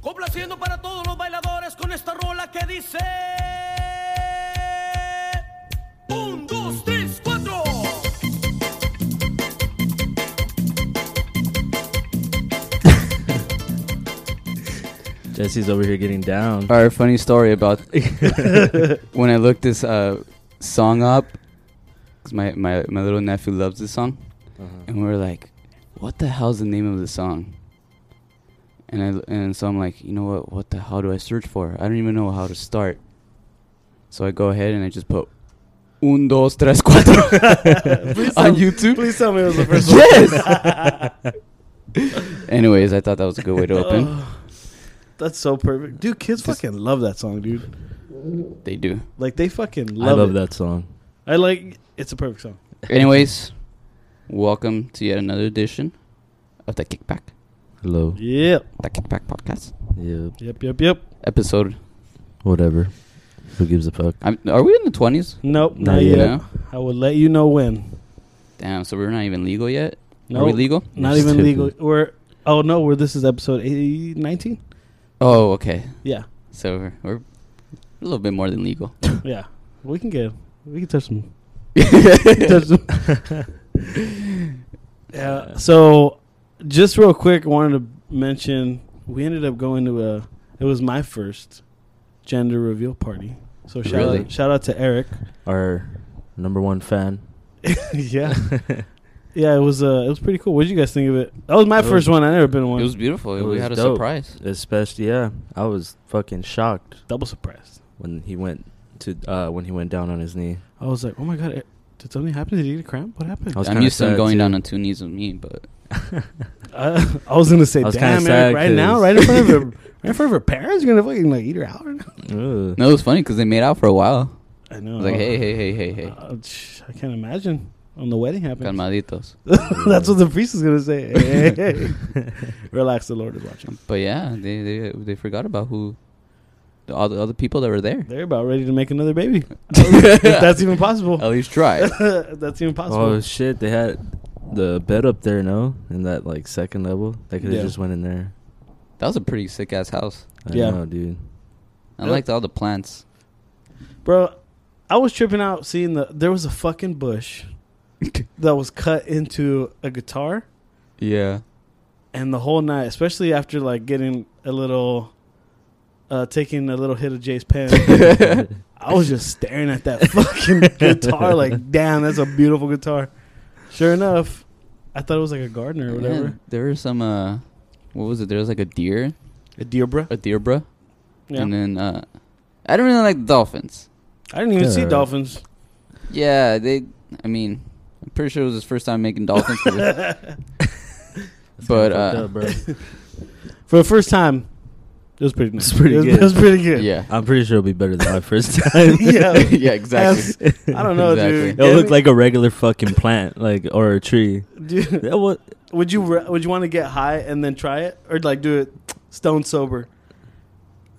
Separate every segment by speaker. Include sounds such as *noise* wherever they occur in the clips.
Speaker 1: Complaciendo para todos los bailadores con esta rola que dice. Un, dos, tres, cuatro.
Speaker 2: Jesse's over here getting down.
Speaker 3: All right, funny story
Speaker 2: *laughs*
Speaker 3: about when I looked this uh, song up, 'cause my, my, my little nephew loves this song, and we were like, what the hell's the name of the song? And I l- and so I'm like, you know what? What the hell do I search for? I don't even know how to start. So I go ahead and I just put un dos tres cuatro
Speaker 2: *laughs* please,
Speaker 3: on YouTube.
Speaker 2: please tell me it was
Speaker 4: *laughs*
Speaker 2: the first
Speaker 3: yes.
Speaker 2: *laughs*
Speaker 3: Anyways, I thought that was a good way to open.
Speaker 2: Oh, That's so perfect. Dude, kids
Speaker 3: Just-
Speaker 2: fucking love that song, dude.
Speaker 3: They do.
Speaker 2: Like, they fucking
Speaker 4: I
Speaker 2: love,
Speaker 4: love
Speaker 2: it.
Speaker 4: that song.
Speaker 2: I like It's a perfect song.
Speaker 3: *laughs* Anyways, welcome to yet another edition of the Kickback,
Speaker 4: Hello.
Speaker 2: Yep.
Speaker 3: the Kickback Podcast
Speaker 4: Yeah.
Speaker 2: Yep, yep, yep.
Speaker 3: episode.
Speaker 4: Whatever. Who gives a fuck?
Speaker 3: I'm, are we in the twenties?
Speaker 2: Nope,
Speaker 4: Not
Speaker 2: not yet.
Speaker 4: yet.
Speaker 2: I will let you know when.
Speaker 3: Damn, so we're not even legal yet.
Speaker 2: No,
Speaker 3: Are we legal?
Speaker 2: not
Speaker 4: Just
Speaker 2: even
Speaker 4: tipping.
Speaker 2: legal. We're, oh no, we're, this is episode 80, 19?
Speaker 3: Oh, okay.
Speaker 2: Yeah,
Speaker 3: So we're, we're a little bit more than legal.
Speaker 2: yeah. We can get, we can touch
Speaker 4: *laughs*
Speaker 2: some. touch
Speaker 3: yeah,
Speaker 2: some. Yeah. So, just real quick, wanted to mention we ended up going to a. It was my first gender reveal party. So shout
Speaker 3: Really?
Speaker 2: out, shout out to Eric.
Speaker 4: Our number one *laughs* fan. *laughs*
Speaker 2: yeah, *laughs* yeah. It was uh, it was pretty cool. What did you guys think of it? That was my
Speaker 4: It was-
Speaker 2: first one. I never been to
Speaker 3: it
Speaker 2: one.
Speaker 3: was beautiful.
Speaker 4: It
Speaker 3: we
Speaker 4: was
Speaker 3: had a
Speaker 4: dope.
Speaker 3: surprise.
Speaker 4: Especially, yeah. I was fucking shocked
Speaker 2: double surprised.
Speaker 4: when he went to uh when he went down on his knee.
Speaker 2: I was like, oh my god, Eric, did something happen? Did you get a cramp? What happened?
Speaker 4: I was
Speaker 3: I'm
Speaker 4: kinda
Speaker 3: used to him
Speaker 4: sad,
Speaker 3: going
Speaker 4: too.
Speaker 3: down on two knees with me, but
Speaker 2: Uh, *laughs* I was gonna say,
Speaker 4: I was kinda
Speaker 2: damn,
Speaker 4: sad
Speaker 2: Eric, right now,
Speaker 4: 'cause-
Speaker 2: right in front of her, right in front of her parents, you're gonna fucking like eat her out. Right now?
Speaker 4: Ugh.
Speaker 3: no, it was funny because they made out for a while.
Speaker 2: I know.
Speaker 3: I was like,
Speaker 4: Uh-huh.
Speaker 3: hey, hey, hey, hey, hey,
Speaker 2: Uh, sh- I can't imagine on the wedding happening.
Speaker 4: *laughs*
Speaker 3: calmaditos.
Speaker 2: *laughs* That's what the priest is gonna *laughs* say. Hey. Relax, the Lord is watching.
Speaker 3: But yeah, they they they forgot about who, the, all the other people that were there.
Speaker 2: They're about ready to make another baby. *laughs* Oh. if that's even
Speaker 3: At
Speaker 2: possible.
Speaker 3: least try.
Speaker 2: *laughs* If that's even
Speaker 4: Oh
Speaker 2: possible.
Speaker 4: shit! They had the bed up there, no, in that like second level. They could have
Speaker 2: Yeah.
Speaker 4: just went in there.
Speaker 3: That was a pretty sick ass house.
Speaker 4: I
Speaker 2: Yeah.
Speaker 4: know, dude.
Speaker 3: I
Speaker 2: Yep.
Speaker 3: liked all the plants.
Speaker 2: Bro, I was tripping out seeing the there was a fucking *laughs* bush that was cut into a guitar
Speaker 3: Yeah.
Speaker 2: and the whole night, especially after like getting a little uh taking a little hit of Jay's pen. I was just staring at that fucking guitar like, damn, that's a beautiful guitar. Sure enough, I thought it was like a gardener or whatever.
Speaker 3: there was some uh, what was it? There was like a deer,
Speaker 2: A deer, bro.
Speaker 3: a deer, bruh.
Speaker 2: Yeah.
Speaker 3: And then uh, I don't really like dolphins.
Speaker 2: I didn't even
Speaker 4: Yeah,
Speaker 2: see
Speaker 4: right.
Speaker 2: dolphins.
Speaker 3: Yeah, they. I mean, I'm pretty sure it was his first time making dolphins.
Speaker 4: *laughs*
Speaker 3: 'cause it-
Speaker 2: *laughs*
Speaker 3: But, uh,
Speaker 2: For the first time, it was pretty nice.
Speaker 4: It's pretty
Speaker 2: it was,
Speaker 4: good.
Speaker 2: It was pretty
Speaker 4: *laughs*
Speaker 2: good. *laughs*
Speaker 3: yeah,
Speaker 4: I'm pretty sure it'll be better
Speaker 3: *laughs*
Speaker 4: than my first time. *laughs*
Speaker 2: yeah.
Speaker 3: yeah, exactly.
Speaker 2: I don't know, dude.
Speaker 3: Exactly.
Speaker 4: It'll look like a regular fucking plant, like or a tree.
Speaker 2: Dude,
Speaker 4: That was
Speaker 2: would you re- would you want to get high and then try it, or like do it stone sober?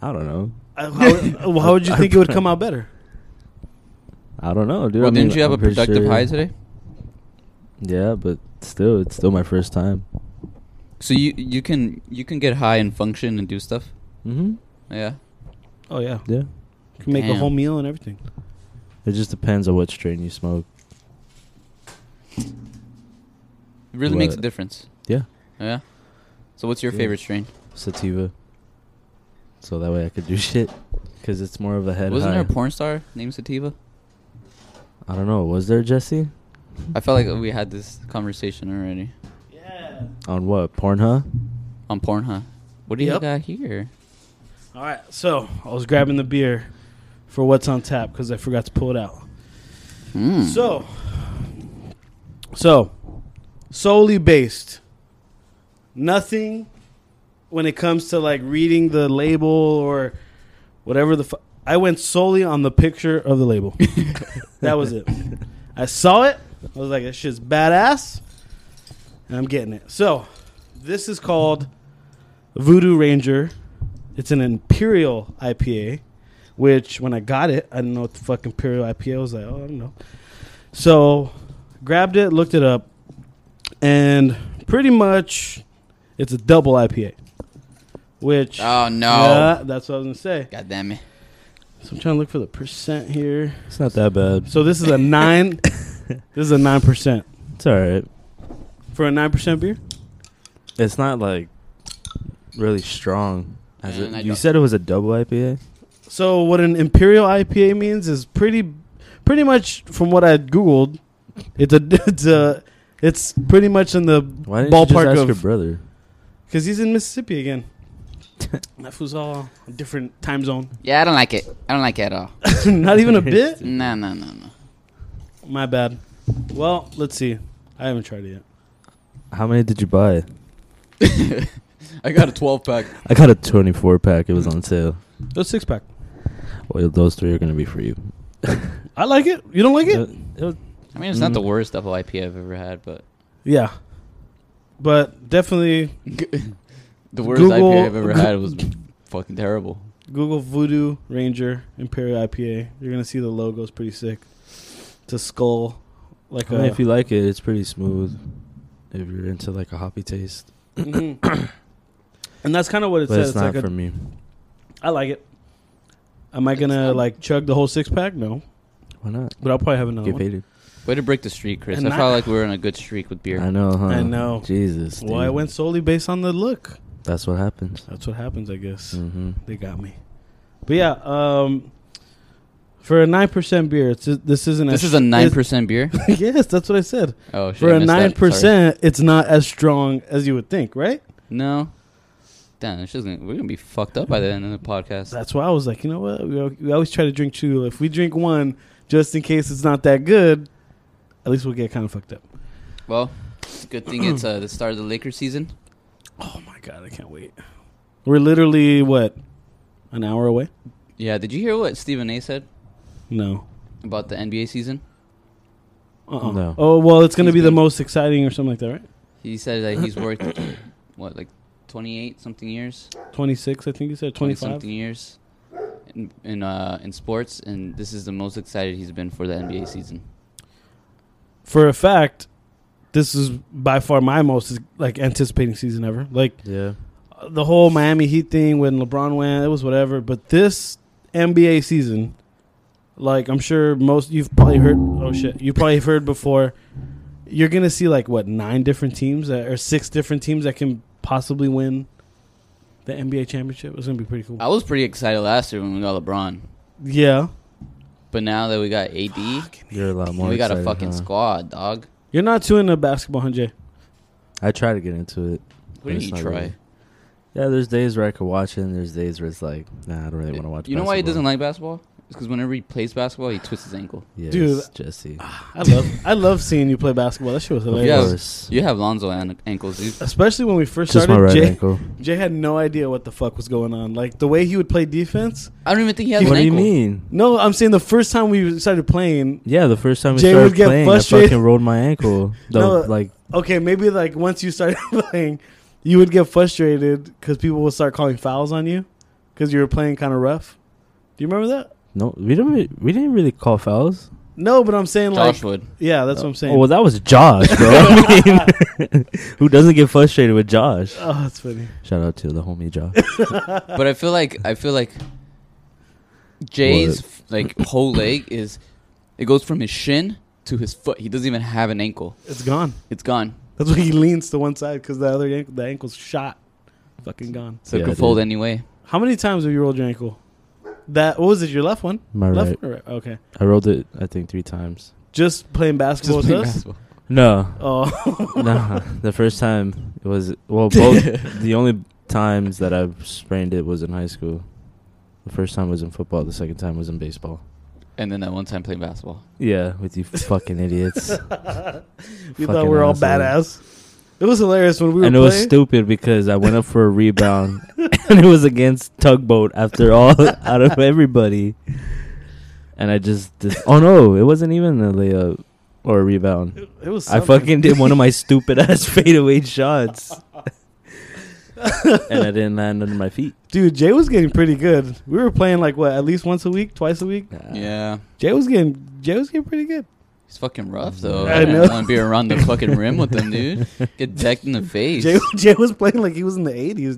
Speaker 4: I don't know.
Speaker 2: Uh, *laughs* How, how would you think it would come out better?
Speaker 4: I don't know, dude.
Speaker 3: well,
Speaker 4: I mean,
Speaker 3: didn't you have
Speaker 4: I'm
Speaker 3: a
Speaker 4: pretty
Speaker 3: productive
Speaker 4: sure-
Speaker 3: high today?
Speaker 4: Yeah, but still, it's still my first time.
Speaker 3: So you you can you can get high and function and do stuff.
Speaker 4: Mm-hmm.
Speaker 3: Yeah.
Speaker 2: Oh yeah,
Speaker 4: Yeah.
Speaker 2: you can make a
Speaker 3: Damn.
Speaker 2: whole meal and everything.
Speaker 4: It just depends on what strain you smoke.
Speaker 3: It really makes a
Speaker 4: What?
Speaker 3: difference.
Speaker 4: Yeah.
Speaker 3: Yeah. So what's your
Speaker 4: Yeah.
Speaker 3: favorite strain?
Speaker 4: Sativa. So that way I could do *laughs* shit. Because it's more of a head
Speaker 3: Wasn't
Speaker 4: high.
Speaker 3: there a porn star named Sativa?
Speaker 4: I don't know. Was there, Jesse?
Speaker 3: I felt like we had this conversation already
Speaker 2: Yeah.
Speaker 4: On what? Pornhub?
Speaker 3: on Pornhub. What do you
Speaker 2: Yep.
Speaker 3: got here?
Speaker 2: All right, so I was grabbing the beer for what's on tap because I forgot to pull it out.
Speaker 5: Hmm.
Speaker 3: Mm.
Speaker 2: So, so solely based, nothing when it comes to like reading the label or whatever the. Fu- I went solely on the picture of the label. that was it. I saw it. I was like, "This shit's badass," and I'm getting it. So, this is called Voodoo Ranger. It's an Imperial IPA, which when I got it, I didn't know what the fuck Imperial IPA was like. Oh, I don't know. So, grabbed it, looked it up, and pretty much it's a double IPA, Which
Speaker 3: Oh, no.
Speaker 2: Yeah, that's what I was gonna say.
Speaker 3: God damn it.
Speaker 2: So I'm trying to look for the percent here.
Speaker 4: It's not that bad.
Speaker 2: So this is
Speaker 3: *laughs*
Speaker 2: a nine. this is a nine percent
Speaker 4: It's all right.
Speaker 2: for a nine percent beer.
Speaker 4: It's not like really strong. As
Speaker 3: And I
Speaker 4: it, you
Speaker 3: don't-
Speaker 4: said it was a double IPA.
Speaker 2: So what an imperial IPA means is pretty, pretty much from what I googled, it's a *laughs* it's a it's pretty much in the
Speaker 4: Why didn't you just
Speaker 2: Ballpark
Speaker 4: ask
Speaker 2: of-
Speaker 4: your brother?
Speaker 2: because he's in Mississippi again. *laughs* that fool's all a different time zone.
Speaker 3: Yeah, I don't like it. I don't like it at all.
Speaker 2: *laughs* Not *laughs* even a bit.
Speaker 3: No, no, no, no.
Speaker 2: My bad. Well, let's see. I haven't tried it yet.
Speaker 4: How many did you buy?
Speaker 5: I got a 12 pack.
Speaker 4: I got a 24 pack. It was on sale.
Speaker 2: It was six pack.
Speaker 4: Well, those three are gonna be for you. Uh,
Speaker 2: I like it. You don't like it?
Speaker 4: It- it was-
Speaker 3: I mean, it's not the
Speaker 5: Hmm.
Speaker 3: worst double IPA I've ever had, but
Speaker 2: Yeah. But definitely
Speaker 5: *laughs* The worst
Speaker 2: Google-
Speaker 5: IPA I've ever had was fucking terrible.
Speaker 2: Google Voodoo Ranger Imperial IPA. You're gonna see the logo's pretty sick. It's a skull, like
Speaker 4: I mean,
Speaker 2: a. *coughs*
Speaker 4: if you like it, it's pretty smooth. If you're into like a hoppy taste,
Speaker 2: Mhm. and that's kind of what it
Speaker 4: but
Speaker 2: says.
Speaker 4: it's,
Speaker 2: It's
Speaker 4: not
Speaker 2: like
Speaker 4: for
Speaker 2: a,
Speaker 4: me.
Speaker 2: I like it. Am I gonna
Speaker 3: not-
Speaker 2: like chug the whole six pack? No,
Speaker 4: Why not?
Speaker 2: but I'll probably have another
Speaker 4: Get
Speaker 2: one.
Speaker 4: faded.
Speaker 3: way to break the streak, Chris.
Speaker 2: And
Speaker 3: I
Speaker 2: I-
Speaker 3: felt like we were on a good streak with beer.
Speaker 4: I know, huh?
Speaker 2: I know.
Speaker 4: Jesus.
Speaker 2: Well, I
Speaker 4: dude.
Speaker 2: went solely based on the look.
Speaker 4: That's what
Speaker 2: *laughs*
Speaker 4: happens.
Speaker 2: That's what happens, I guess.
Speaker 4: Mm-hmm.
Speaker 2: They got me. But yeah, um, for a nine percent beer, it's this isn't.
Speaker 3: This
Speaker 2: as-
Speaker 3: is a nine percent beer.
Speaker 2: it's- *laughs* yes, that's what I said.
Speaker 3: Oh, shit,
Speaker 2: for
Speaker 3: I
Speaker 2: a
Speaker 3: missed
Speaker 2: nine
Speaker 3: that. Sorry.
Speaker 2: percent, it's not as strong as you would think, right?
Speaker 3: No. Damn, it's just gonna, we're gonna be fucked up by the end of the podcast.
Speaker 2: That's why I was like, you know what? We, al- we always try to drink two. If we drink one, just in case it's not that good, at least we'll get kind of fucked up.
Speaker 3: well, it's a good thing it's uh, the start of the Lakers season.
Speaker 2: Oh my god, I can't wait. We're literally what an hour away.
Speaker 3: Yeah, did you hear what Stephen A. said
Speaker 2: No.
Speaker 3: about the NBA season?
Speaker 2: Uh-uh.
Speaker 4: No.
Speaker 2: Oh well, it's going to
Speaker 3: He's
Speaker 2: be the
Speaker 3: been-
Speaker 2: most exciting or something like that, right?
Speaker 3: He said that he's worked what, like twenty-eight something years,
Speaker 2: 26, I think you said 25.
Speaker 3: something years in in, uh, in sports, and this is the most excited he's been for the NBA season.
Speaker 2: For a fact, this is by far my most like anticipating season ever. Like
Speaker 4: Yeah.
Speaker 2: the whole Miami Heat thing when LeBron went, it was whatever. But this NBA season, like I'm sure most you've probably heard. Oh shit, you probably have heard before. You're gonna see like what nine different teams that, or six different teams that can possibly win the NBA championship. It's gonna be pretty cool.
Speaker 3: I was pretty excited last year when we got LeBron,
Speaker 2: Yeah,
Speaker 3: but now that we got AD,
Speaker 4: You're a lot more.
Speaker 3: we got a
Speaker 4: excited,
Speaker 3: fucking
Speaker 4: huh?
Speaker 3: squad, dog.
Speaker 2: you're not too into basketball, huh, Jay?
Speaker 4: I try to get into it. but
Speaker 3: What do
Speaker 4: it's
Speaker 3: you
Speaker 4: not
Speaker 3: try?
Speaker 4: really- Yeah, there's days where I could watch it, and there's days where it's like, nah, I don't really want to watch.
Speaker 3: You know why he doesn't
Speaker 4: basketball.
Speaker 3: like basketball? It's because whenever he plays basketball, he twists his ankle.
Speaker 4: Yes,
Speaker 2: Dude.
Speaker 4: Jesse.
Speaker 2: I love I love seeing you play basketball. That shit was
Speaker 4: Of
Speaker 3: Yeah.
Speaker 2: hilarious.
Speaker 4: course.
Speaker 3: You have Lonzo an- ankles, dude.
Speaker 2: Especially when we first
Speaker 4: Just my
Speaker 2: started,
Speaker 4: right
Speaker 2: Jay,
Speaker 4: ankle.
Speaker 2: Jay had no idea what the fuck was going on. Like the way he would play defense,
Speaker 3: I don't even think he has
Speaker 4: What
Speaker 3: an
Speaker 4: do you
Speaker 3: ankle.
Speaker 4: mean?
Speaker 2: No, I'm saying the first time we started playing.
Speaker 4: Yeah, the first time we
Speaker 2: Jay would
Speaker 4: started
Speaker 2: get
Speaker 4: playing, I
Speaker 2: frustrated.
Speaker 4: fucking rolled my
Speaker 2: *laughs*
Speaker 4: ankle. The,
Speaker 2: No. uh,
Speaker 4: like
Speaker 2: Okay, maybe like once you started *laughs* playing, you would get frustrated because people would start calling fouls on you because you were playing kind of rough. Do you remember that?
Speaker 4: no, we don't. re- We didn't really call fouls.
Speaker 2: No, but I'm saying
Speaker 3: Josh
Speaker 2: like,
Speaker 3: would.
Speaker 2: yeah, that's what I'm saying.
Speaker 4: Oh, well,
Speaker 2: Oh,
Speaker 4: that was Josh,
Speaker 2: *laughs*
Speaker 4: bro. I mean, *laughs* who doesn't get frustrated with Josh?
Speaker 2: Oh, that's funny.
Speaker 4: Shout out to the homie Josh.
Speaker 3: But I feel like I feel like Jay's f- like whole leg is it goes from his shin to his foot. He doesn't even have an ankle.
Speaker 2: It's gone.
Speaker 3: It's gone.
Speaker 2: That's why he leans to one side because the other ankle, the ankle's shot, fucking gone.
Speaker 3: So
Speaker 4: Yeah,
Speaker 3: it could fold
Speaker 4: dude.
Speaker 3: anyway.
Speaker 2: How many times have you rolled your ankle? That what was it? Your left one,
Speaker 4: My
Speaker 2: left
Speaker 4: right.
Speaker 2: one or right? Okay,
Speaker 4: I rolled it. I think three times.
Speaker 2: just playing basketball
Speaker 3: Just playing
Speaker 2: with us.
Speaker 3: basketball.
Speaker 4: No,
Speaker 2: Oh,
Speaker 4: nah. The first time it was well,
Speaker 2: *laughs*
Speaker 4: both the only times that I sprained it was in high school. The first time was in football. The second time was in baseball.
Speaker 3: And then that one time playing basketball.
Speaker 4: Yeah, with you fucking
Speaker 2: *laughs*
Speaker 4: idiots.
Speaker 2: you thought
Speaker 4: Fucking
Speaker 2: we were all
Speaker 4: assholes.
Speaker 2: badass. It was hilarious when we were
Speaker 4: and it
Speaker 2: playing.
Speaker 4: was stupid because I went up for a rebound, *laughs* and it was against tugboat after
Speaker 2: *laughs*
Speaker 4: all out of everybody, and I just dis- oh no, it wasn't even a layup or a rebound.
Speaker 2: It was.
Speaker 4: I fucking
Speaker 2: *laughs*
Speaker 4: did one of my stupid ass *laughs* fadeaway shots, and I didn't land under my feet.
Speaker 2: dude. Jay was getting pretty good. We were playing like what, at least once a week, twice a week.
Speaker 3: Yeah.
Speaker 2: Jay was getting Jay was getting pretty good.
Speaker 3: It's fucking rough
Speaker 4: Mm.
Speaker 3: though.
Speaker 2: I
Speaker 3: I,
Speaker 2: know.
Speaker 3: don't want to be around the fucking rim with them,
Speaker 4: *laughs*
Speaker 3: dude. Get decked in the face.
Speaker 2: Jay, *laughs* Jay was playing like he was in the eighties.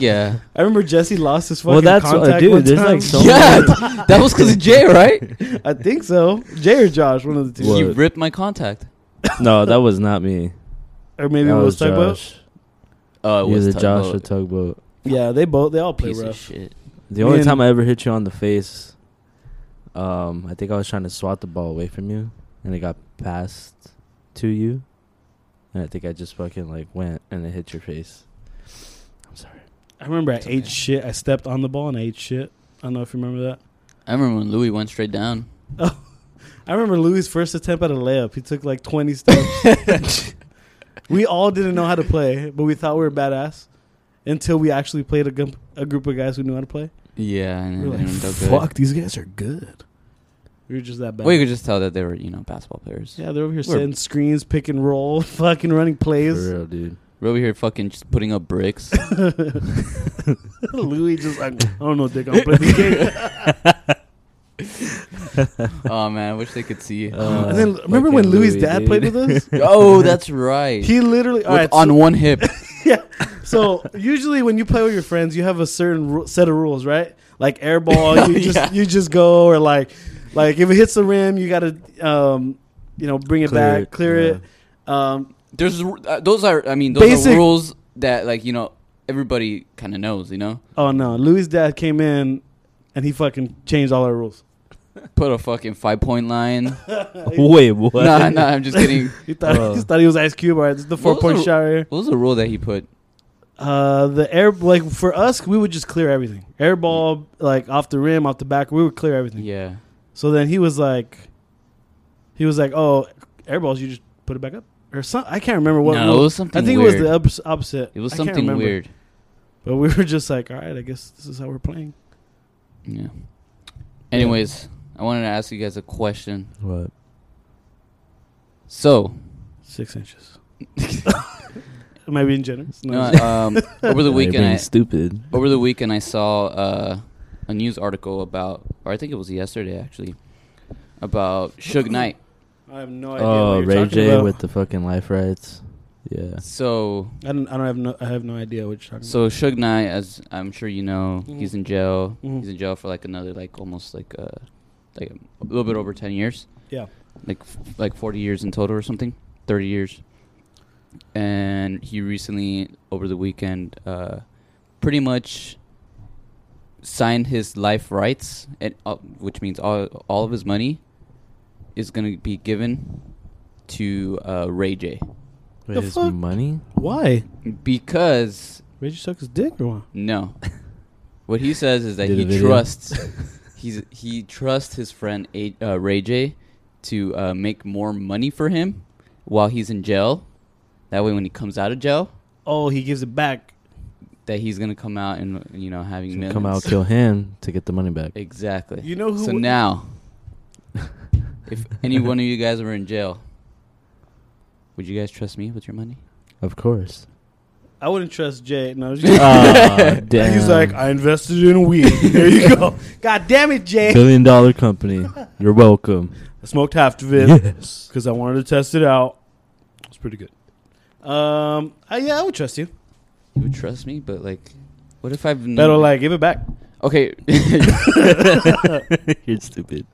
Speaker 4: *laughs*
Speaker 3: yeah.
Speaker 2: I remember Jesse lost his fucking
Speaker 4: Well, that's what-
Speaker 2: contact.
Speaker 4: dude,
Speaker 2: one
Speaker 4: there's,
Speaker 2: time.
Speaker 4: like,
Speaker 2: *laughs*
Speaker 4: so-
Speaker 3: Yeah, that was because of
Speaker 4: *laughs*
Speaker 3: Jay, right?
Speaker 2: I think so. Jay or Josh, one of the two,
Speaker 3: He
Speaker 4: What?
Speaker 3: ripped my contact.
Speaker 4: no, that was not me.
Speaker 2: or maybe
Speaker 4: that
Speaker 2: it was Tugboat.
Speaker 4: Josh.
Speaker 3: Oh, it
Speaker 4: It was
Speaker 3: was
Speaker 4: a Josh or
Speaker 3: Tugboat.
Speaker 4: tugboat.
Speaker 2: Yeah, they both they all play
Speaker 3: Piece of
Speaker 2: rough.
Speaker 3: shit.
Speaker 4: The only
Speaker 2: Man.
Speaker 4: time I ever hit you on the face, um, I think I was trying to swat the ball away from you, and it got passed to you, and I think I just fucking like went and it hit your face. I'm sorry.
Speaker 2: I remember I
Speaker 3: It's
Speaker 2: ate
Speaker 3: okay.
Speaker 2: shit. I stepped on the ball and I ate shit. I don't know if you remember that.
Speaker 3: I remember when Louis went straight down.
Speaker 2: I remember Louis' first attempt at a layup. He took like twenty steps. *laughs* we all didn't know how to play, but we thought we were badass until we actually played a, gump, a group of guys who knew how to play.
Speaker 3: Yeah, and
Speaker 2: We were
Speaker 3: it
Speaker 2: like,
Speaker 3: didn't go Mm-hmm. good.
Speaker 2: "Fuck, these guys are good." We were just that bad.
Speaker 3: Well, you could just tell that they were, you know, basketball players.
Speaker 2: yeah, they're over
Speaker 3: we're-
Speaker 2: here setting screens, pick and roll, *laughs* fucking running
Speaker 4: For
Speaker 2: plays.
Speaker 4: real,
Speaker 2: *laughs*
Speaker 4: dude. *laughs*
Speaker 3: We're over here fucking just putting up bricks.
Speaker 2: Louis just like, I don't know, dick. I'm playing the
Speaker 3: *laughs*
Speaker 2: game.
Speaker 3: oh man, I wish they could see.
Speaker 4: Uh,
Speaker 2: and then remember
Speaker 4: fucking
Speaker 2: when Louis'
Speaker 4: Louis,
Speaker 2: dad
Speaker 4: dude.
Speaker 2: played with us?
Speaker 3: *gasps* oh, that's right.
Speaker 2: He literally
Speaker 3: With-
Speaker 2: all right, so-
Speaker 3: on one
Speaker 2: *laughs*
Speaker 3: hip.
Speaker 2: So usually when you play with your friends, you have a certain ru- set of rules, right? Like
Speaker 3: *laughs*
Speaker 2: air ball, you just
Speaker 3: Oh, Yeah.
Speaker 2: you just go, or like like if it hits the rim, you gotta um, you know bring it
Speaker 4: Clear
Speaker 2: back,
Speaker 4: it,
Speaker 2: clear it. Um,
Speaker 3: There's uh, those are. I mean, those
Speaker 2: Basic-
Speaker 3: are rules that like you know everybody kind of knows. You know,
Speaker 2: oh no, Louis' dad came in and he fucking changed all
Speaker 3: *laughs*
Speaker 2: our rules.
Speaker 3: put a fucking five point line.
Speaker 4: *laughs*
Speaker 2: *laughs*
Speaker 4: Wait, what?
Speaker 3: nah, nah. I'm just kidding.
Speaker 2: He thought
Speaker 4: Oh.
Speaker 2: he thought he was Ice Cube. All right, this is the
Speaker 3: What
Speaker 2: four
Speaker 3: was
Speaker 2: point
Speaker 3: the-
Speaker 2: shot eh? right here.
Speaker 3: What was the rule that he put?
Speaker 2: Uh, the air like for us, we would just clear everything. Air ball like off the rim, off the back, we would clear everything.
Speaker 3: Yeah.
Speaker 2: So then he was like, he was like, oh, airballs, you just put it back up or something. I can't remember what.
Speaker 3: No, it
Speaker 2: rule.
Speaker 3: was something
Speaker 2: I think it was
Speaker 3: weird.
Speaker 2: the ups- opposite.
Speaker 3: It was
Speaker 2: I can't
Speaker 3: something
Speaker 2: remember.
Speaker 3: weird.
Speaker 2: But we were just like, all right, I guess this is how we're playing.
Speaker 3: Yeah. Anyways, I wanted to ask you guys a question.
Speaker 4: What?
Speaker 3: So, *laughs*
Speaker 2: Six inches. Am I being generous?
Speaker 3: no, um, over
Speaker 4: *laughs* Nah,
Speaker 3: the
Speaker 4: you're
Speaker 3: weekend,
Speaker 4: being
Speaker 3: I,
Speaker 4: stupid.
Speaker 3: over the weekend I saw uh, a news article about, or I think it was yesterday actually, about Suge Knight.
Speaker 2: I have no idea.
Speaker 4: Oh,
Speaker 2: what you're
Speaker 4: Ray
Speaker 2: talking
Speaker 4: J
Speaker 2: about.
Speaker 4: with the fucking life rights. Yeah.
Speaker 3: So,
Speaker 2: I don't. I don't have no. I have no idea what you're talking
Speaker 3: so Suge Knight, as I'm sure you know, he's in jail.
Speaker 2: Mhm.
Speaker 3: He's in jail for like another, like almost like uh, like a little bit over ten years.
Speaker 2: Yeah.
Speaker 3: like f- like 40 years in total or something 30 years and he recently over the weekend uh pretty much signed his life rights and uh, which means all all of his money is going to be given to uh Ray J
Speaker 4: Wait,
Speaker 2: The
Speaker 4: his
Speaker 2: fuck?
Speaker 4: money?
Speaker 2: about. Why?
Speaker 3: because
Speaker 2: Ray J suck his dick or what?
Speaker 3: no what he says is that
Speaker 4: Did a
Speaker 3: he
Speaker 4: video.
Speaker 3: trusts he's he trusts his friend A, uh, Ray J to uh, make more money for him while he's in jail. That way, when he comes out of jail,
Speaker 2: Oh, he gives it back.
Speaker 3: that he's gonna come out and you know having
Speaker 4: He's gonna
Speaker 3: millions.
Speaker 4: come out, kill him to get the money back.
Speaker 3: exactly.
Speaker 2: You know who
Speaker 3: So
Speaker 4: *laughs*
Speaker 2: would-
Speaker 3: now, if any one of you guys were in jail, would you guys trust me with your money?
Speaker 4: Of course.
Speaker 2: I wouldn't trust Jay. No, I was just-
Speaker 4: Ah, damn.
Speaker 2: *laughs* he's like, I invested in weed. There you go. *laughs* God damn it, Jay.
Speaker 4: billion dollar
Speaker 2: *laughs*
Speaker 4: company. You're welcome.
Speaker 2: I smoked half of it. *laughs*
Speaker 4: Yes.
Speaker 2: because I wanted to test it out. It's pretty good. Um, I, yeah, I would trust you.
Speaker 3: You would trust me, but like, what if I've
Speaker 2: Better like give it back.
Speaker 3: okay,
Speaker 4: *laughs* You're stupid.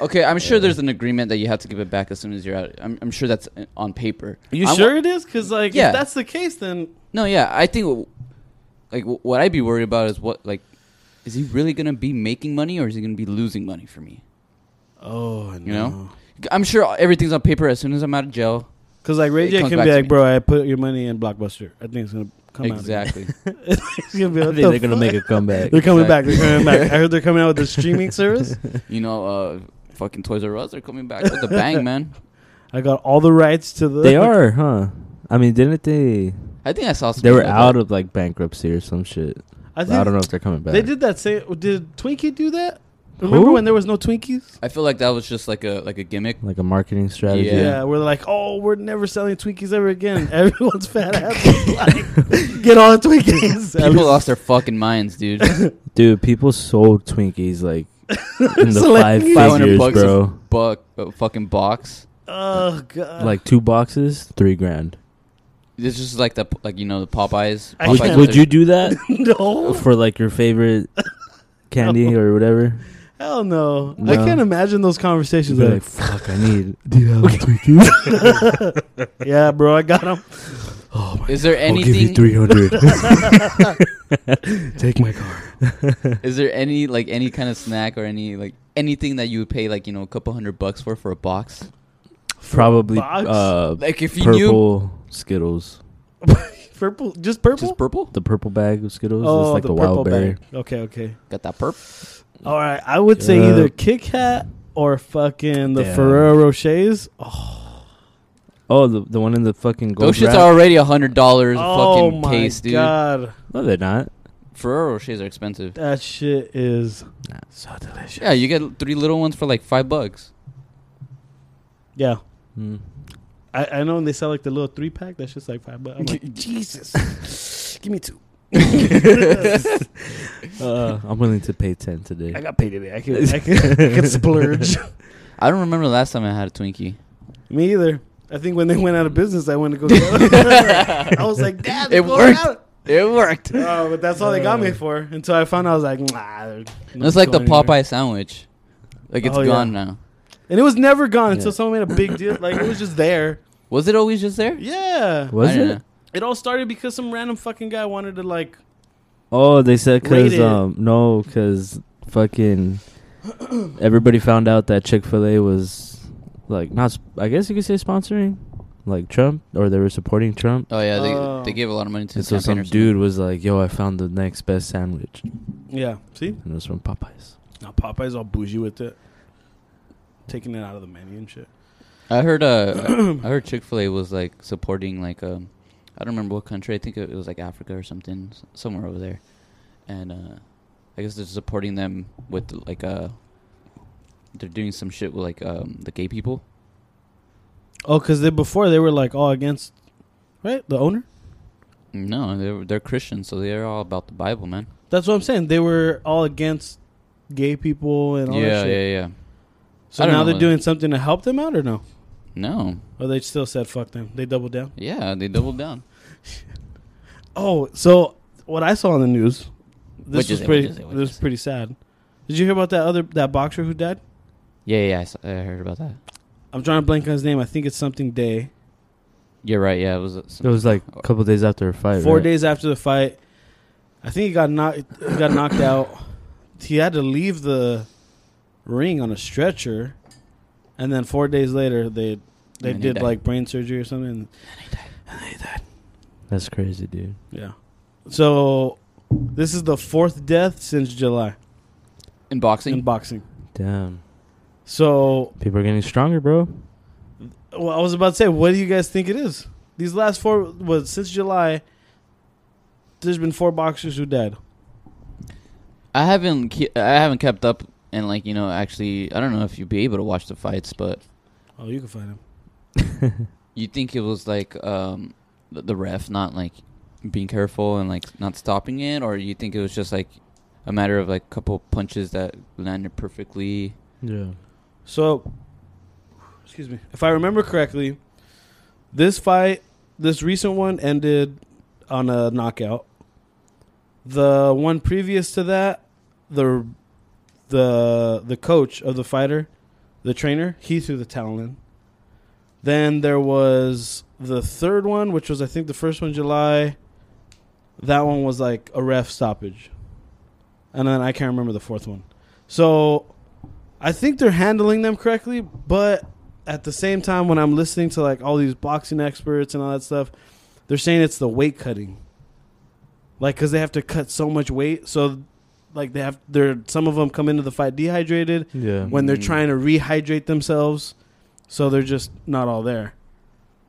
Speaker 3: okay? I'm sure there's an agreement that you have to give it back as soon as you're out. I'm, I'm sure that's uh, on paper.
Speaker 2: You
Speaker 3: I'm-
Speaker 2: sure it is? Because like,
Speaker 3: Yeah.
Speaker 2: if that's the case, then
Speaker 3: No, yeah, I think w- like w- what I'd be worried about is what like is he really gonna be making money or is he gonna be losing money for me?
Speaker 2: oh,
Speaker 3: You know, I'm sure everything's on paper. As soon as I'm out of jail,
Speaker 2: because like Ray
Speaker 3: It
Speaker 2: J
Speaker 3: comes
Speaker 2: can
Speaker 3: back
Speaker 2: be
Speaker 3: to
Speaker 2: like,
Speaker 3: me.
Speaker 2: bro, I put your money in Blockbuster. I think it's gonna come out.
Speaker 3: exactly.
Speaker 2: Exactly. *laughs* it's gonna be,
Speaker 4: I
Speaker 2: what
Speaker 4: think
Speaker 2: the
Speaker 4: they're gonna
Speaker 2: fuck?
Speaker 4: make a comeback.
Speaker 2: They're coming back.
Speaker 3: Exactly.
Speaker 2: They're coming back. I heard they're coming out with a
Speaker 4: *laughs*
Speaker 2: streaming service.
Speaker 3: you know, uh, fucking Toys R Us are coming back with a
Speaker 2: *laughs*
Speaker 3: bang, man.
Speaker 2: *laughs* I got all the rights to the.
Speaker 4: they are, huh? I mean, didn't they?
Speaker 3: I think I saw. Something
Speaker 4: They were out of like bankruptcy or some shit.
Speaker 2: *laughs* I,
Speaker 4: I,
Speaker 2: think
Speaker 4: don't know if they're coming back.
Speaker 2: They did that. Say, did Twinkie do that? Remember
Speaker 4: Who?
Speaker 2: when there was no Twinkies?
Speaker 3: I feel like that was just like a like a gimmick.
Speaker 4: like a marketing strategy.
Speaker 3: Yeah.
Speaker 2: Yeah. where they're like, oh, we're never selling Twinkies ever again. *laughs* Everyone's fat ass is like, get all the Twinkies.
Speaker 3: *laughs*
Speaker 2: At
Speaker 3: People
Speaker 2: least-
Speaker 3: lost their fucking minds,
Speaker 2: *laughs*
Speaker 3: dude.
Speaker 4: Dude, people sold Twinkies like in the
Speaker 2: So, like,
Speaker 3: *laughs*
Speaker 4: five
Speaker 2: you-
Speaker 3: Five
Speaker 4: figures,
Speaker 3: hundred bucks, a
Speaker 4: bro.
Speaker 3: buck, a uh, fucking box.
Speaker 2: *laughs* Oh god.
Speaker 4: like two boxes, three grand.
Speaker 3: This is like the like you know the Popeyes.
Speaker 2: I
Speaker 4: Would,
Speaker 2: can't-
Speaker 3: Popeyes
Speaker 4: would you do that
Speaker 2: *laughs* no.
Speaker 4: for like your favorite
Speaker 3: *laughs*
Speaker 4: candy or whatever?
Speaker 2: Hell no.
Speaker 4: No.
Speaker 2: I can't imagine those
Speaker 4: She's
Speaker 2: conversations.
Speaker 4: like,
Speaker 2: Like,
Speaker 4: fuck, I *laughs* need. Do you
Speaker 3: *laughs*
Speaker 4: have Twinkies?
Speaker 2: *laughs* yeah, bro, I got them.
Speaker 3: Is there
Speaker 4: I'll give you
Speaker 3: anything?
Speaker 4: three hundred. Take my car.
Speaker 3: Is there any like any kind of snack or any like anything that you would pay like you know a couple hundred bucks for for a box?
Speaker 4: *laughs* Probably
Speaker 2: Box?
Speaker 4: uh,
Speaker 3: Like if you knew
Speaker 4: purple Skittles.
Speaker 2: purple, just purple.
Speaker 3: just purple,
Speaker 4: The purple bag of Skittles
Speaker 2: oh,
Speaker 4: is like
Speaker 2: the,
Speaker 4: the,
Speaker 2: purple
Speaker 4: wild berry.
Speaker 2: bag. Okay, okay.
Speaker 3: got that purple.
Speaker 2: All right, I would say
Speaker 4: Yeah.
Speaker 2: either Kit Kat or fucking the
Speaker 4: Damn.
Speaker 2: Ferrero Rochers. Oh,
Speaker 4: Oh, the, the one in the fucking gold
Speaker 3: Those shits
Speaker 4: wrap.
Speaker 3: are already a hundred dollars a
Speaker 2: oh
Speaker 3: fucking
Speaker 2: my
Speaker 3: case, dude.
Speaker 2: god,
Speaker 4: no, they're not.
Speaker 3: Ferrero Rochers are expensive.
Speaker 2: that shit is
Speaker 4: Nah.
Speaker 2: so delicious.
Speaker 3: Yeah, you get three little ones for like five bucks.
Speaker 2: yeah.
Speaker 4: Mm.
Speaker 2: I, I know when they sell like the little three pack, that's just like five bucks. I'm like, *laughs* Jesus, give me two. *laughs*
Speaker 4: Uh, I'm willing to pay ten today.
Speaker 2: I got paid today. I can, I can, I *laughs* can splurge.
Speaker 3: I don't remember the last time I had a Twinkie.
Speaker 2: me either. I think when they went out of business, I *laughs* went to go get it. I was like, Dad,
Speaker 3: It
Speaker 2: it
Speaker 3: worked.
Speaker 2: worked. Out.
Speaker 3: It worked.
Speaker 2: Oh, but that's all they got me for. Until I found out, I was like, nah. they're not
Speaker 3: That's like the
Speaker 2: going anywhere."
Speaker 3: Popeye sandwich. Like it's
Speaker 2: Oh, yeah.
Speaker 3: gone now.
Speaker 2: And it was never gone until
Speaker 4: Yeah.
Speaker 2: someone made
Speaker 3: *coughs*
Speaker 2: a big deal. Like, it was just there.
Speaker 3: Was it always just there?
Speaker 2: Yeah.
Speaker 4: Was
Speaker 3: I don't
Speaker 4: it?
Speaker 3: know.
Speaker 2: It all started because some random fucking guy wanted to, like,
Speaker 4: Oh, they said
Speaker 2: Rate
Speaker 4: because
Speaker 2: it.
Speaker 4: um no, because fucking *clears throat* everybody found out that Chick Fil A was like not. sp- I guess you could say sponsoring, like Trump, or they were supporting Trump.
Speaker 3: Oh yeah, they
Speaker 2: Oh.
Speaker 3: they gave a lot of money to
Speaker 4: And so
Speaker 3: the
Speaker 4: some dude was like, "Yo, I found the next best sandwich,"
Speaker 2: yeah. See?
Speaker 4: and it was from Popeyes.
Speaker 2: Now Popeye's all bougie with it. Taking it out of the menu and shit.
Speaker 3: I heard
Speaker 2: *clears throat*
Speaker 3: uh I heard Chick Fil A was like supporting like um I don't remember what country I think it was like Africa or something s- somewhere over there, and uh I guess they're supporting them with like uh they're doing some shit with like um the gay people.
Speaker 2: Oh, because they, before they were, like, all against, right? The owner?
Speaker 3: No, they're they're Christians, so they're all about the Bible, man.
Speaker 2: That's what I'm saying. They were all against gay people and all that
Speaker 3: yeah, yeah,
Speaker 2: shit.
Speaker 3: yeah.
Speaker 2: So
Speaker 3: I don't
Speaker 2: now
Speaker 3: know
Speaker 2: they're
Speaker 3: what-
Speaker 2: doing something to help them out or no?
Speaker 3: No,
Speaker 2: Or they still said fuck them. They doubled down.
Speaker 3: yeah, they doubled down.
Speaker 2: Oh, so what I saw on the news,
Speaker 3: What'd
Speaker 2: this
Speaker 3: you
Speaker 2: was
Speaker 3: say? What'd
Speaker 2: pretty.
Speaker 3: you say? What'd you
Speaker 2: This was
Speaker 3: say?
Speaker 2: pretty sad. Did you hear about that other that boxer who died?
Speaker 3: Yeah, yeah, I, s- I heard about that.
Speaker 2: I'm trying to blank on his name. I think it's something day.
Speaker 3: You're right. Yeah, it was. uh, some-
Speaker 4: It was like a couple days after a fight.
Speaker 2: Four
Speaker 4: right?
Speaker 2: days after the fight, I think he got knocked. He got knocked out. He had to leave the ring on a stretcher, and then four days later they they
Speaker 3: And he
Speaker 2: did
Speaker 3: died.
Speaker 2: like brain surgery or something. and-
Speaker 4: That's crazy, dude.
Speaker 2: yeah. So this is the fourth death since July
Speaker 3: in boxing.
Speaker 2: in boxing.
Speaker 4: Damn,
Speaker 2: So
Speaker 4: people are getting stronger, bro.
Speaker 2: Well, I was about to say, what do you guys think it is? These last four was since July. There's been four boxers who died.
Speaker 3: I haven't ke- I haven't kept up and like you know actually I don't know if you'd be able to watch the fights, but
Speaker 2: Oh, you can find him.
Speaker 3: you think it was like um th- the ref not like being careful and like not stopping it, or you think it was just like a matter of like a couple punches that landed perfectly.
Speaker 4: Yeah.
Speaker 2: So, excuse me. If I remember correctly, this fight, this recent one, ended on a knockout. The one previous to that, the the the coach of the fighter, the trainer, he threw the towel in. Then there was the third one, which was I think the first one July. That one was like a ref stoppage, and then I can't remember the fourth one. So I think they're handling them correctly, but at the same time, when I'm listening to like all these boxing experts and all that stuff, they're saying it's the weight cutting, like because they have to cut so much weight, so like they have they're some of them come into the fight dehydrated
Speaker 4: Yeah.
Speaker 2: when they're
Speaker 3: Mm.
Speaker 2: trying to rehydrate themselves, so they're just not all there.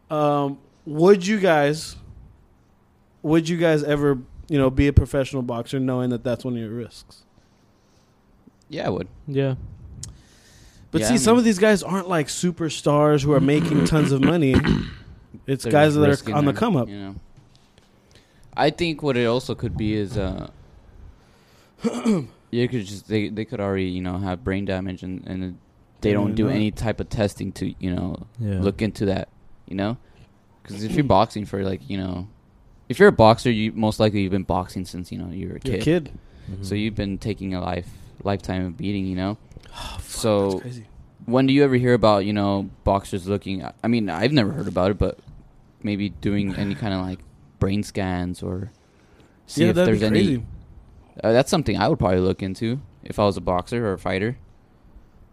Speaker 2: Um, would you guys, would you guys ever, you know, be a professional boxer knowing that that's one of your risks?
Speaker 3: Yeah, I would.
Speaker 4: Yeah.
Speaker 2: But
Speaker 3: Yeah,
Speaker 2: see,
Speaker 3: I
Speaker 2: some
Speaker 3: mean-
Speaker 2: of these guys aren't like superstars who are
Speaker 3: *coughs*
Speaker 2: making tons of money. It's
Speaker 3: They're
Speaker 2: guys
Speaker 3: just
Speaker 2: that are
Speaker 3: risking
Speaker 2: on the
Speaker 3: their-
Speaker 2: come up.
Speaker 3: You know. I think what it also could be is uh *clears throat* you could just they they could already, you know, have brain damage and, and they don't
Speaker 2: Why
Speaker 3: do
Speaker 2: not?
Speaker 3: any type of testing to you know
Speaker 4: Yeah.
Speaker 3: look into that. You know, because if you're boxing for like you know, if you're a boxer, you most likely you've been boxing since you know you were a
Speaker 2: You're a
Speaker 3: kid.
Speaker 2: kid.
Speaker 4: Mhm.
Speaker 3: So you've been taking a life lifetime of beating. You
Speaker 2: *sighs*
Speaker 3: know,
Speaker 2: That's
Speaker 3: so
Speaker 2: crazy.
Speaker 3: when do you ever hear about you know boxers looking? I mean, I've never heard about it, but maybe doing any kind of like brain scans or see if
Speaker 2: that'd be
Speaker 3: there's any uh, that's something I would probably look into if I was a boxer or a fighter.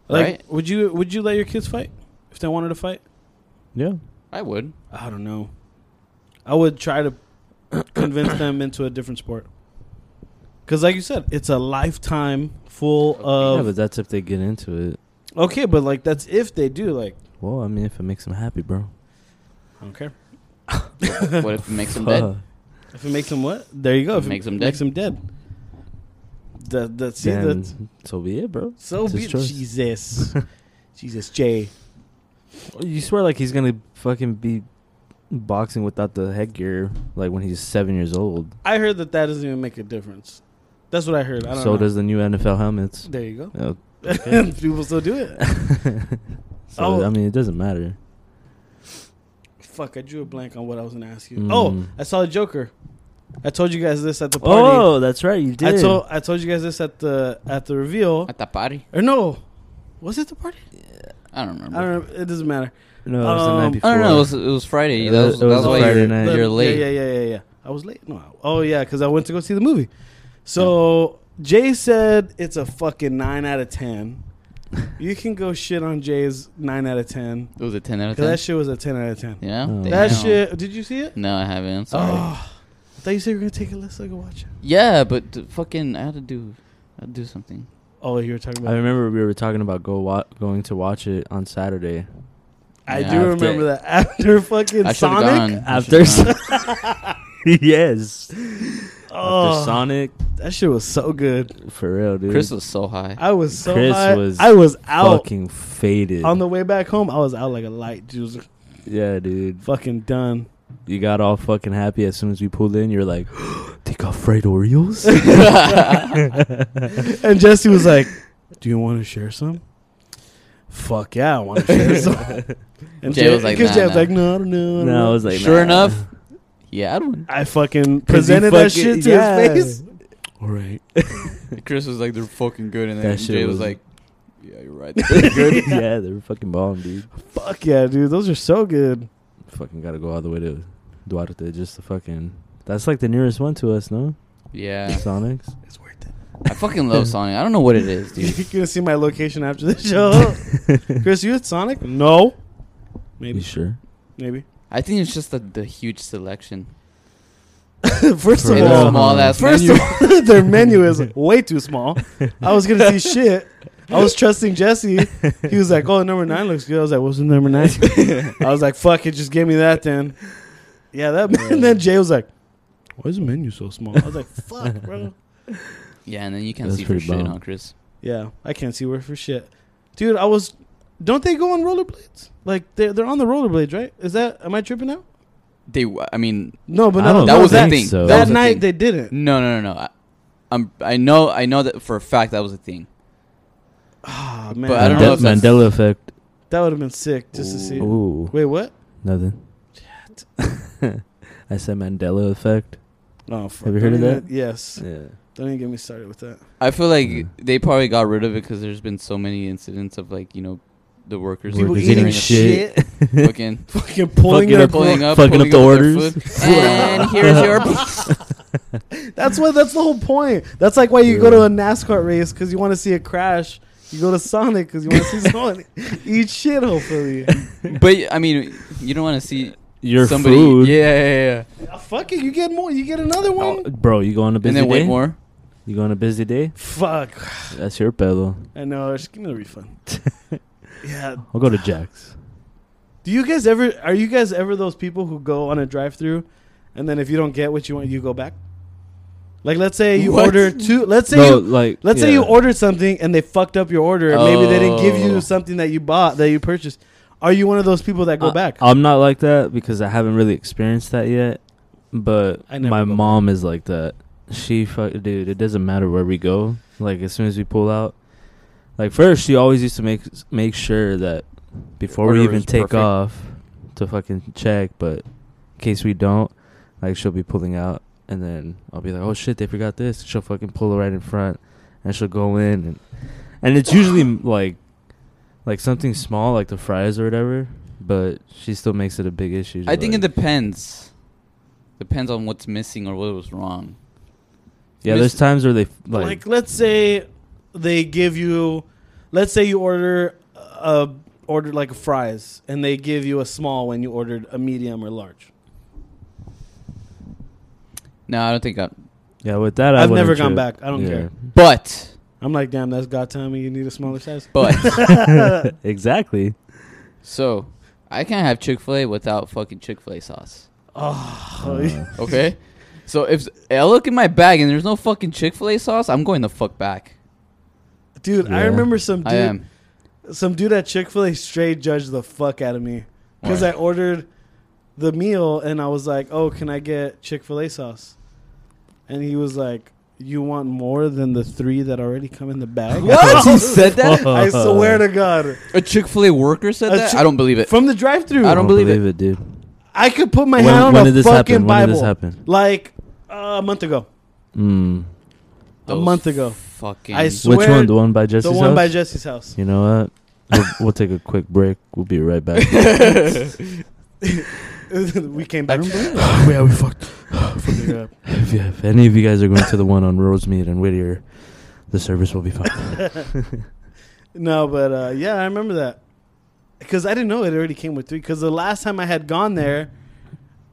Speaker 2: Like,
Speaker 3: right?
Speaker 2: would you would you let your kids fight if they wanted to fight?
Speaker 4: yeah.
Speaker 3: I
Speaker 2: *laughs*
Speaker 3: would.
Speaker 2: I don't know. I would try to *clears throat* convince them into a different sport. Because, like you said, it's a lifetime full
Speaker 4: yeah,
Speaker 2: of.
Speaker 4: but that's if they get into it.
Speaker 2: Okay, but like that's if they do. Like,
Speaker 4: Well, I mean, if it makes them happy, bro.
Speaker 2: I don't care
Speaker 3: What if it makes them dead?
Speaker 4: Fuck.
Speaker 2: if it makes them what. There you go. If it
Speaker 3: Makes 'em
Speaker 2: Makes them dead. That that see
Speaker 4: Then
Speaker 2: that.
Speaker 4: so be it, bro.
Speaker 2: So
Speaker 4: it's his
Speaker 2: be
Speaker 4: choice. *laughs*
Speaker 2: Jesus, Jesus Jay.
Speaker 4: You swear like he's gonna fucking be boxing without the headgear, like when he's seven years old.
Speaker 2: I heard that that doesn't even make a difference. That's what I heard. I don't
Speaker 4: So
Speaker 2: know.
Speaker 4: does the new NFL helmets.
Speaker 2: There you go.
Speaker 4: Yeah.
Speaker 2: *laughs* People still do it.
Speaker 4: *laughs* So
Speaker 2: Oh.
Speaker 4: I mean, it doesn't matter.
Speaker 2: Fuck, I drew a blank on what I was gonna ask you.
Speaker 4: Mm.
Speaker 2: Oh, I saw a Joker. I told you guys this at the party.
Speaker 4: Oh, that's right, you
Speaker 2: I
Speaker 4: did.
Speaker 2: told I told you guys this at the at the reveal.
Speaker 3: At that party?
Speaker 2: Or no, was it the party?
Speaker 3: I don't remember.
Speaker 2: I don't. know. It doesn't matter.
Speaker 4: no, it was the
Speaker 2: um,
Speaker 4: night before.
Speaker 3: I don't know. It was, it was Friday.
Speaker 4: It
Speaker 3: that was,
Speaker 4: was- it was
Speaker 3: that's why
Speaker 4: Friday
Speaker 3: you're,
Speaker 4: night.
Speaker 2: The-
Speaker 3: you're late.
Speaker 2: Yeah, yeah, yeah, yeah, yeah. I was late. No. I- Oh yeah, because I went to go see the movie. So Jay said it's a fucking nine out of ten. You can go shit on Jay's nine out of ten
Speaker 3: It was a 10 out of
Speaker 2: because
Speaker 3: 10.
Speaker 2: that shit was a ten out of ten.
Speaker 3: yeah?
Speaker 4: Oh.
Speaker 3: Damn.
Speaker 2: That shit. Did you see it?
Speaker 3: No, I haven't. I'm sorry.
Speaker 2: Oh, I thought you said you were gonna take a list so I could watch it.
Speaker 3: Yeah, but th- fucking, I had to do I had to do something.
Speaker 2: Oh, you were talking
Speaker 4: I
Speaker 2: about.
Speaker 4: remember we were talking about go wa- going to watch it on Saturday.
Speaker 2: I,
Speaker 3: Yeah,
Speaker 2: do
Speaker 3: after-
Speaker 2: remember that *laughs* after fucking
Speaker 3: I should have gone.
Speaker 2: Sonic.
Speaker 3: I *laughs*
Speaker 4: After
Speaker 3: should've gone.
Speaker 4: *laughs* yes,
Speaker 2: Oh,
Speaker 4: after Sonic,
Speaker 2: that shit was so good.
Speaker 4: for real, dude.
Speaker 3: Chris was so high.
Speaker 4: *laughs*
Speaker 3: *laughs*
Speaker 2: I was so
Speaker 4: Chris
Speaker 2: high.
Speaker 4: was
Speaker 2: I was out
Speaker 4: fucking faded.
Speaker 2: on the way back home. I was out like a light, just
Speaker 4: yeah, dude.
Speaker 2: fucking done.
Speaker 4: You got all fucking happy as soon as we pulled in. You're like, *gasps* they got fried Oreos. *laughs*
Speaker 2: And Jesse was like, "Do you want to share some?" Fuck yeah, I want to
Speaker 4: *laughs*
Speaker 2: share some. And
Speaker 3: Jay was like,
Speaker 2: because
Speaker 3: "Nah,
Speaker 2: Jay was
Speaker 3: nah."
Speaker 2: like, "No, I don't know." I don't
Speaker 4: no, I
Speaker 2: know."
Speaker 4: was like,
Speaker 3: sure
Speaker 4: nah.
Speaker 3: enough,
Speaker 4: *laughs*
Speaker 3: he had one.
Speaker 2: I fucking
Speaker 4: 'Cause he
Speaker 2: presented that
Speaker 4: fucking-
Speaker 2: shit to
Speaker 4: yeah. *laughs*
Speaker 2: his face. All right.
Speaker 3: *laughs* Chris was like, they're fucking good. And
Speaker 4: That shit was-
Speaker 3: *laughs* yeah, you're right.
Speaker 4: yeah, they were fucking bomb, dude.
Speaker 2: Fuck yeah, dude. Those are so good.
Speaker 4: Fucking gotta go all the way to Duarte just to fucking. That's like the nearest one to us, no?
Speaker 3: *laughs* yeah.
Speaker 4: Sonics.
Speaker 2: It's worth it.
Speaker 3: I fucking love Sonic. I don't know what it
Speaker 2: *laughs*
Speaker 3: is, dude. *laughs*
Speaker 2: You're gonna see my location after *laughs* the show. Chris, you at Sonic? No.
Speaker 4: You
Speaker 2: Maybe.
Speaker 4: sure?
Speaker 2: Maybe. *laughs*
Speaker 3: I think it's just the, the huge selection.
Speaker 2: First of
Speaker 3: And
Speaker 4: real.
Speaker 3: the
Speaker 2: all,
Speaker 3: small ass
Speaker 2: first
Speaker 3: menu.
Speaker 2: of all, *laughs* their menu *laughs* is way too small. I was gonna see shit. I was trusting Jesse. He was like, "Oh, number nine looks good." I was like, "What's the number *laughs* nine? I was like, "Fuck it, just give me that then." Yeah, that. *laughs* And then Jay was like, "Why is the menu so small?" I was like, "Fuck, bro."
Speaker 3: *laughs* yeah, and then you can't
Speaker 4: That's
Speaker 3: see for
Speaker 4: pretty
Speaker 3: shit,
Speaker 4: bomb.
Speaker 3: huh, Chris?
Speaker 2: Yeah, I can't see where for shit, dude. I was. Don't they go on rollerblades? Like they're they're on the rollerblades, right? Is that am I tripping out?
Speaker 3: They, w- I mean,
Speaker 2: No, but
Speaker 4: I
Speaker 2: no,
Speaker 4: don't
Speaker 3: that
Speaker 2: no,
Speaker 3: was
Speaker 2: that,
Speaker 3: a thing.
Speaker 4: so.
Speaker 2: that,
Speaker 3: That was a
Speaker 2: night
Speaker 3: thing.
Speaker 2: they didn't.
Speaker 3: No, no, no, no. I, I'm, I know, I know that for a fact that was a thing.
Speaker 2: Ah man,
Speaker 3: But I don't know if that's-
Speaker 4: Mandela effect.
Speaker 2: that would have been sick just to see.
Speaker 4: Ooh,
Speaker 2: Wait, what?
Speaker 4: nothing. *laughs* I said Mandela effect.
Speaker 2: Oh, fuck.
Speaker 4: Have you heard
Speaker 2: Don't
Speaker 4: of
Speaker 2: even-
Speaker 4: that?
Speaker 2: Yes.
Speaker 4: Yeah.
Speaker 2: Don't even get me started with that.
Speaker 3: I feel like
Speaker 4: Yeah.
Speaker 3: they probably got rid of it because there's been so many incidents of like you know the workers
Speaker 4: People
Speaker 3: during
Speaker 4: eating
Speaker 3: the
Speaker 4: shit.
Speaker 3: fucking
Speaker 2: fucking pulling
Speaker 4: Fucking
Speaker 2: their
Speaker 4: up-
Speaker 3: pulling up,
Speaker 4: Fucking up
Speaker 3: pulling
Speaker 4: the
Speaker 3: their
Speaker 4: orders.
Speaker 2: *laughs*
Speaker 3: food. and *laughs* here's
Speaker 4: *laughs*
Speaker 3: your
Speaker 2: That's what. That's the whole point. That's like why you go to a NASCAR race because you want to see a crash. You go to Sonic because you want
Speaker 4: *laughs*
Speaker 2: to see someone eat shit. Hopefully,
Speaker 3: but I mean, you don't want to see
Speaker 4: Your
Speaker 3: somebody.
Speaker 4: food.
Speaker 3: Yeah, yeah, yeah.
Speaker 2: Ah, fuck it. You get more. You get another one.
Speaker 4: Bro, you go on a busy
Speaker 3: And then
Speaker 4: day.
Speaker 3: wait more.
Speaker 4: You go on a busy day.
Speaker 2: Fuck.
Speaker 4: That's your pillow.
Speaker 2: I know. Just give me the refund.
Speaker 4: *laughs*
Speaker 2: yeah.
Speaker 4: I'll
Speaker 2: *sighs*
Speaker 4: go to Jack's.
Speaker 2: Do you guys ever? Are you guys ever those people who go on a drive-through, and then if you don't get what you want, you go back? Like, let's say you
Speaker 3: What?
Speaker 2: order two. Let's say
Speaker 4: No,
Speaker 2: you
Speaker 4: like,
Speaker 2: Let's say
Speaker 4: yeah.
Speaker 2: you ordered something and they fucked up your order. and Maybe they didn't give
Speaker 3: Oh.
Speaker 2: you something that you bought that you purchased. Are you one of those people that go
Speaker 4: I-
Speaker 2: back?
Speaker 4: I'm not like that because I haven't really experienced that yet. But
Speaker 2: I never
Speaker 4: my
Speaker 2: go back.
Speaker 4: mom is like that. She fuck, dude. It doesn't matter where we go. Like as soon as we pull out, Like first, she always used to make make sure that before we
Speaker 3: Order
Speaker 4: even
Speaker 3: is
Speaker 4: take
Speaker 3: perfect.
Speaker 4: off to fucking check. But in case we don't, like she'll be pulling out, and then I'll be like, "Oh shit, they forgot this." She'll fucking pull it right in front, and she'll go in, and and it's usually m- like like something small, like the fries or whatever. But she still makes it a big issue.
Speaker 3: I think it
Speaker 4: Like,
Speaker 3: depends. Depends on what's missing or what was wrong.
Speaker 4: yeah, there's times where they f-
Speaker 2: Like,
Speaker 4: like,
Speaker 2: let's say they give you, let's say you order a ordered like a fries, and they give you a small when you ordered a medium or large.
Speaker 3: No, I don't think I.
Speaker 4: yeah with that. I
Speaker 2: I've never
Speaker 4: wouldn't
Speaker 2: gone
Speaker 4: trip.
Speaker 2: back. I don't
Speaker 4: *laughs*
Speaker 2: care.
Speaker 3: But
Speaker 2: I'm like, damn, that's God telling me you need a smaller size.
Speaker 3: but
Speaker 2: *laughs* Uh,
Speaker 4: Yeah.
Speaker 3: *laughs*
Speaker 4: exactly.
Speaker 3: so I can't have Chick Fil A without fucking Chick Fil A sauce.
Speaker 2: *laughs* Oh,
Speaker 4: Uh,
Speaker 3: Okay. so if I look in my bag and there's no fucking Chick Fil A sauce, I'm going the fuck back.
Speaker 2: dude, I
Speaker 4: Yeah.
Speaker 2: remember some
Speaker 3: I
Speaker 2: dude,
Speaker 3: am.
Speaker 2: some dude at Chick Fil A straight judged the fuck out of me because
Speaker 3: Why?
Speaker 2: I ordered the meal and I was like, oh, can I get Chick Fil A sauce? And he was like, you want more than the three that already come in the
Speaker 4: *laughs*
Speaker 2: bag?
Speaker 3: What? He Oh, said that?
Speaker 2: *laughs* I swear to God.
Speaker 3: A Chick Fil A worker said
Speaker 2: A
Speaker 3: that?
Speaker 2: Chick-
Speaker 3: *laughs* I don't believe it.
Speaker 2: From the drive through
Speaker 3: I
Speaker 2: I,
Speaker 3: don't believe it.
Speaker 4: dude.
Speaker 2: could put my
Speaker 4: When-
Speaker 2: hand on
Speaker 4: when
Speaker 2: a
Speaker 4: did this
Speaker 2: fucking
Speaker 4: happen? When
Speaker 2: Bible.
Speaker 4: did this happen?
Speaker 2: Like uh, a month ago.
Speaker 4: Mm.
Speaker 2: A
Speaker 3: Those
Speaker 2: month ago.
Speaker 3: Fucking.
Speaker 2: I
Speaker 3: I,
Speaker 2: swear
Speaker 4: Which one? The one by
Speaker 2: the
Speaker 4: Jesse's
Speaker 2: one
Speaker 4: house?
Speaker 2: by Jesse's house.
Speaker 4: you know what? We'll, *laughs* we'll take a quick break. We'll be right
Speaker 3: *laughs*
Speaker 4: back.
Speaker 2: *laughs* we came back.
Speaker 4: *gasps* yeah, we
Speaker 2: *sighs*
Speaker 4: fucked.
Speaker 2: from Europe.
Speaker 4: If, you- if any of you guys are going to the one on Rosemead and Whittier, the service will be fine.
Speaker 2: No, but uh, yeah, I remember that because I didn't know it already came with three. Because the last time I had gone there,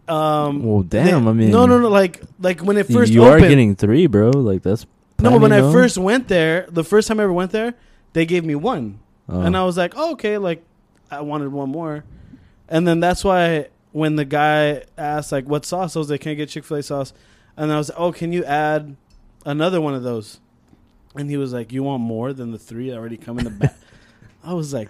Speaker 2: um,
Speaker 4: Well,
Speaker 2: they-
Speaker 4: damn, I mean-
Speaker 2: no, no, no, like, like when it first
Speaker 4: you
Speaker 2: opened,
Speaker 4: are getting three, bro. Like that's
Speaker 2: no,
Speaker 4: plenty,
Speaker 2: but when I first went there, the first time I ever went there, they gave me one,
Speaker 4: Oh.
Speaker 2: and I was like, oh, okay, like I wanted one more, and then that's why when the guy asked like what sauce, I was like, can I get Chick Fil A sauce? And I was like, oh, can you add another one of those? And he was like, you want more than the three that already come in the
Speaker 4: *laughs*
Speaker 2: back? I was like,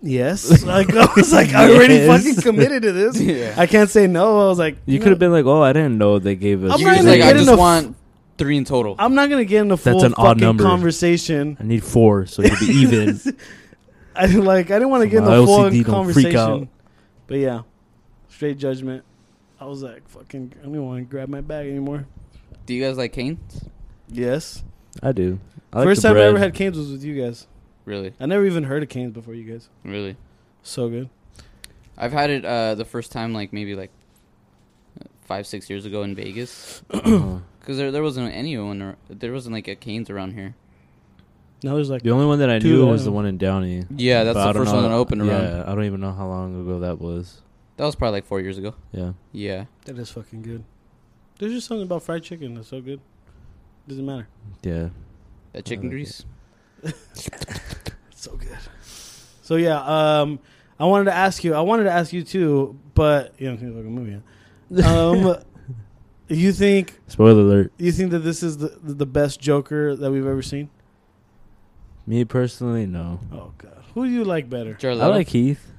Speaker 2: yes. *laughs* Like I was like, I already
Speaker 4: Yes.
Speaker 2: fucking committed
Speaker 4: *laughs*
Speaker 2: to this.
Speaker 3: Yeah.
Speaker 2: I can't say no. I was like,
Speaker 4: you
Speaker 2: no.
Speaker 4: could have been like, "Oh, I didn't know they gave us."
Speaker 2: I'm
Speaker 3: you
Speaker 2: not
Speaker 3: was
Speaker 2: even
Speaker 3: like, I
Speaker 2: getting
Speaker 3: just
Speaker 2: a f-
Speaker 3: want three in total.
Speaker 2: I'm not gonna get in a full
Speaker 4: That's an odd
Speaker 2: fucking
Speaker 4: number.
Speaker 2: conversation.
Speaker 4: I need four, so
Speaker 2: *laughs*
Speaker 4: you'll be even.
Speaker 2: I *laughs* didn't like. I didn't want to
Speaker 4: So
Speaker 2: get in
Speaker 4: my
Speaker 2: the full
Speaker 4: OCD don't freak
Speaker 2: conversation.
Speaker 4: out.
Speaker 2: But yeah, straight judgment. I was like, fucking, I don't want to grab my bag anymore.
Speaker 3: Do you guys like canes?
Speaker 2: Yes.
Speaker 4: I do. I like
Speaker 2: First
Speaker 4: the
Speaker 2: time I
Speaker 4: bread.
Speaker 2: ever had canes was with you guys.
Speaker 3: Really?
Speaker 2: I never even heard of canes before you guys.
Speaker 3: Really?
Speaker 2: So good.
Speaker 3: I've had it uh, the first time, like maybe like five, six years ago in Vegas,
Speaker 2: *clears throat*
Speaker 4: Uh-huh.
Speaker 3: because there there wasn't anyone, or, there wasn't like a Canes around here.
Speaker 2: Now there's
Speaker 4: *clears throat*
Speaker 2: like
Speaker 4: The only one that I
Speaker 2: Two
Speaker 4: knew
Speaker 2: of
Speaker 4: was the
Speaker 2: them.
Speaker 4: one in Downey.
Speaker 3: Yeah, that's
Speaker 4: But I
Speaker 3: the
Speaker 4: don't
Speaker 3: first
Speaker 4: know-
Speaker 3: one that opened around.
Speaker 4: Yeah, I don't even know how long ago that was.
Speaker 3: That was probably like four years ago.
Speaker 4: Yeah.
Speaker 3: Yeah,
Speaker 2: that is fucking good. There's just something about fried chicken that's so good. Doesn't matter.
Speaker 4: Yeah.
Speaker 3: that chicken
Speaker 4: like it.
Speaker 3: grease.
Speaker 2: It's so good. So yeah, um, I wanted to ask you. I wanted to ask you too, but you know, like a movie. huh?
Speaker 4: *laughs*
Speaker 2: Um, you think
Speaker 4: Spoiler alert.
Speaker 2: you think that this is the the best Joker that we've ever seen?
Speaker 4: Me personally, no.
Speaker 2: Oh God, who do you like better?
Speaker 3: Jared
Speaker 4: I
Speaker 3: Leto?
Speaker 4: like Heath,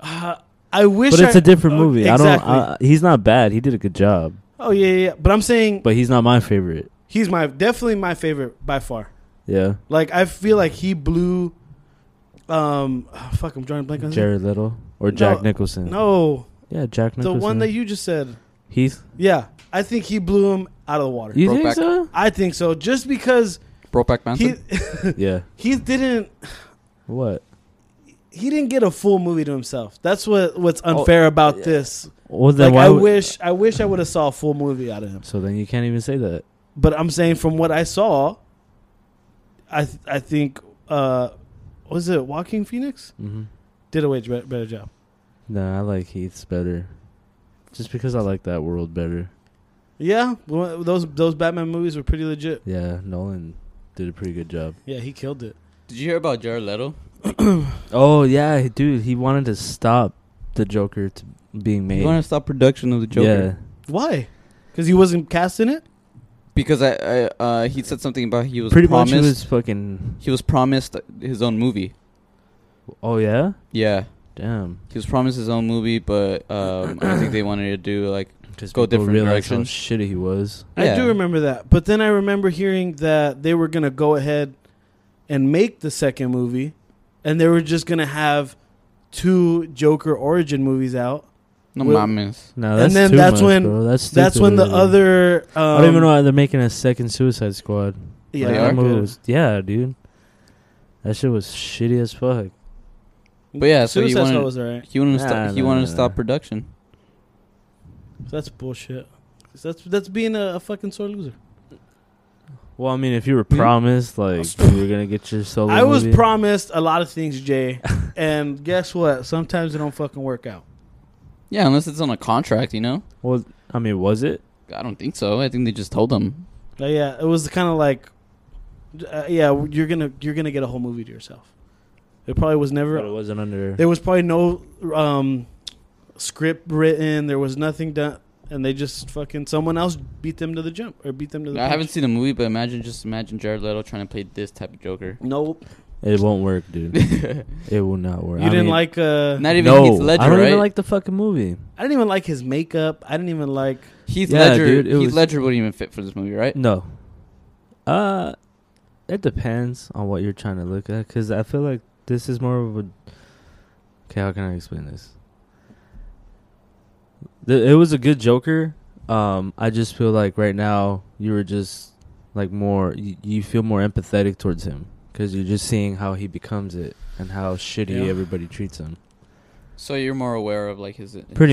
Speaker 2: Uh, I wish,
Speaker 4: but it's
Speaker 2: I-
Speaker 4: a different
Speaker 2: oh,
Speaker 4: movie. I don't.
Speaker 2: exactly.
Speaker 4: I, he's not bad. He did a good job,
Speaker 2: oh yeah, yeah, yeah. But I'm saying
Speaker 4: but he's not my favorite.
Speaker 2: he's my definitely my favorite by far.
Speaker 4: Yeah,
Speaker 2: Like I feel like he blew. Um, oh, fuck, I'm drawing a blank on his name.
Speaker 4: Jared Little or Jack
Speaker 2: No,
Speaker 4: Nicholson.
Speaker 2: No,
Speaker 4: Yeah, Jack
Speaker 2: the
Speaker 4: Nicholson.
Speaker 2: one that you just said.
Speaker 4: Heath.
Speaker 2: Yeah, I think he blew him out of the water.
Speaker 4: You
Speaker 3: Brokeback.
Speaker 4: think
Speaker 3: *laughs*
Speaker 4: so?
Speaker 2: I think so, just because
Speaker 3: Brokeback
Speaker 2: he *laughs*
Speaker 3: Mountain.
Speaker 4: yeah.
Speaker 2: he didn't
Speaker 4: What?
Speaker 2: he didn't get a full movie to himself. That's what what's
Speaker 4: Oh,
Speaker 2: unfair about this.
Speaker 4: Well, then
Speaker 2: Like
Speaker 4: why
Speaker 2: I
Speaker 4: would-
Speaker 2: wish I wish I would have saw a full movie out of him.
Speaker 4: So then you can't even say that.
Speaker 2: But I'm saying from what I saw, I th- I think uh was it Walking Phoenix
Speaker 4: Mm-hmm.
Speaker 2: did a way j- better job.
Speaker 4: No, I like Heath's better, just because I like that world better.
Speaker 2: Yeah, well, those those Batman movies were pretty legit.
Speaker 4: Yeah, Nolan did a pretty good job.
Speaker 2: Yeah, he killed it.
Speaker 3: Did you hear about Jared Leto?
Speaker 4: Oh yeah, he- dude, he wanted to stop the Joker to being made.
Speaker 3: You want to stop production of the
Speaker 4: yeah,
Speaker 3: Joker?
Speaker 2: Why? Because he wasn't cast in it.
Speaker 3: Because I, I uh, he said something about he was
Speaker 4: pretty
Speaker 3: promised.
Speaker 4: much he was fucking.
Speaker 3: he was promised his own movie.
Speaker 4: Oh yeah,
Speaker 3: Yeah,
Speaker 4: damn.
Speaker 3: he was promised his own movie, but um, I think they wanted to do like
Speaker 4: Just
Speaker 3: Go
Speaker 4: people
Speaker 3: different
Speaker 4: realized
Speaker 3: directions.
Speaker 4: How shitty he was.
Speaker 2: I
Speaker 3: Yeah.
Speaker 2: do remember that, but then I remember hearing that they were gonna go ahead and make the second movie, and they were just gonna have two Joker origin movies out.
Speaker 3: No
Speaker 2: Will-
Speaker 3: mames.
Speaker 4: No, that's
Speaker 2: and then
Speaker 4: too
Speaker 2: that's
Speaker 4: much,
Speaker 2: when-
Speaker 4: bro. that's
Speaker 2: That's
Speaker 4: stupid
Speaker 2: when the
Speaker 4: already.
Speaker 2: other. Um,
Speaker 4: I don't even know why they're making a second Suicide Squad.
Speaker 2: Yeah,
Speaker 3: They
Speaker 4: That
Speaker 3: are?
Speaker 4: movie was- yeah, dude. That shit was shitty as fuck.
Speaker 3: But yeah, so you
Speaker 2: Suicide Squad
Speaker 3: wanna-
Speaker 2: was alright.
Speaker 3: He wanted to
Speaker 4: Nah,
Speaker 3: stop. He
Speaker 4: nah,
Speaker 3: wanted
Speaker 4: nah,
Speaker 3: to stop
Speaker 4: nah.
Speaker 3: production.
Speaker 2: That's bullshit. 'Cause That's that's being a, a fucking sore loser.
Speaker 4: Well, I mean, if you were
Speaker 3: Hmm?
Speaker 4: promised, like, you were gonna get your solo.
Speaker 2: I was
Speaker 4: movie.
Speaker 2: promised a lot of things,
Speaker 4: *laughs*
Speaker 2: Jay, and guess what? Sometimes they don't fucking work out.
Speaker 3: Yeah, unless it's on a contract, you know.
Speaker 4: Well, I mean, was it?
Speaker 3: I don't think so. I think they just told him.
Speaker 2: Uh, yeah, it was kind of like, uh, yeah, you're gonna you're gonna get a whole movie to yourself. It probably was
Speaker 4: But it
Speaker 2: never.
Speaker 4: wasn't under.
Speaker 2: There was probably no um, script written. There was nothing done, and they just fucking someone else beat them to the jump or beat them to the.
Speaker 3: I
Speaker 2: punch.
Speaker 3: haven't seen the movie, but imagine just imagine Jared Leto trying to play this type of Joker. *laughs*
Speaker 2: Nope.
Speaker 4: it won't work, dude.
Speaker 2: *laughs*
Speaker 4: it will not work.
Speaker 2: You
Speaker 4: I
Speaker 2: didn't
Speaker 4: mean,
Speaker 2: like. Uh,
Speaker 3: Not even
Speaker 4: no,
Speaker 3: Heath Ledger,
Speaker 4: I don't
Speaker 3: right?
Speaker 4: even like the fucking movie.
Speaker 2: I didn't even like his makeup. I didn't even like.
Speaker 3: Heath
Speaker 4: Yeah,
Speaker 3: Ledger.
Speaker 4: dude, it
Speaker 3: Heath
Speaker 4: was-
Speaker 3: Ledger wouldn't even fit for this movie, right?
Speaker 4: No. Uh, it depends on what you're trying to look at, because I feel like this is more of a. Okay, how can I explain this? The, it was a good Joker. Um, I just feel like right now you were just like more. You, you feel more empathetic towards him because you're just seeing how he becomes it and how shitty
Speaker 2: Yeah.
Speaker 4: everybody treats him.
Speaker 3: So you're more aware of like his his
Speaker 4: Pretty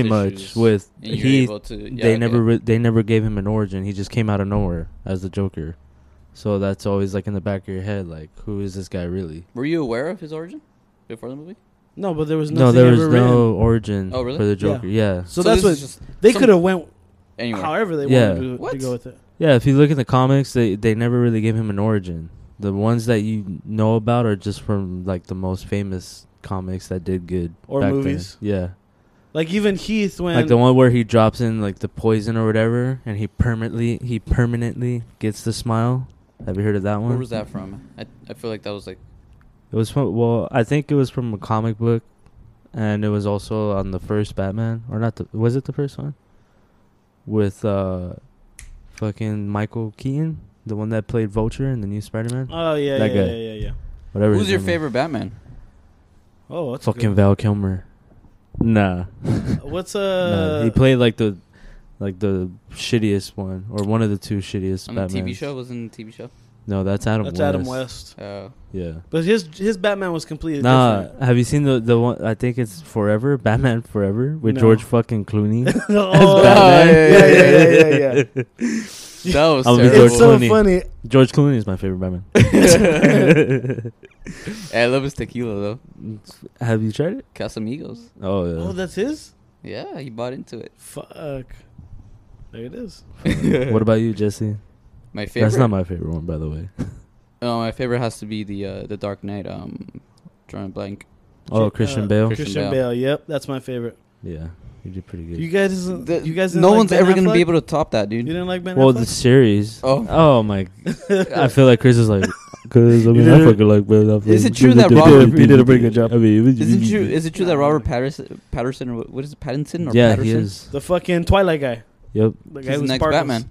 Speaker 4: much
Speaker 3: issues,
Speaker 4: with
Speaker 3: and you're
Speaker 4: he
Speaker 3: able to, yeah,
Speaker 4: they
Speaker 3: okay.
Speaker 4: never re- they never gave him an origin. He just came out of nowhere as the Joker. So that's always like in the back of your head, like who is this guy really?
Speaker 3: Were you aware of his origin before the movie?
Speaker 2: No, but there was nothing
Speaker 4: No, there was
Speaker 2: ever written.
Speaker 4: no origin
Speaker 3: Oh, really?
Speaker 4: for the
Speaker 2: Yeah.
Speaker 4: Joker. Yeah.
Speaker 2: So, that's
Speaker 3: this
Speaker 2: what
Speaker 3: is just
Speaker 2: they
Speaker 3: some-
Speaker 2: could have went
Speaker 3: anyway.
Speaker 2: however they
Speaker 4: Yeah.
Speaker 2: wanted to, to
Speaker 3: What?
Speaker 2: go with it.
Speaker 4: yeah. if you look at the comics, they they never really gave him an origin. The ones that you know about are just from like the most famous comics that did good
Speaker 2: Or
Speaker 4: back
Speaker 2: movies.
Speaker 4: Then. Yeah.
Speaker 2: Like even Heath when
Speaker 4: like the one where he drops in like the poison or whatever and he permanently he permanently gets the smile. Have you heard of that one?
Speaker 3: Where was that from? I, I feel like that was like
Speaker 4: It was from well, I think it was from a comic book, and it was also on the first Batman, or not the was it the first one? With uh, fucking Michael Keaton, the one that played Vulture in the new Spider-Man,
Speaker 2: oh yeah yeah,
Speaker 4: that
Speaker 2: yeah
Speaker 4: guy.
Speaker 2: yeah yeah.
Speaker 4: whatever. his
Speaker 3: who's your
Speaker 4: name is.
Speaker 3: favorite Batman?
Speaker 2: Oh, that's
Speaker 4: Fucking
Speaker 2: Good.
Speaker 4: Val Kilmer. Nah,
Speaker 2: *laughs*
Speaker 4: *laughs*
Speaker 2: What's
Speaker 4: nah,
Speaker 2: uh?
Speaker 4: he played like the, like the shittiest one, or one of the two shittiest.
Speaker 3: On the TV
Speaker 4: Batmans.
Speaker 3: show was in the TV show.
Speaker 4: No, that's Adam.
Speaker 2: That's
Speaker 4: West.
Speaker 2: Adam West. *laughs*
Speaker 3: Uh,
Speaker 4: Yeah.
Speaker 2: But his his Batman was completely
Speaker 4: Nah, *laughs* have you seen the the one? I think it's Forever, *laughs* Batman Forever, with
Speaker 2: No.
Speaker 4: George fucking
Speaker 2: *laughs*
Speaker 4: Clooney.
Speaker 2: different. *laughs* oh,
Speaker 3: Batman.
Speaker 2: yeah, yeah, yeah, yeah, yeah,
Speaker 4: *laughs*
Speaker 2: yeah.
Speaker 3: that was
Speaker 4: I'm a
Speaker 3: terrible.
Speaker 4: George
Speaker 2: it's so
Speaker 4: Clooney.
Speaker 2: funny.
Speaker 4: George Clooney is my favorite
Speaker 2: *laughs*
Speaker 4: Batman.
Speaker 3: I love his tequila though.
Speaker 4: Have you tried it?
Speaker 3: Casamigos.
Speaker 4: Oh, yeah.
Speaker 2: Oh, that's his.
Speaker 3: Yeah, he bought into it.
Speaker 2: Fuck. There it is.
Speaker 4: *laughs* what about you, Jesse?
Speaker 3: *laughs* My favorite.
Speaker 4: That's not my favorite one, by the way. *laughs*
Speaker 3: Oh, my favorite has to be the uh, the Dark Knight. Um, drawing a blank.
Speaker 4: Oh,
Speaker 2: Uh,
Speaker 4: Christian Bale.
Speaker 3: Christian
Speaker 2: Christian,
Speaker 3: Bale.
Speaker 2: Bale. Yep, that's my favorite.
Speaker 4: yeah, you did pretty good.
Speaker 2: You guys, isn't-
Speaker 3: The-
Speaker 2: you guys. Didn't
Speaker 3: no
Speaker 2: like
Speaker 3: one's
Speaker 2: ben
Speaker 3: ever gonna
Speaker 2: Affleck?
Speaker 3: be able to top that,
Speaker 2: You
Speaker 3: dude.
Speaker 2: didn't like Ben
Speaker 4: well,
Speaker 2: Affleck?
Speaker 4: the series.
Speaker 3: Oh.
Speaker 4: oh
Speaker 2: *laughs*
Speaker 4: my! I feel like Chris is like, *laughs* because I mean, I fucking like Ben Affleck.
Speaker 3: Is it true that
Speaker 4: You
Speaker 3: Robert-
Speaker 4: you I mean, it-
Speaker 3: Is it true? Is it true that Robert Patterson, Patterson, or what is it, Pattinson or
Speaker 4: yeah,
Speaker 3: Patterson?
Speaker 4: he is.
Speaker 2: The fucking Twilight guy.
Speaker 4: Yep,
Speaker 2: The guy
Speaker 3: He's the
Speaker 2: who
Speaker 3: next
Speaker 2: sparkles.
Speaker 3: Batman.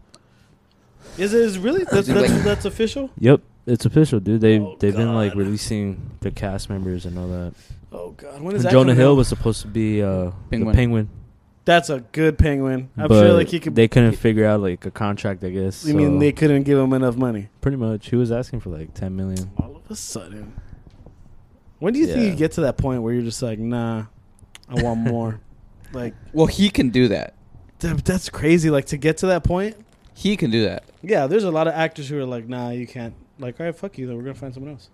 Speaker 2: Is it is really that's
Speaker 3: He's
Speaker 2: that's,
Speaker 3: like-
Speaker 2: that's official?
Speaker 4: yep. It's official, dude. They
Speaker 2: Oh,
Speaker 4: they've been like
Speaker 2: God.
Speaker 4: releasing the cast members and all that.
Speaker 2: Oh god, when is that?
Speaker 4: Jonah
Speaker 2: coming
Speaker 4: Hill
Speaker 2: out?
Speaker 4: was supposed to be uh,
Speaker 3: Penguin.
Speaker 4: the Penguin.
Speaker 2: That's a good penguin. I'm
Speaker 4: but
Speaker 2: sure like he could.
Speaker 4: They couldn't figure out like a contract, I guess.
Speaker 2: you mean
Speaker 4: so-
Speaker 2: they couldn't give him enough money?
Speaker 4: Pretty much. He was asking for like 10 million.
Speaker 2: All of a sudden, when do you think
Speaker 4: Yeah.
Speaker 2: you get to that point where you're just like, nah, I
Speaker 4: *laughs*
Speaker 2: want more? like
Speaker 3: Well, he can do that.
Speaker 2: th- that's crazy. Like to get to that point,
Speaker 3: He can do that.
Speaker 2: yeah. There's a lot of actors who are like, nah, you can't. Like, all right, fuck you. Then we're gonna find someone else.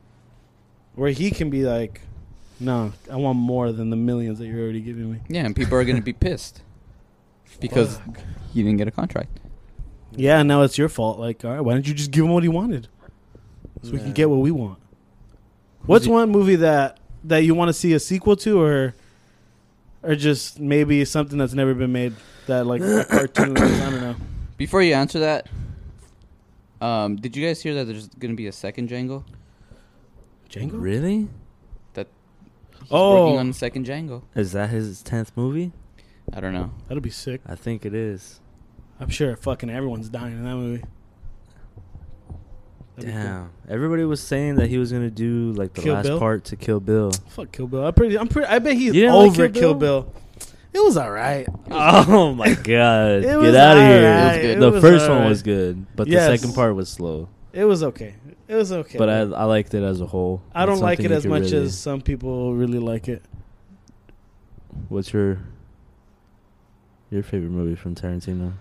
Speaker 2: Where he can be like, nah, I want more than the millions that you're already giving me.
Speaker 3: Yeah, and people are
Speaker 4: *laughs*
Speaker 3: gonna be pissed because
Speaker 2: Fuck.
Speaker 3: he didn't get a contract.
Speaker 2: Yeah, now it's your fault. Like, all right, why don't you just give him what he wanted, so we can get what we want? What's
Speaker 3: Who's-
Speaker 2: one movie that that you want to see a sequel to, or or just maybe something that's never been made that like a cartoon? I don't know.
Speaker 3: Before you answer that, um, did you guys hear that there's gonna be a second Django?
Speaker 2: Django.
Speaker 4: Really?
Speaker 3: He's
Speaker 2: Oh.
Speaker 3: working on the second Django.
Speaker 4: Is that his 10th movie?
Speaker 3: I don't know.
Speaker 2: That'll be sick.
Speaker 4: I think it is.
Speaker 2: I'm sure fucking everyone's dying in that movie. That'd be cool.
Speaker 4: Damn. Everybody was saying that he was gonna do like the
Speaker 2: Kill
Speaker 4: last
Speaker 2: Bill?
Speaker 4: part to Kill
Speaker 2: *laughs*
Speaker 4: Bill.
Speaker 2: Fuck Kill Bill. I pretty. I'm pretty. I bet he's
Speaker 4: You didn't like
Speaker 2: over
Speaker 4: Kill
Speaker 2: Kill
Speaker 4: Bill?
Speaker 2: Bill? It was all right.
Speaker 4: *laughs* Oh
Speaker 2: *laughs*
Speaker 4: my god!
Speaker 2: It
Speaker 4: Get
Speaker 2: was
Speaker 4: out of here.
Speaker 2: alright,
Speaker 3: It was good.
Speaker 2: it
Speaker 4: The
Speaker 2: was
Speaker 4: first one
Speaker 2: alright.
Speaker 4: was good, but
Speaker 2: Yes.
Speaker 4: the second part was slow.
Speaker 2: It was okay. It was okay.
Speaker 4: But I I liked it as a whole.
Speaker 2: I
Speaker 4: It's
Speaker 2: don't like
Speaker 4: something
Speaker 2: it
Speaker 4: you
Speaker 2: as
Speaker 4: could
Speaker 2: much
Speaker 4: really-
Speaker 2: as some people really like it.
Speaker 4: What's your your favorite movie from Tarantino?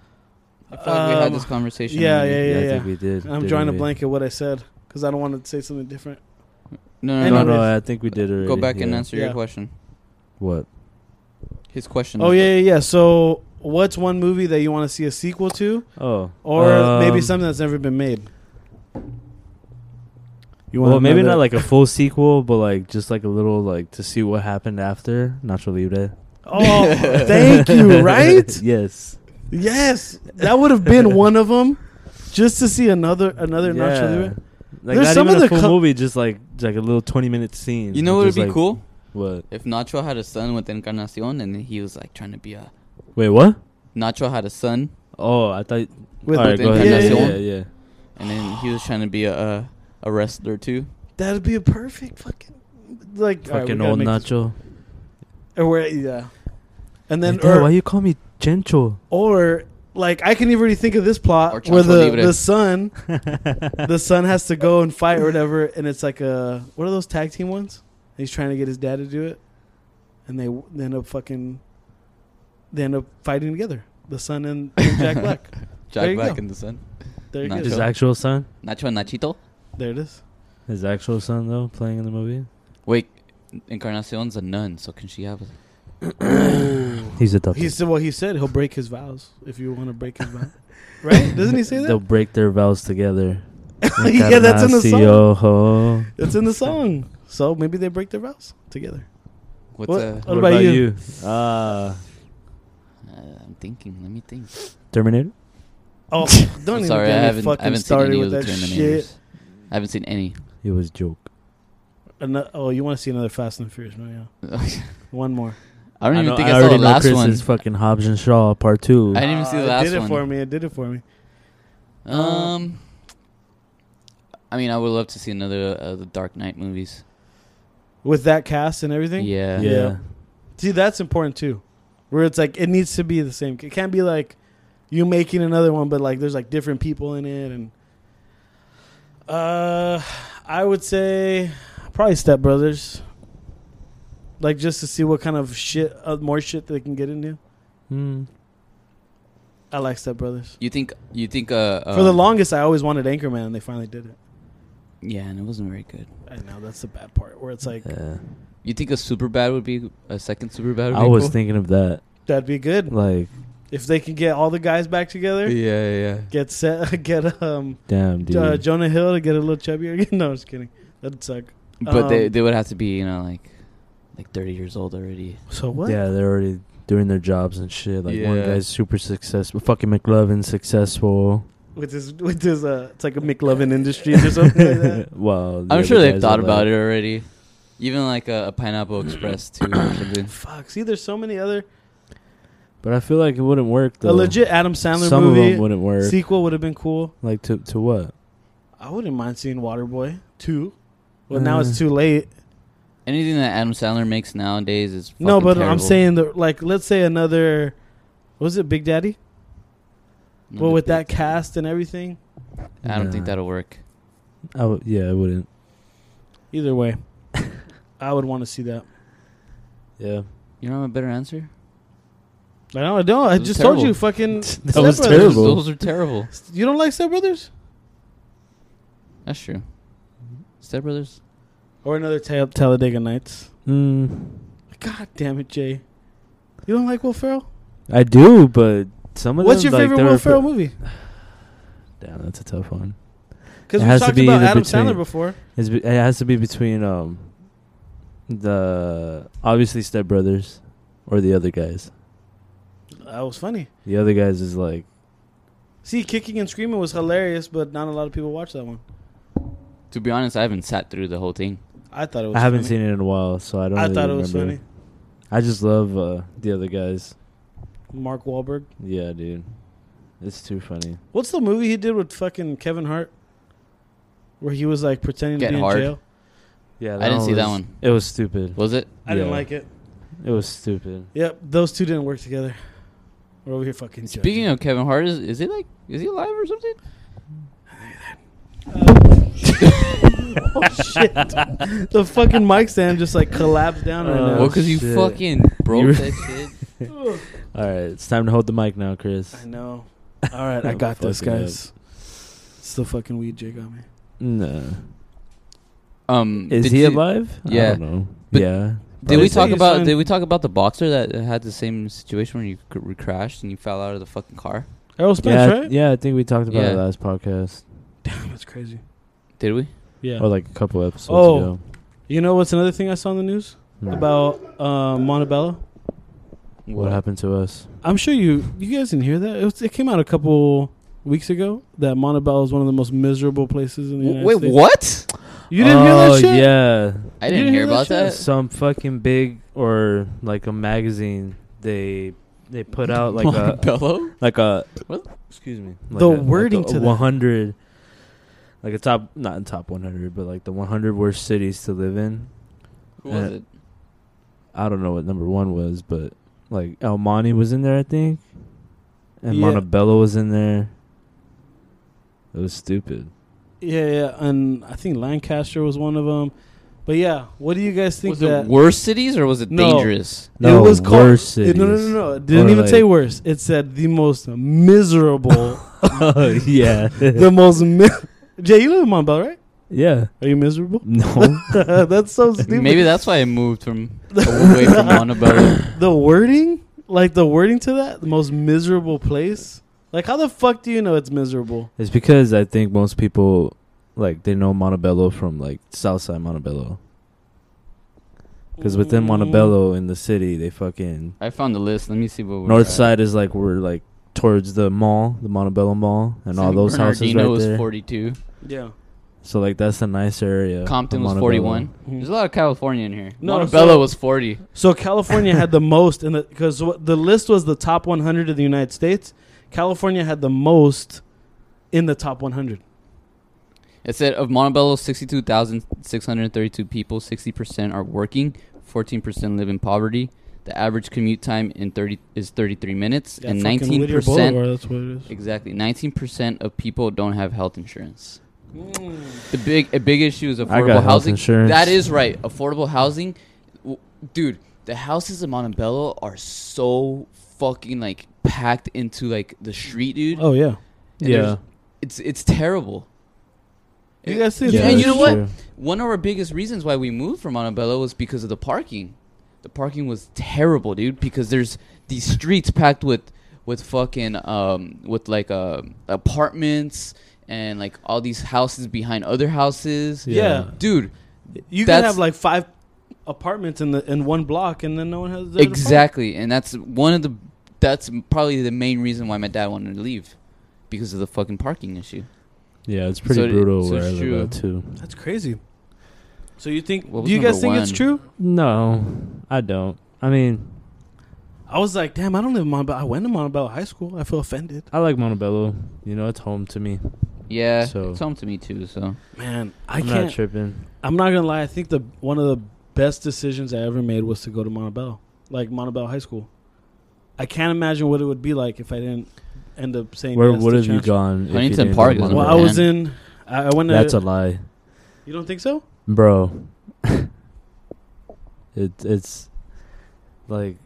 Speaker 3: I feel like we had
Speaker 2: Um,
Speaker 3: this conversation.
Speaker 2: yeah,
Speaker 3: already.
Speaker 2: yeah, yeah.
Speaker 4: I think we did.
Speaker 2: I'm
Speaker 4: didn't
Speaker 2: drawing a
Speaker 4: we?
Speaker 2: blank at what I said because I don't want to say something different.
Speaker 4: No,
Speaker 3: No, no, no.
Speaker 2: Anyways.
Speaker 4: no, I think we did already.
Speaker 3: Go back and
Speaker 4: yeah.
Speaker 3: answer
Speaker 2: Yeah.
Speaker 3: your question.
Speaker 4: What?
Speaker 3: His
Speaker 4: Mm.
Speaker 3: question.
Speaker 2: Oh
Speaker 3: was-
Speaker 2: yeah, yeah, yeah. So, what's one movie that you want to see a sequel to,
Speaker 4: Oh,
Speaker 2: or maybe
Speaker 4: um,
Speaker 2: something that's never been made? You
Speaker 4: Well,
Speaker 2: to
Speaker 4: maybe
Speaker 2: know
Speaker 4: not
Speaker 2: that-
Speaker 4: like a full sequel, but like just like a little like to see what happened after Nacho Libre. *laughs*
Speaker 2: Oh, thank you. Right?
Speaker 4: yes.
Speaker 2: Yes, that would have been one of them. Just to see another another Nacho Libre.
Speaker 4: Like
Speaker 2: There's
Speaker 4: not
Speaker 2: some
Speaker 4: even a
Speaker 2: of the
Speaker 4: full
Speaker 2: co-
Speaker 4: movie, just like like a little twenty minute scene.
Speaker 3: You know what
Speaker 4: It's
Speaker 3: would
Speaker 4: just,
Speaker 3: be
Speaker 4: like,
Speaker 3: cool?
Speaker 4: What?
Speaker 3: If Nacho had a son with Encarnacion and he was like trying to be a
Speaker 4: Wait, what?
Speaker 3: Nacho had a son
Speaker 4: Oh, I thought.
Speaker 2: With
Speaker 4: all right,
Speaker 3: the
Speaker 4: go ahead. Yeah,
Speaker 3: Encarnacion.
Speaker 4: yeah, yeah, yeah.
Speaker 3: and then he was trying to be a a, a wrestler too.
Speaker 2: That'd be a perfect fucking like all right, we
Speaker 4: Fucking
Speaker 2: gotta
Speaker 4: old
Speaker 2: make this-
Speaker 4: Nacho.
Speaker 2: Or where- yeah. And then
Speaker 4: Hey, Dad,
Speaker 2: or,
Speaker 4: why you call me Chencho?
Speaker 2: or like I can even really think of this plot
Speaker 3: Or
Speaker 2: where
Speaker 3: Chancho
Speaker 2: the,
Speaker 3: Libre.
Speaker 4: *laughs*
Speaker 2: the son the son has to go and fight or whatever, and it's like a what are those tag team ones? And he's trying to get his dad to do it, and they, they end up fucking they end up fighting together. The son and, and Jack Black. There
Speaker 3: *laughs* Jack
Speaker 2: you
Speaker 3: Black
Speaker 2: go.
Speaker 3: and the son.
Speaker 2: There you
Speaker 3: Nacho.
Speaker 2: go.
Speaker 4: His actual son.
Speaker 3: Nacho and Nachito.
Speaker 2: There it is.
Speaker 4: His actual son though playing in the movie.
Speaker 3: Wait, Encarnacion's a nun, so can she have? A,
Speaker 4: He's adopted.
Speaker 2: He said, "Well, he said he'll break his vows if you want to break
Speaker 3: *laughs*
Speaker 2: his vow, right? Doesn't he say
Speaker 4: They'll
Speaker 2: that?
Speaker 4: break their vows together.
Speaker 2: *laughs* yeah, that's in the song.
Speaker 4: Encarnacion.
Speaker 2: It's in the song. So maybe they break their vows together.
Speaker 3: what's
Speaker 2: What-
Speaker 3: a?
Speaker 2: What about you?
Speaker 4: Uh,
Speaker 3: Uh, I'm thinking. Let me think.
Speaker 4: Terminator.
Speaker 2: Oh, *laughs* don't
Speaker 3: I'm
Speaker 2: even
Speaker 3: sorry, I
Speaker 2: get me
Speaker 3: haven't, I
Speaker 2: fucking
Speaker 3: haven't seen
Speaker 2: started
Speaker 3: any
Speaker 2: with
Speaker 3: of the
Speaker 2: that
Speaker 3: Terminators.
Speaker 2: shit.
Speaker 3: I haven't seen any. *laughs*
Speaker 4: It was joke.
Speaker 2: Ano- oh, you want to see another Fast and Furious? No, yeah,
Speaker 3: I
Speaker 2: one more.
Speaker 3: don't even
Speaker 4: know-
Speaker 3: think I, saw the
Speaker 4: already know
Speaker 3: last
Speaker 4: Chris
Speaker 3: one.
Speaker 4: is fucking Hobbs and Shaw Part Two.
Speaker 3: I didn't even see the
Speaker 2: Ah,
Speaker 3: last
Speaker 2: It did
Speaker 3: one.
Speaker 2: it for me. It did it for me.
Speaker 3: Um, I mean, I would love to see another uh, the Dark Knight movies.
Speaker 2: With that cast and everything.
Speaker 3: Yeah.
Speaker 4: yeah.
Speaker 2: Yeah. See, that's important too. Where it's like it needs to be the same. It can't be like you making another one, but like there's like different people in it, and uh, I would say probably Step Brothers. Like just to see what kind of shit, uh, more shit they can get into.
Speaker 4: Hmm.
Speaker 2: I like Step Brothers.
Speaker 3: You think? You think? Uh,
Speaker 2: For the
Speaker 3: um,
Speaker 2: longest, I always wanted Anchorman, and they finally did it.
Speaker 3: Yeah, and it wasn't very good.
Speaker 2: I know that's the bad part. Where it's like
Speaker 4: Yeah.
Speaker 3: You think a super bad would be a second super bad?
Speaker 4: I was
Speaker 3: cool?
Speaker 4: thinking of that.
Speaker 2: that'd be good
Speaker 4: Like,
Speaker 2: if they can get all the guys back
Speaker 3: *laughs*
Speaker 2: together.
Speaker 3: Yeah, yeah.
Speaker 2: Get set. *laughs* Get um.
Speaker 4: damn, dude.
Speaker 2: uh, Jonah Hill to get a little chubbier again. *laughs* No, I'm just kidding. That'd suck.
Speaker 3: But they
Speaker 2: Um,
Speaker 3: they would have to be you know like like thirty years old already.
Speaker 2: So what?
Speaker 4: Yeah, they're already doing their jobs and shit. Like one
Speaker 3: Yeah.
Speaker 4: guy's super successful, fucking McLovin successful.
Speaker 2: With his with his uh, it's like
Speaker 4: *laughs*
Speaker 2: a McLovin Industries or something like that.
Speaker 4: well, the
Speaker 3: I'm
Speaker 4: other
Speaker 3: sure they've
Speaker 4: guys
Speaker 3: thought
Speaker 4: are
Speaker 3: about
Speaker 4: like-
Speaker 3: it already. Even like uh, a, a *coughs* Pineapple Express too. or something.
Speaker 2: Fuck. See, there's so many other
Speaker 4: but I feel like it wouldn't work. Though.
Speaker 2: a legit Adam Sandler
Speaker 4: Some of them
Speaker 2: movie
Speaker 4: wouldn't work.
Speaker 2: sequel would have been cool.
Speaker 4: like to to what?
Speaker 2: I wouldn't mind seeing Waterboy two. Well, now
Speaker 4: Uh,
Speaker 2: it's too late.
Speaker 3: Anything that Adam Sandler makes nowadays is
Speaker 2: No,
Speaker 3: fucking
Speaker 2: but I'm
Speaker 3: terrible.
Speaker 2: saying the like. Let's say another. What was it Big Daddy?
Speaker 3: No,
Speaker 2: Well,
Speaker 3: the
Speaker 2: with
Speaker 3: big-
Speaker 2: that cast and everything.
Speaker 3: I don't think
Speaker 4: Nah.
Speaker 3: that'll work.
Speaker 4: I w- yeah, I wouldn't. *laughs*
Speaker 2: Either way, I would want to see that.
Speaker 4: Yeah,
Speaker 3: You don't have a better answer.
Speaker 2: I know I don't. I
Speaker 3: That was
Speaker 2: just
Speaker 3: terrible.
Speaker 2: told you, fucking.
Speaker 4: *laughs* That
Speaker 2: Step
Speaker 4: was
Speaker 2: Brothers.
Speaker 4: Terrible.
Speaker 3: Those, those are terrible.
Speaker 2: You don't like Step Brothers?
Speaker 3: That's true. Step Brothers.
Speaker 2: Or another ta- Talladega Nights.
Speaker 4: Mm,
Speaker 2: God damn it, Jay. You don't like Will Ferrell?
Speaker 4: I do, but some of
Speaker 2: What's
Speaker 4: them,
Speaker 2: your
Speaker 4: like,
Speaker 2: favorite
Speaker 4: they're
Speaker 2: Will
Speaker 4: a
Speaker 2: Ferrell
Speaker 4: bit-
Speaker 2: movie?
Speaker 4: Damn, that's a tough one.
Speaker 2: Because
Speaker 4: It
Speaker 2: we
Speaker 4: has to
Speaker 2: talked
Speaker 4: be
Speaker 2: about
Speaker 4: either
Speaker 2: Adam
Speaker 4: between-
Speaker 2: Sandler before.
Speaker 4: It's be, it has to be between um the obviously Step Brothers or the other guys.
Speaker 2: That was funny.
Speaker 4: The other guys is like
Speaker 2: See, Kicking and Screaming was hilarious, but not a lot of people watch that one.
Speaker 3: To be honest, I haven't sat through the whole thing.
Speaker 2: I thought it was
Speaker 4: I haven't
Speaker 2: funny.
Speaker 4: seen it in a while, so I don't.
Speaker 2: I
Speaker 4: really
Speaker 2: thought it was
Speaker 4: remember.
Speaker 2: funny.
Speaker 4: I just love uh, the other guys.
Speaker 2: Mark Wahlberg.
Speaker 4: Yeah, dude, it's too funny.
Speaker 2: What's the movie he did with fucking Kevin Hart? where he was like pretending
Speaker 3: Get
Speaker 2: to be
Speaker 3: hard.
Speaker 2: in jail.
Speaker 4: Yeah,
Speaker 3: I didn't see that
Speaker 4: was-
Speaker 3: one.
Speaker 4: It was stupid.
Speaker 3: Was it?
Speaker 2: I didn't
Speaker 4: Yeah.
Speaker 2: like it.
Speaker 4: It was stupid.
Speaker 2: Yep, those two didn't work together. We're over here fucking.
Speaker 3: Speaking of Kevin Hart, is, is he like is he alive or something?
Speaker 2: *laughs* oh shit, the fucking mic stand just like collapsed down right
Speaker 4: Oh,
Speaker 2: now.
Speaker 3: well, because you
Speaker 4: shit.
Speaker 3: fucking broke
Speaker 4: You- *laughs*
Speaker 3: that shit.
Speaker 4: All right, it's time to hold the mic now, Chris. *laughs*
Speaker 2: I know. All right, I
Speaker 4: I'm
Speaker 2: got this,
Speaker 4: fucking
Speaker 2: guys. It's the fucking weed jig on me.
Speaker 4: No.
Speaker 3: Um,
Speaker 4: Is
Speaker 3: did
Speaker 4: he
Speaker 3: you-
Speaker 4: alive? I
Speaker 3: Yeah.
Speaker 4: don't know.
Speaker 3: But
Speaker 4: yeah.
Speaker 3: Did
Speaker 2: They
Speaker 3: we
Speaker 2: say
Speaker 3: talk
Speaker 2: he's
Speaker 3: about
Speaker 2: fine.
Speaker 3: Did we talk about the boxer that had the same situation when you c- re- crashed and you fell out of the fucking car?
Speaker 2: Errol Spence,
Speaker 4: yeah,
Speaker 2: right?
Speaker 4: yeah, I think we talked about it
Speaker 3: Yeah.
Speaker 4: last podcast
Speaker 2: Damn, *sighs* that's crazy.
Speaker 3: Did we?
Speaker 2: Yeah.
Speaker 4: or like a couple episodes
Speaker 2: Oh.
Speaker 4: ago.
Speaker 2: You know what's another thing I saw on the news
Speaker 4: Hmm.
Speaker 2: about uh, Montebello?
Speaker 4: what happened to us?
Speaker 2: I'm sure you you guys didn't hear that. It, was, it came out a couple weeks ago that Montebello is one of the most miserable places in the United States.
Speaker 3: what?
Speaker 2: You didn't hear
Speaker 4: Oh,
Speaker 2: that shit?
Speaker 4: Yeah.
Speaker 3: I didn't, hear about
Speaker 2: Uh,
Speaker 3: that.
Speaker 4: Some fucking big or like a magazine they they put out
Speaker 3: *laughs*
Speaker 4: like
Speaker 2: *laughs*
Speaker 4: a
Speaker 3: Montebello?
Speaker 4: like a
Speaker 3: What?
Speaker 4: excuse me
Speaker 2: The wording to that.
Speaker 4: 100 like a top not in top 100 but like the 100 worst cities to live in
Speaker 3: Who was
Speaker 4: Uh,
Speaker 3: it?
Speaker 4: i don't know what number one was but like el monte was in there i think and
Speaker 2: Yeah.
Speaker 4: montebello was in there it was stupid
Speaker 2: Yeah, yeah, and I think Lancaster was one of them. But yeah, what do you guys think
Speaker 3: Was
Speaker 2: that
Speaker 3: it worst cities or was it
Speaker 2: No.
Speaker 3: dangerous?
Speaker 4: No,
Speaker 2: it was called?
Speaker 4: worse
Speaker 2: it- no, no, no,
Speaker 4: cities.
Speaker 2: no. It didn't
Speaker 4: Or,
Speaker 2: even say
Speaker 4: like-
Speaker 2: worse. It said the
Speaker 4: *laughs*
Speaker 2: most miserable,
Speaker 4: *laughs* yeah
Speaker 2: the most. Mi- Jay, you live in Montebello, right? *laughs*
Speaker 4: yeah
Speaker 2: Are you
Speaker 4: *laughs*
Speaker 2: miserable? *laughs*
Speaker 4: no
Speaker 2: That's so stupid.
Speaker 3: Maybe that's why I moved
Speaker 2: *laughs*
Speaker 3: from away from Montebello.
Speaker 2: the wording, like the wording to that, the most miserable place. Like, how the fuck do you know it's miserable?
Speaker 4: it's because i think most people like they know montebello from like southside montebello because
Speaker 3: Mm.
Speaker 4: within montebello in the city they fucking
Speaker 3: I found the list. Let me see what we're
Speaker 4: North
Speaker 3: at.
Speaker 4: side is like we're like towards the mall, the Montebello Mall, and all
Speaker 3: San
Speaker 4: those houses
Speaker 3: Bernardino
Speaker 4: right
Speaker 3: was
Speaker 4: there.
Speaker 3: 42.
Speaker 2: Yeah.
Speaker 4: So like that's a nice area. of
Speaker 3: Compton was
Speaker 4: Montebello.
Speaker 3: 41.
Speaker 2: Mm-hmm.
Speaker 3: There's a lot of California in here.
Speaker 2: No,
Speaker 3: Montebello
Speaker 2: so-
Speaker 3: was 40.
Speaker 2: So California had the most in the because the list was the top 100 of the United States. California had the most in the top 100.
Speaker 3: It said of Montebello's 62,632 people, 60% are working, 14% live in poverty. The average commute time in 30 is 33 minutes, and 19%
Speaker 2: That's what it is.
Speaker 3: exactly 19% of people don't have health insurance.
Speaker 2: Mm.
Speaker 3: The big a big issue is
Speaker 4: I got
Speaker 3: affordable
Speaker 4: health
Speaker 3: housing.
Speaker 4: insurance.
Speaker 3: That is right. Affordable housing, W- dude. The houses in Montebello are so fucking like packed into like the street, dude.
Speaker 2: Oh yeah.
Speaker 3: And
Speaker 4: Yeah.
Speaker 3: there's- It's it's terrible.
Speaker 2: You
Speaker 3: It-
Speaker 2: guys see?
Speaker 3: Yeah,
Speaker 2: that?
Speaker 3: and you know
Speaker 4: that's
Speaker 3: what?
Speaker 4: true.
Speaker 3: One of our biggest reasons why we moved from Montebello was because of the parking. The parking was terrible, dude. Because there's these streets packed with with fucking um with like uh, apartments and like all these houses behind other houses.
Speaker 2: Yeah.
Speaker 3: Dude,
Speaker 2: You can
Speaker 3: That's-
Speaker 2: have like five apartments in the in one block, and then no one has there to fuck.
Speaker 3: exactly, and that's one of the that's probably the main reason why my dad wanted to leave because of the fucking parking issue.
Speaker 4: Yeah, it's pretty
Speaker 3: So it-
Speaker 4: brutal
Speaker 3: so
Speaker 4: where I
Speaker 3: it's
Speaker 4: live at, too.
Speaker 2: That's crazy. So you think?
Speaker 3: What
Speaker 2: Do
Speaker 3: was
Speaker 2: you guys
Speaker 3: number
Speaker 2: think it's
Speaker 3: one?
Speaker 2: true?
Speaker 4: No, I don't. I mean,
Speaker 2: I was like, damn, I don't live in Montebello. I went to Montebello High School. I feel offended.
Speaker 4: I like Montebello. You know, it's home to me.
Speaker 3: Yeah,
Speaker 4: So-
Speaker 3: it's home to me too. So
Speaker 2: Man, I
Speaker 4: I'm
Speaker 2: can't.
Speaker 4: not tripping.
Speaker 2: I'm not gonna lie. I think the one of the best decisions I ever made was to go to Montebello, like Montebello High School. I can't imagine what it would be like if I didn't end up saying.
Speaker 4: Where
Speaker 2: yes
Speaker 4: would
Speaker 2: to
Speaker 4: have you
Speaker 2: chance.
Speaker 4: gone? if you
Speaker 3: Huntington
Speaker 4: didn't go
Speaker 3: Park
Speaker 4: to
Speaker 3: is
Speaker 2: Well, I
Speaker 3: number
Speaker 4: Montebello?
Speaker 2: was in. I, I went.
Speaker 4: That's a
Speaker 2: to,
Speaker 4: lie,
Speaker 2: You don't think so?
Speaker 4: bro. *laughs* it it's like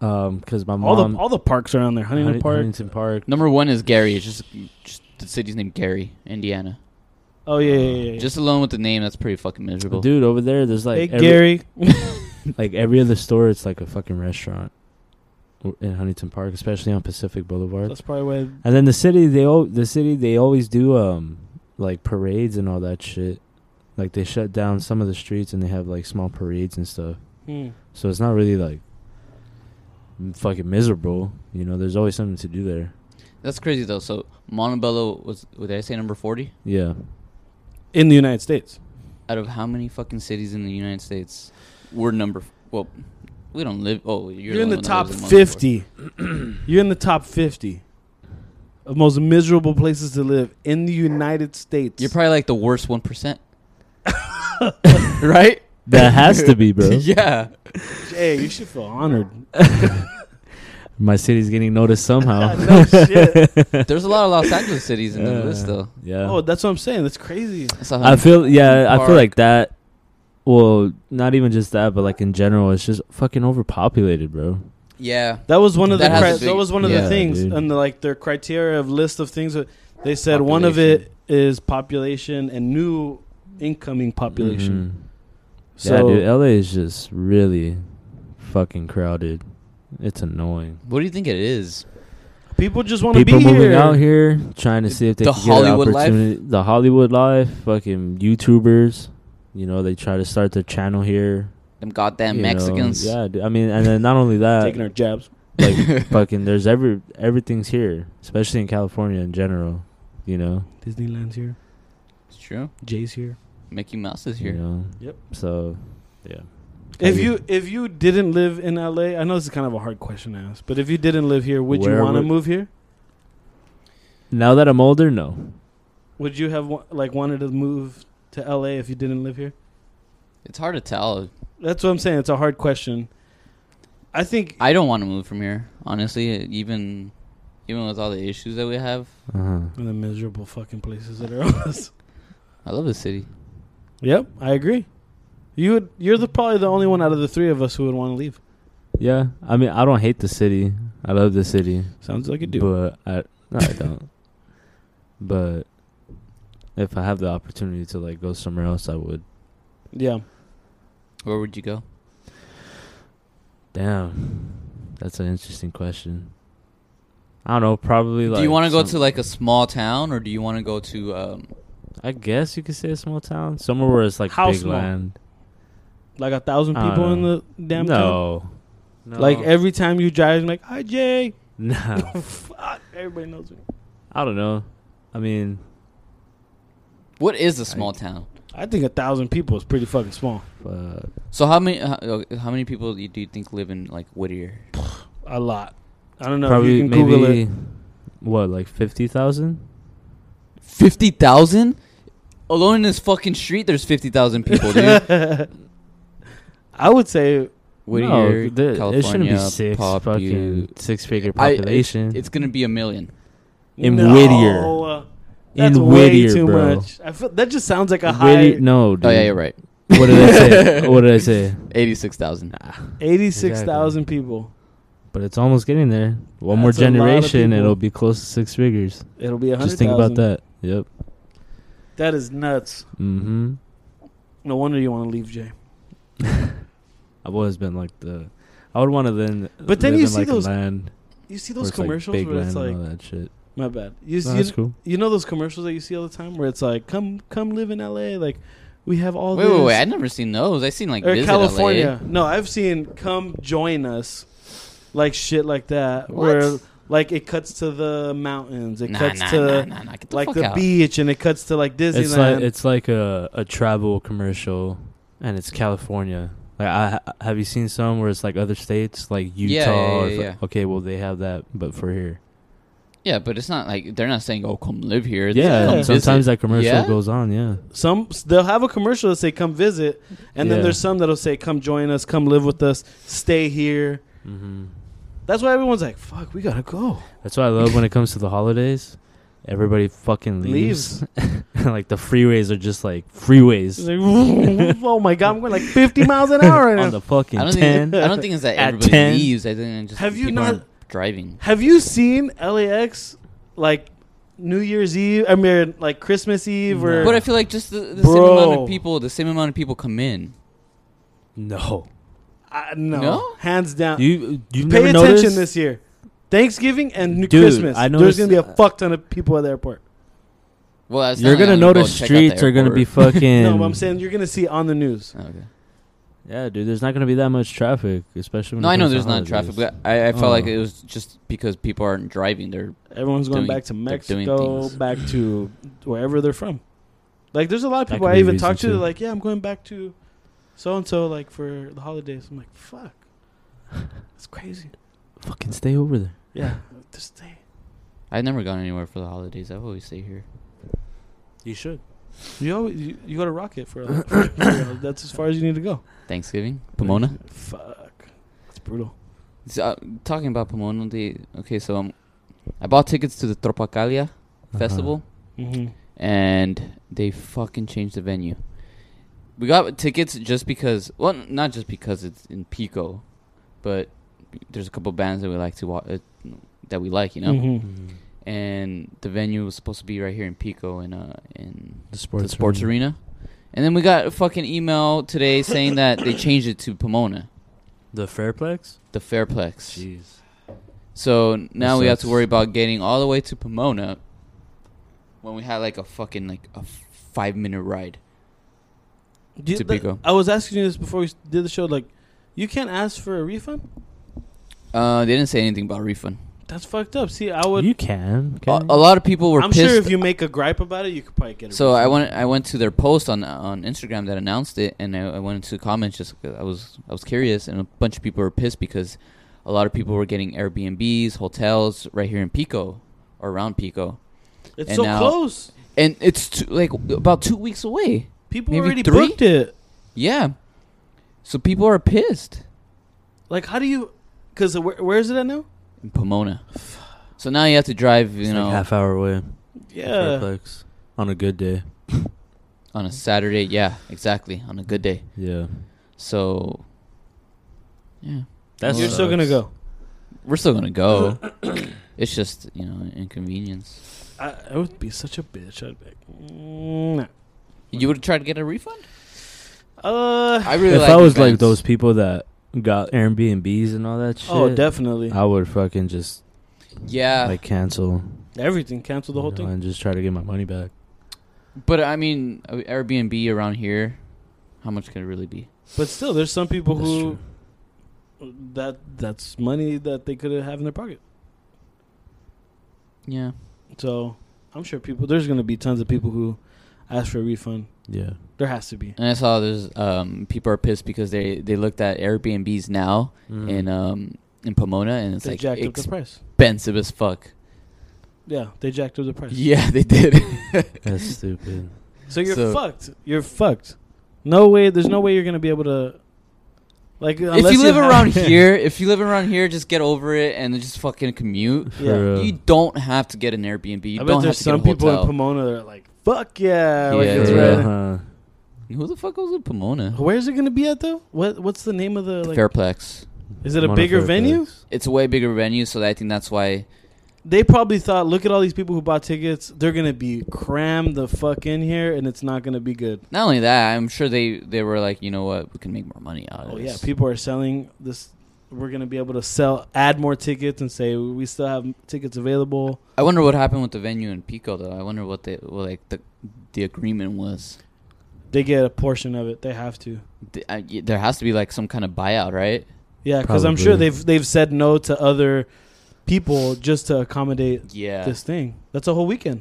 Speaker 4: um because my
Speaker 2: all
Speaker 4: mom
Speaker 2: the all the parks around there. Huntington
Speaker 4: Hunting-
Speaker 2: Park.
Speaker 4: Huntington Park.
Speaker 3: number one is Gary. It's just just the city's named Gary, Indiana.
Speaker 2: Oh yeah, yeah, yeah. yeah.
Speaker 3: Just alone with the name, that's pretty fucking miserable.
Speaker 4: Dude, uh, over there, there's like
Speaker 2: hey
Speaker 4: every,
Speaker 2: Gary.
Speaker 4: like every other store, it's like a fucking restaurant w- in Huntington Park, especially on Pacific Boulevard.
Speaker 2: That's probably why.
Speaker 4: And then the city, they all the city they always do um like parades and all that shit. Like they shut down some of the streets and they have like small parades and stuff.
Speaker 2: Hmm.
Speaker 4: So it's not really like m- fucking miserable. You know, there's always something to do there.
Speaker 3: That's crazy though. So Montebello was did I say number forty?
Speaker 4: Yeah,
Speaker 2: In the United States.
Speaker 3: Out of how many fucking cities in the United States were number? Well, we don't live. Oh, you're,
Speaker 2: You're, in the
Speaker 3: one that
Speaker 2: top *clears throat*
Speaker 3: lives in Montebello.
Speaker 2: fifty. You're in the top fifty. of most miserable places to live in the United States.
Speaker 3: You're probably like the worst one
Speaker 2: *laughs*
Speaker 3: percent, right?
Speaker 4: That has to be, bro.
Speaker 3: *laughs* yeah.
Speaker 2: hey, you should feel honored.
Speaker 4: My city's getting noticed
Speaker 3: *laughs*
Speaker 2: *laughs*
Speaker 4: somehow.
Speaker 2: no shit.
Speaker 3: There's a lot of Los Angeles cities in the list, though.
Speaker 4: Yeah.
Speaker 2: Oh, that's what I'm saying. That's crazy.
Speaker 3: I saw
Speaker 4: I
Speaker 3: Huntington
Speaker 4: feel yeah, I feel
Speaker 3: Park.
Speaker 4: like that. Well, not even just that, but like in general, it's just fucking overpopulated, bro.
Speaker 3: Yeah.
Speaker 2: That was one of the
Speaker 3: That
Speaker 2: cri-
Speaker 3: has to
Speaker 2: that
Speaker 3: be-
Speaker 2: was one of the
Speaker 4: yeah,
Speaker 2: things
Speaker 4: dude.
Speaker 2: and the, like their criteria of list of things that they said one of it is population and new incoming population.
Speaker 4: Mm-hmm. yeah,
Speaker 2: So
Speaker 4: dude, LA is just really fucking crowded. It's annoying.
Speaker 3: What do you think it is?
Speaker 2: people just want to be
Speaker 4: People moving
Speaker 2: here.
Speaker 4: out here trying to see if they
Speaker 3: The
Speaker 4: can get an
Speaker 3: Hollywood life?
Speaker 4: opportunity. The Hollywood life, fucking YouTubers. You know, they try to start their channel here.
Speaker 3: Them goddamn
Speaker 4: you know.
Speaker 3: Mexicans. *laughs*
Speaker 4: Yeah, dude. I mean, and then not only that,
Speaker 2: taking our jabs.
Speaker 4: like *laughs* fucking, there's every everything's here, especially in California in general. You know,
Speaker 2: Disneyland's here.
Speaker 3: It's true.
Speaker 2: Jay's here.
Speaker 3: Mickey Mouse is
Speaker 4: you
Speaker 3: here.
Speaker 4: know.
Speaker 2: Yep.
Speaker 4: So, yeah.
Speaker 2: If you if you didn't live in LA, I know this is kind of a hard question to ask, but if you didn't live here, would you
Speaker 4: Where
Speaker 2: want to
Speaker 4: would-
Speaker 2: move here?
Speaker 4: now that I'm older, no.
Speaker 2: Would you have wa- like wanted to move to LA if you didn't live here?
Speaker 3: It's hard to tell.
Speaker 2: That's what I'm saying. It's a hard question. I think
Speaker 3: I don't want to move from here, honestly. Even even with all the issues that we have,
Speaker 4: Uh-huh.
Speaker 2: the miserable fucking places that are *laughs* on us.
Speaker 3: I love the city.
Speaker 2: Yep, I agree. You would, you're the probably the only one out of the three of us who would want to leave.
Speaker 4: Yeah, I mean, I don't hate the city. I love the city,
Speaker 2: Sounds like you do.
Speaker 4: but I no, I don't. *laughs* but if I have the opportunity to like go somewhere else, I would.
Speaker 2: yeah,
Speaker 3: Where would you go?
Speaker 4: Damn, that's an interesting question. I don't know. Probably like.
Speaker 3: do you want to go to
Speaker 4: some-
Speaker 3: like a small town or do you want to go to um
Speaker 4: I guess you could say a small town, somewhere where it's like
Speaker 2: How
Speaker 4: big
Speaker 2: small?
Speaker 4: land.
Speaker 2: like a thousand
Speaker 4: I
Speaker 2: people
Speaker 4: don't
Speaker 2: in the damn town.
Speaker 4: no. no,
Speaker 2: Like every time you drive, you're like, "Hi, Jay."
Speaker 4: *laughs* no.
Speaker 2: Fuck, everybody knows me.
Speaker 4: I don't know. I mean,
Speaker 3: what is a small town?
Speaker 2: I think a thousand people is pretty fucking small.
Speaker 4: fuck.
Speaker 3: So how many how, uh, how many people do you- do you think live in like Whittier?
Speaker 2: A lot. I don't know
Speaker 4: probably
Speaker 2: if you can
Speaker 4: maybe
Speaker 2: Google it.
Speaker 4: what like fifty thousand.
Speaker 3: 50,000? Alone in this fucking street there's 50,000
Speaker 4: *laughs*
Speaker 3: people, dude.
Speaker 2: *laughs* I would say
Speaker 3: Whittier,
Speaker 4: the-
Speaker 3: California,
Speaker 4: it shouldn't be six
Speaker 3: Pop U.
Speaker 4: fucking six figure
Speaker 3: I- it-
Speaker 4: population.
Speaker 3: it's gonna be a million.
Speaker 4: In
Speaker 2: no,
Speaker 4: Whittier.
Speaker 2: That's
Speaker 4: In
Speaker 2: way
Speaker 4: Whittier,
Speaker 2: too
Speaker 4: bro.
Speaker 2: much. I feel, that just sounds like a
Speaker 4: Really-
Speaker 2: high.
Speaker 4: no, dude.
Speaker 3: Oh yeah, you're right.
Speaker 4: What did I
Speaker 3: *laughs*
Speaker 2: *laughs*
Speaker 4: say? what did I say?
Speaker 3: Eighty-six thousand.
Speaker 2: Eighty-six thousand people.
Speaker 4: But it's almost getting there. One
Speaker 2: That's a
Speaker 4: more
Speaker 2: lot of
Speaker 4: generation,
Speaker 2: people.
Speaker 4: it'll be close to six figures.
Speaker 2: It'll be a hundred.
Speaker 4: Just think about that. Yep.
Speaker 2: That is nuts.
Speaker 4: Mm-hmm.
Speaker 2: No wonder you want to leave, Jay.
Speaker 4: I've always been like the. I would want to then.
Speaker 2: But then
Speaker 4: live
Speaker 2: you
Speaker 4: in,
Speaker 2: see
Speaker 4: like,
Speaker 2: those-
Speaker 4: land
Speaker 2: You see
Speaker 4: where
Speaker 2: those
Speaker 4: it's, like,
Speaker 2: commercials
Speaker 4: big
Speaker 2: where it's
Speaker 4: land and
Speaker 2: like,
Speaker 4: all that shit.
Speaker 2: my bad. You,
Speaker 4: No,
Speaker 2: you,
Speaker 4: that's cool.
Speaker 2: you know those commercials that you see all the time where it's like, come come live in L.A. Like, we have all
Speaker 3: Wait,
Speaker 2: this.
Speaker 3: wait, wait! I never seen those. I seen like
Speaker 2: or
Speaker 3: visit
Speaker 2: California. No, I've seen come join us, like shit like that.
Speaker 3: What?
Speaker 2: Where like it cuts to the mountains,
Speaker 3: LA.
Speaker 2: it
Speaker 3: Nah,
Speaker 2: cuts
Speaker 3: nah,
Speaker 2: to
Speaker 3: nah, nah, nah. Get the
Speaker 2: like
Speaker 3: fuck
Speaker 2: the
Speaker 3: out.
Speaker 2: beach, and it cuts to like Disneyland.
Speaker 4: It's like it's like a a travel commercial, and it's California. Like, I ha- have you seen some where it's like other states, like Utah?
Speaker 3: Yeah, yeah,
Speaker 4: or
Speaker 3: yeah,
Speaker 4: fu-
Speaker 3: yeah.
Speaker 4: Okay, well they have that, but for here,
Speaker 3: Yeah, but it's not like they're not saying, "Oh, come live here." It's
Speaker 4: yeah.
Speaker 3: like, come visit.
Speaker 4: Sometimes that commercial
Speaker 3: Yeah?
Speaker 4: goes on. Yeah,
Speaker 2: some they'll have a commercial that say come visit, and then
Speaker 4: Yeah.
Speaker 2: there's some that'll say come join us, come live with us, stay here.
Speaker 4: mm-hmm.
Speaker 2: That's why everyone's like, fuck, we gotta go.
Speaker 4: that's what I love when it comes to the holidays. Everybody fucking leaves. *laughs* like the freeways are just like freeways
Speaker 2: Like, *laughs* oh my god, I'm going like 50 miles an hour right
Speaker 4: on
Speaker 2: now.
Speaker 4: the fucking
Speaker 3: I don't
Speaker 4: ten.
Speaker 3: think I don't think it's
Speaker 4: *laughs*
Speaker 3: that
Speaker 4: At
Speaker 3: everybody
Speaker 4: 10.
Speaker 3: leaves. I think it's just
Speaker 2: Have you
Speaker 3: people
Speaker 2: not-
Speaker 3: aren't driving?
Speaker 2: Have you seen LAX like New Year's Eve? I mean, like Christmas Eve or
Speaker 4: No.
Speaker 3: But I feel like just the, the same amount
Speaker 2: Bro.
Speaker 3: of people. The same amount of people come in.
Speaker 4: no,
Speaker 2: I, no,
Speaker 3: No?
Speaker 2: hands down.
Speaker 4: you you
Speaker 2: Uh, Pay
Speaker 4: never
Speaker 2: attention
Speaker 4: noticed?
Speaker 2: this year. Thanksgiving and New
Speaker 4: Dude,
Speaker 2: Christmas.
Speaker 4: I
Speaker 2: There's
Speaker 4: noticed-
Speaker 2: gonna be a fuck ton of people at the airport.
Speaker 3: Well, that's
Speaker 4: You're gonna notice streets are gonna be
Speaker 3: *laughs*
Speaker 4: fucking.
Speaker 2: *laughs* No, but I'm saying you're gonna see on the news.
Speaker 3: Okay.
Speaker 4: Yeah, dude, there's not gonna be that much traffic, especially. When
Speaker 3: *laughs* No,
Speaker 4: it
Speaker 3: I know
Speaker 4: comes to
Speaker 3: there's not traffic,
Speaker 4: holidays.
Speaker 3: but I, I felt like
Speaker 4: Oh.
Speaker 3: it was just because people aren't driving. They're
Speaker 2: Everyone's going
Speaker 3: Doing-
Speaker 2: back to
Speaker 3: they're doing
Speaker 2: Mexico,
Speaker 3: things.
Speaker 2: back to wherever they're from. Like, there's a lot of
Speaker 4: That
Speaker 2: people
Speaker 4: could
Speaker 2: I
Speaker 4: be a
Speaker 2: even
Speaker 4: reason,
Speaker 2: talk to.
Speaker 4: too.
Speaker 2: They're like, yeah, I'm going back to so and so, like for the holidays. I'm
Speaker 3: *laughs*
Speaker 2: like, fuck, it's crazy.
Speaker 4: fucking stay over there.
Speaker 2: Yeah, just stay.
Speaker 3: I've never gone anywhere for the holidays. I've always stayed here.
Speaker 2: You should. You always you, you go to Rocket for,
Speaker 3: *coughs*
Speaker 2: for- for- that's as far as you need to go.
Speaker 3: Thanksgiving, Pomona.
Speaker 2: Fuck, that's brutal.
Speaker 3: So, uh, talking about Pomona, they, okay, so um, I bought tickets to the Tropicalia Uh-huh. festival,
Speaker 2: Mm-hmm.
Speaker 3: and they fucking changed the venue. We got tickets just because, well, n- not just because it's in Pico, but there's a couple bands that we like to watch, uh, that we like, you know.
Speaker 2: Mm-hmm.
Speaker 3: Mm-hmm.
Speaker 4: Mm. Mm-hmm.
Speaker 3: And the venue was supposed to be right here in Pico, in uh, in
Speaker 4: The sports,
Speaker 3: the sports arena. And then we got a fucking email today saying that they changed it to Pomona,
Speaker 4: The Fairplex.
Speaker 3: the Fairplex.
Speaker 4: Jeez.
Speaker 3: So now we have to
Speaker 4: sucks.
Speaker 3: worry about getting all the way to Pomona when we had like a fucking like a five minute ride.
Speaker 2: Do you-
Speaker 3: To
Speaker 2: th-
Speaker 3: Pico.
Speaker 2: I was asking you this before we s- did the show. Like, you can't ask for a refund.
Speaker 3: Uh, they didn't say anything about refund.
Speaker 2: That's fucked up. See, I would.
Speaker 4: you can.
Speaker 3: A,
Speaker 4: can
Speaker 3: a
Speaker 4: you?
Speaker 3: lot of people were
Speaker 2: I'm
Speaker 3: pissed.
Speaker 2: sure if you make a gripe about it, you could probably get it.
Speaker 3: so I went I went to their post on on Instagram that announced it, and I, I went into comments just 'cause I was I was curious, and a bunch of people were pissed because a lot of people were getting Airbnbs, hotels right here in Pico or around Pico,
Speaker 2: It's
Speaker 3: and
Speaker 2: so
Speaker 3: now-
Speaker 2: close.
Speaker 3: and it's two, like about two weeks away.
Speaker 2: People
Speaker 3: maybe
Speaker 2: already
Speaker 3: three?
Speaker 2: booked it.
Speaker 3: Yeah, so people are pissed.
Speaker 2: Like, how do you? Because where, where is it at now?
Speaker 3: in Pomona. So now you have to drive, you
Speaker 4: It's
Speaker 3: know,
Speaker 4: like half hour away.
Speaker 2: Yeah,
Speaker 4: Fairplex on a good day.
Speaker 3: on a Saturday. Yeah, exactly, on a good day.
Speaker 4: Yeah.
Speaker 3: So, yeah,
Speaker 4: That's
Speaker 2: you're still gonna go.
Speaker 3: we're still
Speaker 4: *coughs*
Speaker 3: gonna go. it's just you know inconvenience.
Speaker 2: I, I would be such a bitch. I'd be like, mm, nah.
Speaker 3: You would try to get a refund.
Speaker 2: Uh,
Speaker 3: I really.
Speaker 4: if I was like those people that got Airbnbs and all that shit,
Speaker 2: oh, definitely.
Speaker 3: Uh,
Speaker 4: I would fucking just
Speaker 3: yeah,
Speaker 4: like cancel
Speaker 2: Everything cancel the whole
Speaker 4: you know,
Speaker 2: thing.
Speaker 4: and just try to get my money back.
Speaker 3: but I mean uh, Airbnb around here. How much could it really be?
Speaker 2: But still, there's some people
Speaker 4: That's
Speaker 2: who that that's money that they could have in their pocket.
Speaker 3: Yeah,
Speaker 2: So I'm sure people. There's gonna be tons of people who ask for a refund.
Speaker 4: Yeah.
Speaker 2: There has to be.
Speaker 3: and I saw there's um people are pissed because they they looked at Airbnbs now
Speaker 4: Mm.
Speaker 3: in um in Pomona and it's
Speaker 2: they
Speaker 3: like
Speaker 2: jacked up the
Speaker 3: expensive
Speaker 2: price.
Speaker 3: as fuck.
Speaker 2: Yeah, they jacked up the price.
Speaker 3: Yeah, *laughs* they did. *laughs*
Speaker 4: That's stupid.
Speaker 2: So you're
Speaker 3: So-
Speaker 2: fucked. You're fucked. No way. There's no way you're gonna be able to. Like unless
Speaker 3: if you live
Speaker 2: have- *laughs*
Speaker 3: around here, if you live around here, just get over it and just fucking commute.
Speaker 2: yeah.
Speaker 4: For, uh,
Speaker 3: You don't have to get an Airbnb. You
Speaker 2: I bet
Speaker 3: don't have
Speaker 2: there's
Speaker 3: to get a
Speaker 2: some people in
Speaker 3: hotel.
Speaker 2: Pomona that are like, "Fuck yeah!" like,
Speaker 3: Yeah,
Speaker 2: it's
Speaker 3: yeah. Uh-huh.
Speaker 2: red.
Speaker 4: huh?
Speaker 3: Who the fuck goes to Pomona?
Speaker 2: Where is it gonna be at though? What What's the name of the
Speaker 3: The
Speaker 2: like?
Speaker 3: Fairplex.
Speaker 2: Is it a
Speaker 4: Mono
Speaker 2: bigger
Speaker 4: Fairplex.
Speaker 2: venue?
Speaker 3: It's a way bigger venue, so I think that's why.
Speaker 2: They probably thought, look at all these people who bought tickets. They're gonna be crammed the fuck in here, and it's not gonna be good.
Speaker 3: Not only that, I'm sure they they were like, you know what, we can make more money out of
Speaker 2: Oh yeah,
Speaker 3: this.
Speaker 2: people are selling this. We're gonna be able to sell, add more tickets, and say we still have tickets available.
Speaker 3: I wonder what happened with the venue in Pico though. I wonder what the what, like the the agreement was.
Speaker 2: They get a portion of it. They have to.
Speaker 3: Th- I- y- There has to be like some kind of buyout, right?
Speaker 2: Yeah, because I'm sure
Speaker 4: Probably.
Speaker 2: they've they've said no to other people just to accommodate
Speaker 3: Yeah,
Speaker 2: this thing. That's a whole weekend.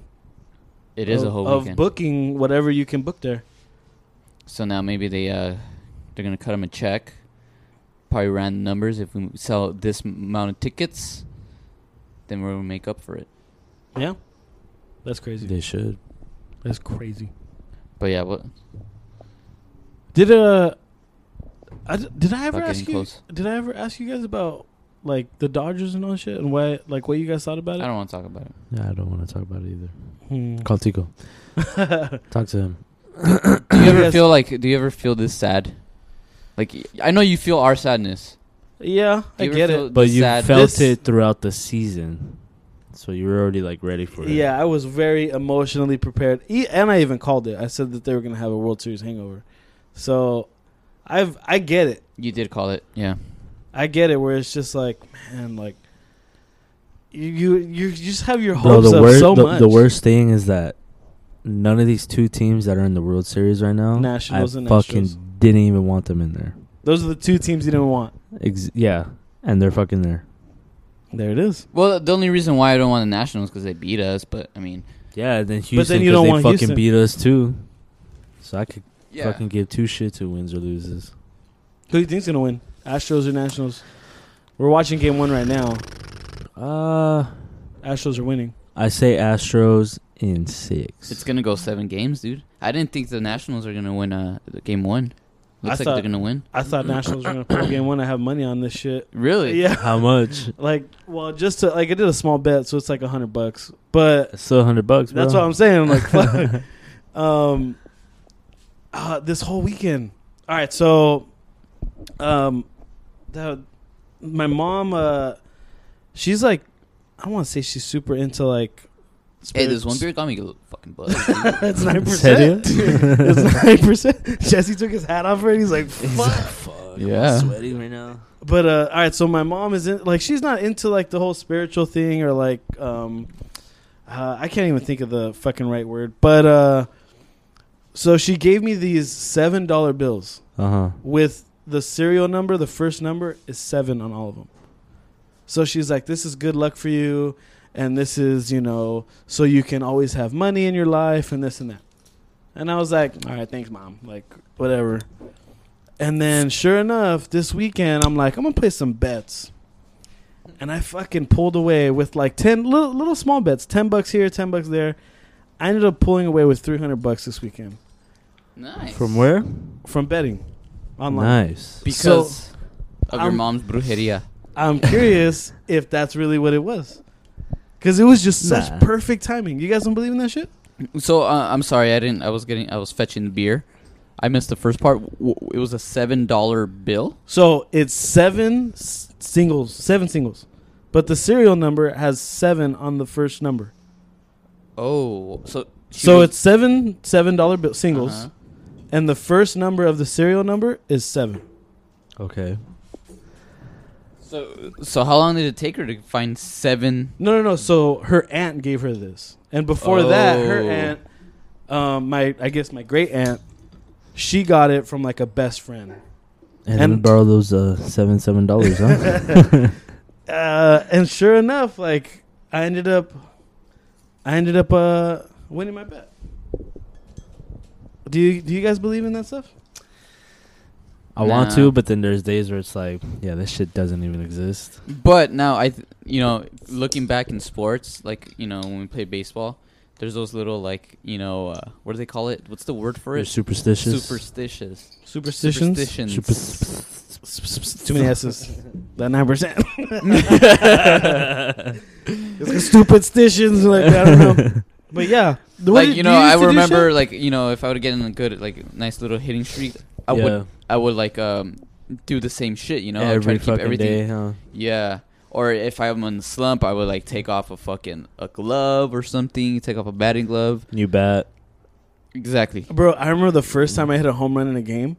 Speaker 3: it is
Speaker 2: of,
Speaker 3: a whole
Speaker 2: of
Speaker 3: weekend.
Speaker 2: booking whatever you can book there.
Speaker 3: So now maybe they uh, they're gonna cut them a check. Probably ran the numbers. If we sell this m- amount of tickets, then we'll make up for it.
Speaker 2: Yeah, that's crazy.
Speaker 4: They should.
Speaker 2: That's crazy.
Speaker 3: But yeah, what?
Speaker 2: Did uh, I d did I ever
Speaker 3: Not
Speaker 2: ask
Speaker 3: getting
Speaker 2: you?
Speaker 3: close.
Speaker 2: Did I ever ask you guys about like the Dodgers and all that shit and why like what you guys thought
Speaker 3: I
Speaker 2: about it?
Speaker 3: don't want to talk about it.
Speaker 4: Yeah, I don't want to talk about it either.
Speaker 2: Hmm. *laughs*
Speaker 4: Call Tico. Talk to him.
Speaker 3: Do *laughs* you ever
Speaker 2: Yes.
Speaker 3: feel like? Do you ever feel this sad? Like y- I know you feel our sadness.
Speaker 2: yeah,
Speaker 3: Do
Speaker 2: I
Speaker 3: you ever
Speaker 2: get
Speaker 3: feel
Speaker 2: it.
Speaker 4: But
Speaker 3: the
Speaker 4: you
Speaker 3: sad-
Speaker 4: felt
Speaker 2: This-
Speaker 4: it throughout the season, so you were already like ready for it.
Speaker 2: Yeah, I was very emotionally prepared, e- and I even called it. I said that they were gonna have a World Series hangover, so I've I get it.
Speaker 3: You did call it. Yeah.
Speaker 2: I get it. Where it's just like, man, like you you you just have your
Speaker 4: Bro,
Speaker 2: hopes
Speaker 4: the
Speaker 2: up
Speaker 4: worst.
Speaker 2: so
Speaker 4: the,
Speaker 2: much.
Speaker 4: the worst thing is that none of these two teams that are in the World Series right now,
Speaker 2: Nationals
Speaker 4: I
Speaker 2: and
Speaker 4: fucking
Speaker 2: Astros.
Speaker 4: didn't even want them in there.
Speaker 2: Those are the two teams you didn't want.
Speaker 4: Ex- yeah, and they're fucking there.
Speaker 2: There it is.
Speaker 3: Well, the only reason why I don't want the Nationals because they beat us. But I mean,
Speaker 4: Yeah, and then Houston,
Speaker 2: But then you
Speaker 4: 'cause
Speaker 2: don't
Speaker 4: they
Speaker 2: want
Speaker 4: fucking
Speaker 2: Houston.
Speaker 4: beat us too. So I could
Speaker 3: yeah.
Speaker 4: fucking give two shits who wins or loses.
Speaker 2: Who do you think's gonna win? Astros or Nationals? We're watching Game One right now.
Speaker 4: Uh,
Speaker 2: Astros are winning.
Speaker 4: I say Astros in six.
Speaker 3: It's gonna go seven games, dude. I didn't think the Nationals are gonna win uh game one.
Speaker 2: I
Speaker 3: Looks like
Speaker 2: thought-
Speaker 3: they're gonna win.
Speaker 2: I thought Nationals were gonna pull game one. I have money on this shit.
Speaker 3: Really?
Speaker 2: Yeah,
Speaker 4: How much?
Speaker 2: like well, just to, like I did a small bet, so it's like a hundred bucks. But
Speaker 4: It's Still a hundred bucks.
Speaker 2: that's
Speaker 4: bro.
Speaker 2: what I'm saying.
Speaker 4: *laughs*
Speaker 2: I'm like, fuck. um, uh, this whole weekend. All right, so, um, the, my mom, uh, she's like, I want to say she's super into like.
Speaker 3: Hey, this
Speaker 2: spirits-
Speaker 3: one beer got me a fucking buzzed. dude.
Speaker 2: *laughs* It's nine
Speaker 4: Serio?
Speaker 2: percent. It's nine percent. *laughs* Jesse took his hat off already. He's like, "Fuck."
Speaker 3: *laughs* Yeah.
Speaker 4: sweating right now.
Speaker 2: But uh, all right, so my mom isn't like she's not into like the whole spiritual thing or like um, uh, I can't even think of the fucking right word. But uh, so she gave me these seven dollar bills
Speaker 4: Uh huh.
Speaker 2: with the serial number. The first number is seven on all of them. So she's like, "This is good luck for you, and this is you know, so you can always have money in your life, and this and that." And I was like, "All right, thanks, mom. Like, whatever." And then, sure enough, this weekend I'm like, "I'm gonna play some bets," and I fucking pulled away with like ten little, little small bets, ten bucks here, ten bucks there. I ended up pulling away with three hundred bucks this weekend
Speaker 3: Nice.
Speaker 4: From where?
Speaker 2: from betting online.
Speaker 4: Nice.
Speaker 3: Because of your
Speaker 2: I'm-
Speaker 3: mom's brujeria.
Speaker 2: I'm *laughs* curious if that's really what it was. Because it was just
Speaker 4: Nah.
Speaker 2: such perfect timing. You guys don't believe in that shit?
Speaker 3: So uh, I'm sorry, I didn't. I was getting. I was fetching the beer. I missed the first part. W- w- It was a seven dollar bill.
Speaker 2: So it's seven s- singles, seven singles. But the serial number has seven on the first number.
Speaker 3: Oh, so she
Speaker 2: so
Speaker 3: was-
Speaker 2: it's seven seven dollar bill singles,
Speaker 3: Uh-huh.
Speaker 2: and the first number of the serial number is seven.
Speaker 4: Okay.
Speaker 3: So so how long did it take her to find seven?
Speaker 2: No, no, no. So her aunt gave her this, and before that, her
Speaker 3: Oh.
Speaker 2: aunt, um, my I guess my great aunt, she got it from like a best friend.
Speaker 4: And,
Speaker 2: And-
Speaker 4: then borrow those uh, seven seven dollars,
Speaker 2: *laughs*
Speaker 4: huh?
Speaker 2: uh, and sure enough, like I ended up, I ended up uh, winning my bet. Do you do you guys believe in that stuff?
Speaker 4: I want
Speaker 3: Nah.
Speaker 4: to, but then there's days where it's like, yeah, this shit doesn't even exist.
Speaker 3: But now I, th- you know, looking back in sports, like you know when we play baseball, there's those little like you know uh, what do they call it? What's the word for
Speaker 4: You're
Speaker 3: it?
Speaker 4: superstitious.
Speaker 3: Superstitious.
Speaker 2: Superstitions.
Speaker 3: Superstitions.
Speaker 2: Too many s's. *laughs* That nine percent.
Speaker 3: *laughs*
Speaker 2: It's like stupid stitions. Like I don't
Speaker 4: *laughs*
Speaker 2: know. But yeah, The- what
Speaker 3: like
Speaker 2: did-
Speaker 3: you
Speaker 2: do
Speaker 3: know, I
Speaker 2: used to do
Speaker 3: remember
Speaker 2: shit?
Speaker 3: like you know if I would get in a good like nice little hitting streak, I
Speaker 4: yeah,
Speaker 3: would I would like um do the same shit, you know, I would
Speaker 4: every
Speaker 3: try to keep
Speaker 4: fucking day,
Speaker 3: everything.
Speaker 4: huh?
Speaker 3: Yeah. Or if I'm in the slump, I would like take off a fucking a glove or something, take off a batting glove.
Speaker 4: New bat.
Speaker 3: Exactly.
Speaker 2: Bro, I remember the first time I hit a home run in a game.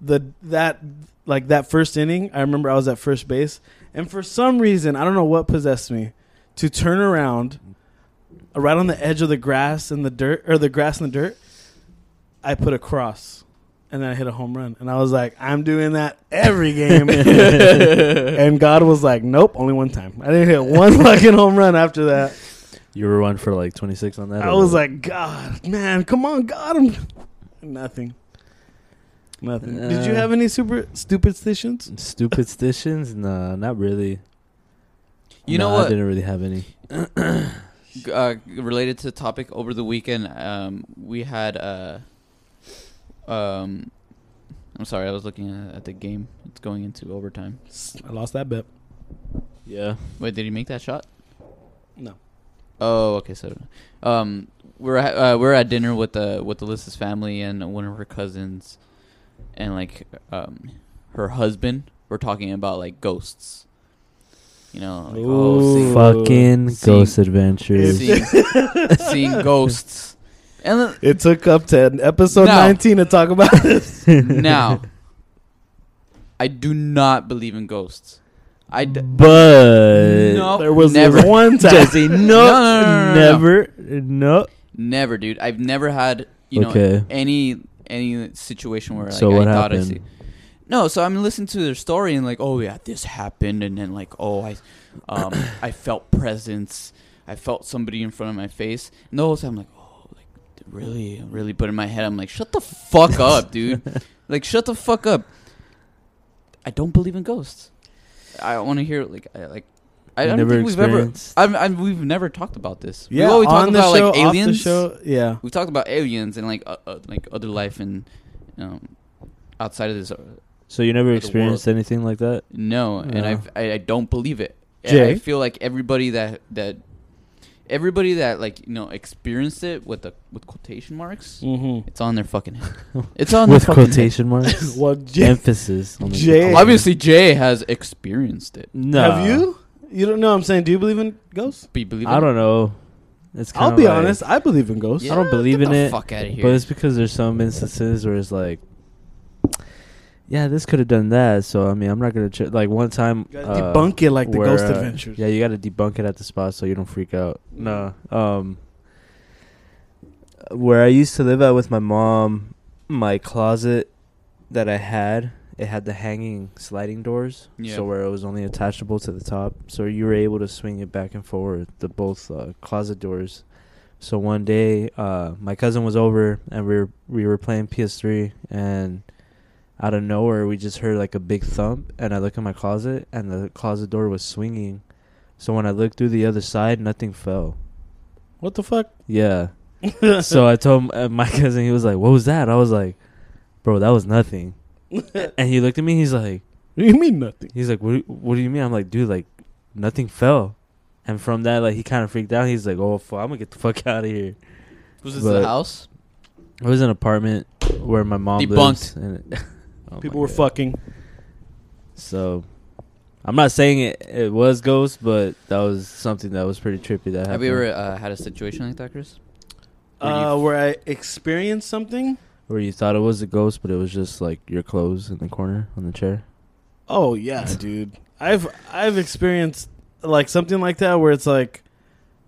Speaker 2: The that like that first inning, I remember I was at first base, and for some reason, I don't know what possessed me to turn around uh, right on the edge of the grass and the dirt or the grass and the dirt. I put a cross and then I hit a home run and I was like, I'm doing that every game. and God was like, nope, only one time. I didn't hit one *laughs* fucking home run after that.
Speaker 4: You were one for like 26 on that.
Speaker 2: I
Speaker 4: or
Speaker 2: was
Speaker 4: what?
Speaker 2: like, God, man, come on, God, I'm *laughs* nothing, nothing. Did you
Speaker 4: Uh,
Speaker 2: have any super superstitions?
Speaker 4: stupid stitions? Nah, not really.
Speaker 3: You know
Speaker 4: Nah, I
Speaker 3: what?
Speaker 4: didn't really have any.
Speaker 3: G- Uh, related to the topic over the weekend, um, we had uh, um, I'm sorry, I was looking at, at the game. It's going into overtime.
Speaker 2: I lost that bet.
Speaker 4: Yeah.
Speaker 3: Wait, did he make that shot?
Speaker 2: No.
Speaker 3: Oh, okay. So, um, we're at, uh, we're at dinner with uh with Alyssa's family and one of her cousins, and like um, her husband. We're talking about like ghosts. You know, like, oh,
Speaker 2: Ooh.
Speaker 3: seeing,
Speaker 4: Fucking
Speaker 3: See-
Speaker 4: Ghost Adventures.
Speaker 3: seeing,
Speaker 4: *laughs*
Speaker 3: seeing ghosts, and
Speaker 2: It took up to episode
Speaker 3: No.
Speaker 2: 19 to talk about
Speaker 4: *laughs*
Speaker 2: this.
Speaker 3: then- now, I do not believe in ghosts.
Speaker 4: *laughs*
Speaker 3: I d-
Speaker 4: But
Speaker 3: no,
Speaker 2: there was
Speaker 4: *laughs*
Speaker 3: never,
Speaker 2: this one time.
Speaker 4: Jesse, no,
Speaker 3: *laughs* no, no, no, no.
Speaker 4: never, no.
Speaker 3: never, dude. I've never had you know
Speaker 4: okay,
Speaker 3: any any situation where like,
Speaker 4: So
Speaker 3: I
Speaker 4: what
Speaker 3: thought I
Speaker 4: happened?
Speaker 3: see. No, so I'm listening to their story and like, oh yeah, this happened, and then like, oh I, um, I felt presence, I felt somebody in front of my face, and the whole time I'm like, oh, like really, really, but in my head I'm like, shut the fuck up,
Speaker 2: *laughs*
Speaker 3: dude, like shut the fuck up. I don't believe in ghosts. I want to hear like I, like I
Speaker 4: You
Speaker 3: don't
Speaker 4: never
Speaker 3: think we've ever.
Speaker 4: experienced-
Speaker 3: I'm, I'm, we've never talked about this.
Speaker 2: Yeah,
Speaker 3: we always talk
Speaker 2: on
Speaker 3: about
Speaker 2: the show,
Speaker 3: like
Speaker 2: off the
Speaker 3: aliens.
Speaker 2: show, yeah.
Speaker 3: We talked about aliens and like uh, uh, like other life and um, outside of this. Uh,
Speaker 4: So you never
Speaker 3: Of the
Speaker 4: experienced anything like that?
Speaker 3: no, and
Speaker 4: Yeah.
Speaker 3: I've, I I don't believe it. I-
Speaker 4: Jay?
Speaker 3: I feel like everybody that that everybody that like you know experienced it with the with quotation marks.
Speaker 2: Mm-hmm.
Speaker 3: It's on their
Speaker 4: *laughs*
Speaker 3: fucking head. It's on
Speaker 4: With
Speaker 3: their fucking head. *laughs*
Speaker 4: quotation marks.
Speaker 2: *laughs* Well,
Speaker 4: *laughs*
Speaker 2: Jay,
Speaker 4: Emphasis. On the
Speaker 2: Jay-
Speaker 4: quotation.
Speaker 3: Obviously, Jay has experienced it.
Speaker 4: No.
Speaker 2: have you? You don't know. what I'm saying, do you believe in ghosts?
Speaker 3: Be believe
Speaker 4: I don't know. It's.
Speaker 2: I'll
Speaker 4: kinda
Speaker 2: be
Speaker 4: like-
Speaker 2: honest. I believe in ghosts.
Speaker 4: I don't believe in
Speaker 3: get the
Speaker 4: it,
Speaker 3: Fuck out of here.
Speaker 4: But it's because there's some instances where it's like, yeah, this could have done that. So I mean, I'm not gonna ch- like one time
Speaker 2: You gotta
Speaker 4: uh,
Speaker 2: debunk it like the
Speaker 4: where,
Speaker 2: Ghost
Speaker 4: uh,
Speaker 2: Adventures.
Speaker 4: Yeah, you got to debunk it at the spot so you don't freak out. No, um, where I used to live at with my mom, my closet that I had, it had the hanging sliding doors,
Speaker 3: Yeah.
Speaker 4: so where it was only attachable to the top, so you were able to swing it back and forward the both uh, closet doors. So one day, uh, my cousin was over and we were we were playing PS3 and out of nowhere we just heard like a big thump and I look in my closet and the closet door was swinging. So when I looked through the other side, nothing fell.
Speaker 2: What the fuck?
Speaker 4: Yeah. so I
Speaker 2: *laughs*
Speaker 4: told uh, my *laughs* cousin, he was like, "What was that?" I was like, "Bro, that was nothing." and he looked at me. He's like,
Speaker 2: You mean nothing?
Speaker 4: "He's like, what? do- What do you mean?" I'm like, "Dude, like, nothing fell." And from that, like, he kind of freaked out. He's like, "Oh, fuck, I'm gonna get the fuck *laughs* out of here."
Speaker 3: was this
Speaker 4: but-
Speaker 3: the house?
Speaker 4: It was an apartment where my mom
Speaker 3: Debunked.
Speaker 4: lives. And it, *laughs* Oh
Speaker 2: People
Speaker 4: my
Speaker 2: were
Speaker 4: God.
Speaker 2: fucking.
Speaker 4: So, I'm not saying it, it was ghosts, but that was something that was pretty trippy. That happened.
Speaker 3: Have you ever uh, had a situation like that, Chris? Where you-
Speaker 2: Uh, where I experienced something.
Speaker 4: where you thought it was a ghost, but it was just like your clothes in the corner on the chair?
Speaker 2: Oh yeah, dude. I've I've experienced like something like that where it's like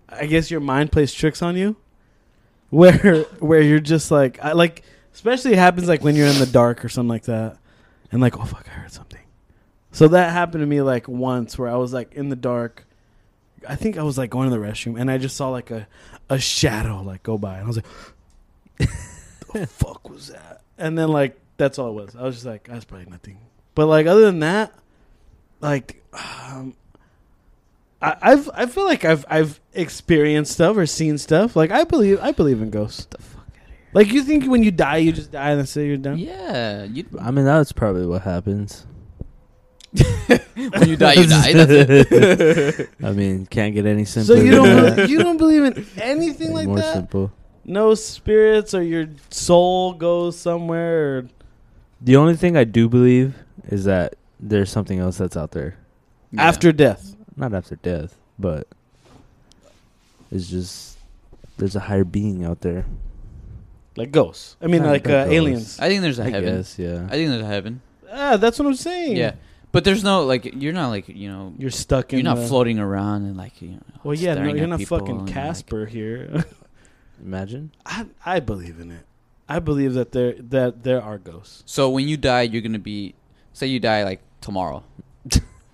Speaker 2: I guess your mind plays tricks on you. *laughs* Where where you're just like I like especially it happens like when you're in the dark or something like that. And like, oh fuck, I heard something. So that happened to me like once where I was like in the dark. I think I was like going to the restroom and I just saw like a, a shadow like go by and I was like
Speaker 3: *laughs*
Speaker 2: the fuck was that? And then like that's all it was. I was just like, that's probably nothing. But like other than that, like um, I, I've I feel like I've I've experienced stuff or seen stuff. Like I believe I believe in ghosts.
Speaker 3: the fuck
Speaker 2: Like you think when you die, you just die and that's it, you're done.
Speaker 3: Yeah, you,
Speaker 4: I mean, that's probably what happens.
Speaker 3: when you
Speaker 4: *laughs*
Speaker 3: die, you die. That's it. *laughs*
Speaker 4: I mean, can't get any
Speaker 2: So
Speaker 4: simpler.
Speaker 2: you
Speaker 4: than
Speaker 2: don't
Speaker 4: that.
Speaker 2: you don't believe in anything like
Speaker 4: More
Speaker 2: that.
Speaker 4: simple.
Speaker 2: No spirits or your soul goes somewhere. Or,
Speaker 4: The only thing I do believe is that there's something else that's out there,
Speaker 3: Yeah.
Speaker 2: After death,
Speaker 4: not after death, but it's just there's a higher being out there.
Speaker 2: like ghosts. I mean,
Speaker 4: Not
Speaker 2: like
Speaker 4: like
Speaker 2: uh,
Speaker 4: ghosts.
Speaker 2: aliens.
Speaker 3: I think there's a
Speaker 4: I
Speaker 3: heaven.
Speaker 4: guess, yeah.
Speaker 3: I think there's a heaven.
Speaker 2: ah, that's what I'm saying.
Speaker 3: Yeah, but there's no like you're not like you know
Speaker 2: you're stuck in.
Speaker 3: you're not
Speaker 2: the-
Speaker 3: floating around and like you know.
Speaker 2: uh, Well, yeah, no,
Speaker 3: staring
Speaker 2: you're
Speaker 3: at
Speaker 2: not
Speaker 3: people
Speaker 2: fucking
Speaker 3: and, like-
Speaker 2: Casper here. *laughs*
Speaker 4: Imagine.
Speaker 2: I I believe in it. I believe that there that there
Speaker 3: *laughs*
Speaker 2: are ghosts.
Speaker 3: So when you die, you're gonna be say you die like tomorrow.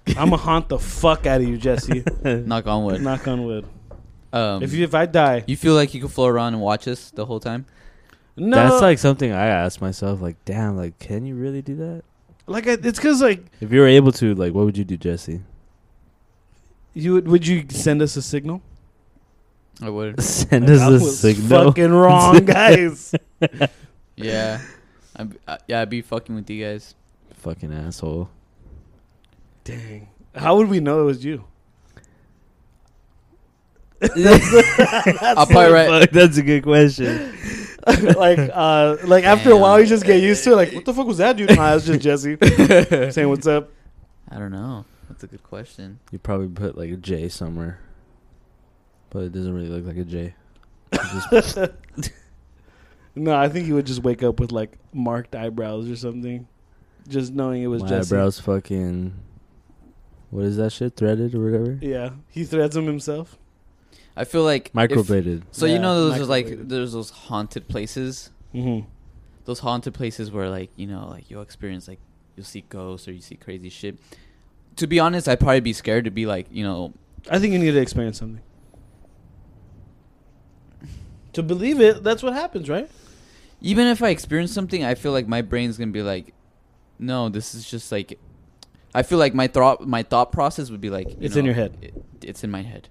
Speaker 2: I'm gonna haunt the fuck out of you,
Speaker 3: *laughs*
Speaker 2: Jesse.
Speaker 3: Knock on wood.
Speaker 2: *laughs* Knock on wood.
Speaker 3: Um,
Speaker 2: if
Speaker 3: if
Speaker 2: you
Speaker 3: you
Speaker 2: if I die,
Speaker 3: you feel like you could float around and watch us the whole time,
Speaker 2: no,
Speaker 4: That's
Speaker 2: like
Speaker 4: like something I asked myself. Like, damn, like, can you really do that?
Speaker 2: like I, it's because like
Speaker 4: If you were able to, like, what would you do, Jesse?
Speaker 2: you would would you send us a signal?
Speaker 3: I
Speaker 2: *laughs*
Speaker 3: would.
Speaker 4: Send
Speaker 3: *laughs*
Speaker 2: *laughs* Like,
Speaker 4: us
Speaker 2: I
Speaker 4: a
Speaker 2: was
Speaker 4: signal.
Speaker 2: Fucking wrong, guys.
Speaker 3: Yeah, I'd, I, yeah, I'd be fucking with you guys.
Speaker 4: *laughs* Fucking
Speaker 2: *laughs*
Speaker 4: asshole.
Speaker 2: Dang. How would we know it was you?
Speaker 4: *laughs*
Speaker 3: I'll probably write.
Speaker 4: Fuck, that's a good question.
Speaker 2: *laughs* like uh like after a
Speaker 3: Damn.
Speaker 2: while you just get used to it. Like what the fuck was that dude? Nah, it was
Speaker 3: *laughs*
Speaker 2: just Jesse saying what's up.
Speaker 3: I don't know. That's a good question.
Speaker 4: You probably put like a J somewhere, but it doesn't really look like a J. It's just-
Speaker 2: No, I think he would just wake up with like marked eyebrows or something, just knowing it was
Speaker 4: my
Speaker 2: Jesse.
Speaker 4: eyebrows fucking. What is that shit? Threaded or whatever?
Speaker 2: Yeah, he threads them himself.
Speaker 3: I feel like if-
Speaker 4: Microbladed.
Speaker 3: So
Speaker 2: Yeah,
Speaker 3: you know those are
Speaker 2: microbladed.
Speaker 3: like there's those haunted places,
Speaker 2: Mm-hmm.
Speaker 3: those haunted places where like you know like you'll experience like you'll see ghosts or you see crazy shit. To be honest, I'd probably be scared to be like you know
Speaker 2: I think you need to experience something to believe it. That's what happens, right?
Speaker 3: even if I experience something, I feel like my brain's gonna be like, no, this is just like I feel like my thought my thought process would be like you
Speaker 2: It's
Speaker 3: know,
Speaker 2: in your head.
Speaker 3: It, it's in my head.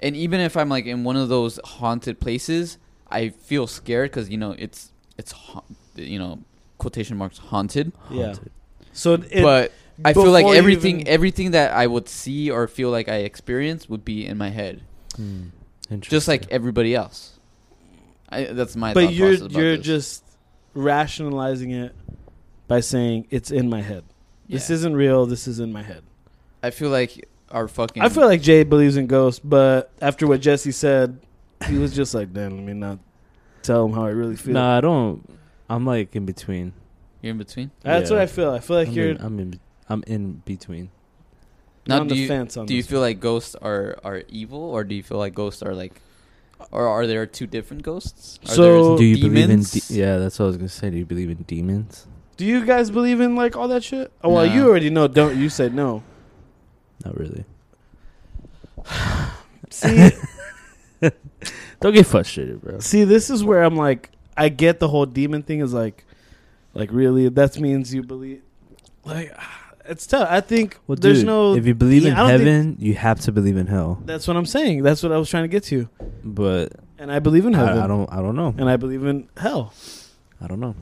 Speaker 3: And even if I'm like in one of those haunted places, I feel scared because you know it's it's ha- you know quotation marks haunted.
Speaker 2: Yeah. So it,
Speaker 3: but I feel like
Speaker 2: before you
Speaker 3: everything
Speaker 2: even-
Speaker 3: everything that I would see or feel like I experience would be in my head,
Speaker 4: Hmm.
Speaker 3: just like everybody else. I, that's my.
Speaker 2: but
Speaker 3: thought
Speaker 2: you're
Speaker 3: process about
Speaker 2: you're
Speaker 3: this.
Speaker 2: just rationalizing it by saying it's in my head. This
Speaker 3: Yeah.
Speaker 2: isn't real. This is in my head.
Speaker 3: I feel like our fucking.
Speaker 2: I feel like Jay believes in ghosts, but after what Jesse said, he was just like, "Damn, let me not tell him how I really feel."
Speaker 4: Nah, I don't. I'm like in between.
Speaker 3: you're in between.
Speaker 2: That's
Speaker 4: yeah.
Speaker 2: what I feel. I feel like
Speaker 4: I'm,
Speaker 2: you're
Speaker 4: in, I'm in. I'm in between.
Speaker 3: Now,
Speaker 2: on
Speaker 3: do
Speaker 2: the
Speaker 3: you-
Speaker 2: fence. On
Speaker 3: Do you
Speaker 2: this.
Speaker 3: feel like ghosts are are evil, or do you feel like ghosts are like, or are there two different ghosts? Are
Speaker 2: So-
Speaker 3: there
Speaker 4: do you
Speaker 3: demons?
Speaker 4: believe in? De- yeah, that's what I was gonna say. Do you believe in demons?
Speaker 2: Do you guys believe in like all that shit? Oh, well,
Speaker 3: Nah.
Speaker 2: you already know. Don't you
Speaker 4: *laughs*
Speaker 2: said no?
Speaker 4: Not really.
Speaker 2: See,
Speaker 4: Don't get frustrated, bro.
Speaker 2: see, this is where I'm like, I get the whole demon thing is like, like really, that means you believe. Like, *sighs* it's tough. I think
Speaker 4: Well,
Speaker 2: there's
Speaker 4: dude,
Speaker 2: no.
Speaker 4: If you believe
Speaker 2: Yeah,
Speaker 4: in
Speaker 2: I don't think-
Speaker 4: heaven, you have to believe in hell.
Speaker 2: that's what I'm saying. That's what I was trying to get to.
Speaker 4: But
Speaker 2: And I believe in heaven,
Speaker 4: I, I don't. I don't know.
Speaker 2: and I believe in hell.
Speaker 4: I don't know.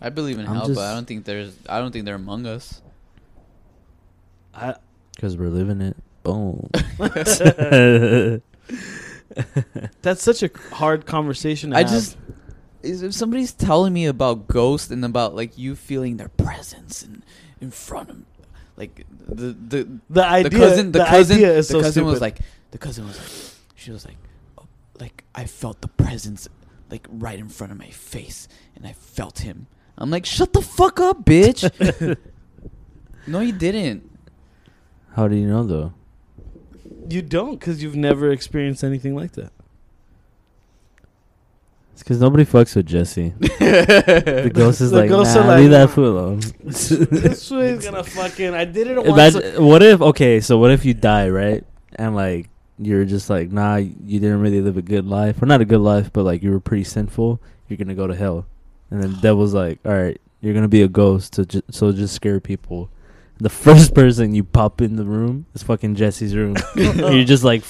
Speaker 3: I believe in
Speaker 4: I'm
Speaker 3: hell, but I
Speaker 4: just-
Speaker 3: don't think there's. I don't think they're among us.
Speaker 4: *laughs*
Speaker 2: I *laughs*
Speaker 4: Because we're living it. *laughs* Boom. yeah,
Speaker 2: that's such a hard conversation. To
Speaker 3: I
Speaker 2: have.
Speaker 3: just is if somebody's telling me about ghosts and about like you feeling their presence and in front of like the the
Speaker 2: the idea.
Speaker 3: the cousin the, cousin
Speaker 2: idea is
Speaker 3: the
Speaker 2: so
Speaker 3: cousin
Speaker 2: stupid.
Speaker 3: was like the cousin was like she was like oh, like I felt the presence like right in front of my face and I felt him. I'm like shut the fuck up, bitch.
Speaker 4: *laughs*
Speaker 3: no, you didn't.
Speaker 4: How do you know though?
Speaker 2: you don't because you've never experienced anything
Speaker 4: *laughs*
Speaker 2: like that.
Speaker 4: It's because nobody fucks with Jesse.
Speaker 2: *laughs*
Speaker 4: The ghost is
Speaker 2: The
Speaker 4: like,
Speaker 2: ghosts
Speaker 4: nah,
Speaker 2: are like,
Speaker 4: leave that
Speaker 2: nah."
Speaker 4: fool
Speaker 2: *laughs*
Speaker 4: alone. *laughs*
Speaker 2: this one's gonna fucking. I did it once.
Speaker 4: Imagine, what if? Okay, so what if you die, right? And like you're just like, nah, you didn't really live a good life, or not a good life, but like you were pretty sinful. You're gonna go to hell, and then the devil's like, all right, you're gonna be a ghost, so just, so just scare people. The first person you pop in the room is fucking Jesse's
Speaker 2: *laughs*
Speaker 4: room. *laughs* you're just like,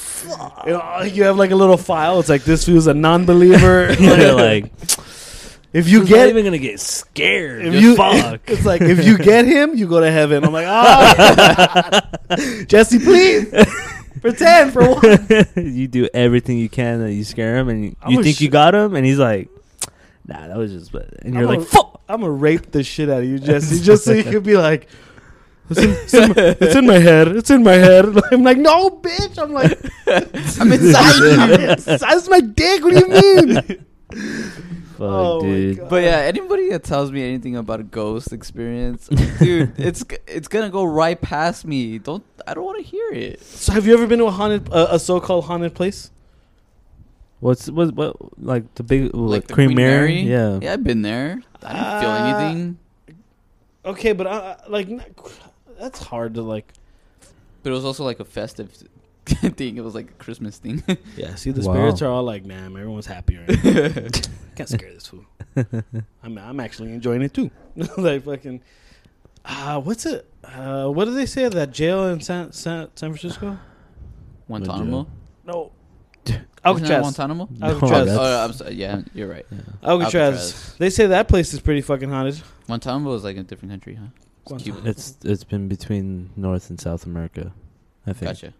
Speaker 2: You, know, you have like a little file. It's like this was
Speaker 4: *laughs*
Speaker 2: a non-believer.
Speaker 4: *laughs* you're like,
Speaker 2: *laughs* if you
Speaker 4: "Who's not
Speaker 2: get
Speaker 4: even gonna get scared.
Speaker 2: if you
Speaker 4: fuck.
Speaker 2: *laughs* it's like if you get him, you go to heaven. I'm like, *laughs*
Speaker 4: *laughs*
Speaker 2: ah, Jesse, please pretend for one.
Speaker 4: you do everything you can that you scare him, and you,
Speaker 2: I'm
Speaker 4: you
Speaker 2: a
Speaker 4: think you
Speaker 2: sh-
Speaker 4: got him, and he's like, "Nah, that was just," bad." and you're
Speaker 2: I'm
Speaker 4: like,
Speaker 2: a, I'm gonna rape the shit out of you, Jesse, just *laughs* so you could be like, it's in, it's in my, it's in my head, it's in my head. *laughs* I'm like, no, bitch. I'm like,
Speaker 3: *laughs*
Speaker 2: *laughs*
Speaker 3: I'm inside you.
Speaker 2: that's my dick. What do you mean?
Speaker 4: "Fuck,
Speaker 2: Oh my
Speaker 4: dude."
Speaker 2: God.
Speaker 3: But yeah, anybody that tells me anything about a ghost experience,
Speaker 4: *laughs*
Speaker 3: dude, it's g- it's gonna go right past me. Don't I don't want to hear it.
Speaker 2: *laughs* So, have you ever been to a haunted, uh, a so-called haunted place?
Speaker 4: What's what, what like the big like,
Speaker 3: the
Speaker 4: cream
Speaker 3: Queen
Speaker 4: Mary? Yeah.
Speaker 3: yeah, I've been there. I didn't feel
Speaker 2: Ah.
Speaker 3: anything,
Speaker 2: Okay, but uh, like, n- that's hard to like.
Speaker 3: but it was also like a festive *laughs* thing. It was like a Christmas
Speaker 2: *laughs*
Speaker 3: thing.
Speaker 2: Yeah, see, the
Speaker 4: Wow.
Speaker 2: spirits are all like, "Nah, man, everyone's happy right now. *laughs* Can't scare this
Speaker 4: *laughs*
Speaker 2: fool. I'm, I'm actually enjoying it too. *laughs* like fucking, uh, what's it? Uh, what do they say that jail in San San,
Speaker 3: *sighs*
Speaker 2: San Francisco?
Speaker 3: Guantanamo.
Speaker 2: No, *sighs*
Speaker 3: Isn't that
Speaker 2: Alcatraz.
Speaker 3: Guantanamo.
Speaker 4: No,
Speaker 2: Alcatraz.
Speaker 4: that's-
Speaker 3: Oh, I'm sorry. Yeah, you're right.
Speaker 2: Alcatraz.
Speaker 3: Alcatraz.
Speaker 2: They say that place is pretty fucking haunted.
Speaker 3: Guantanamo is like a different country, huh? It's Cuba.
Speaker 4: it's it's been between North and South America, I think.
Speaker 3: Gotcha.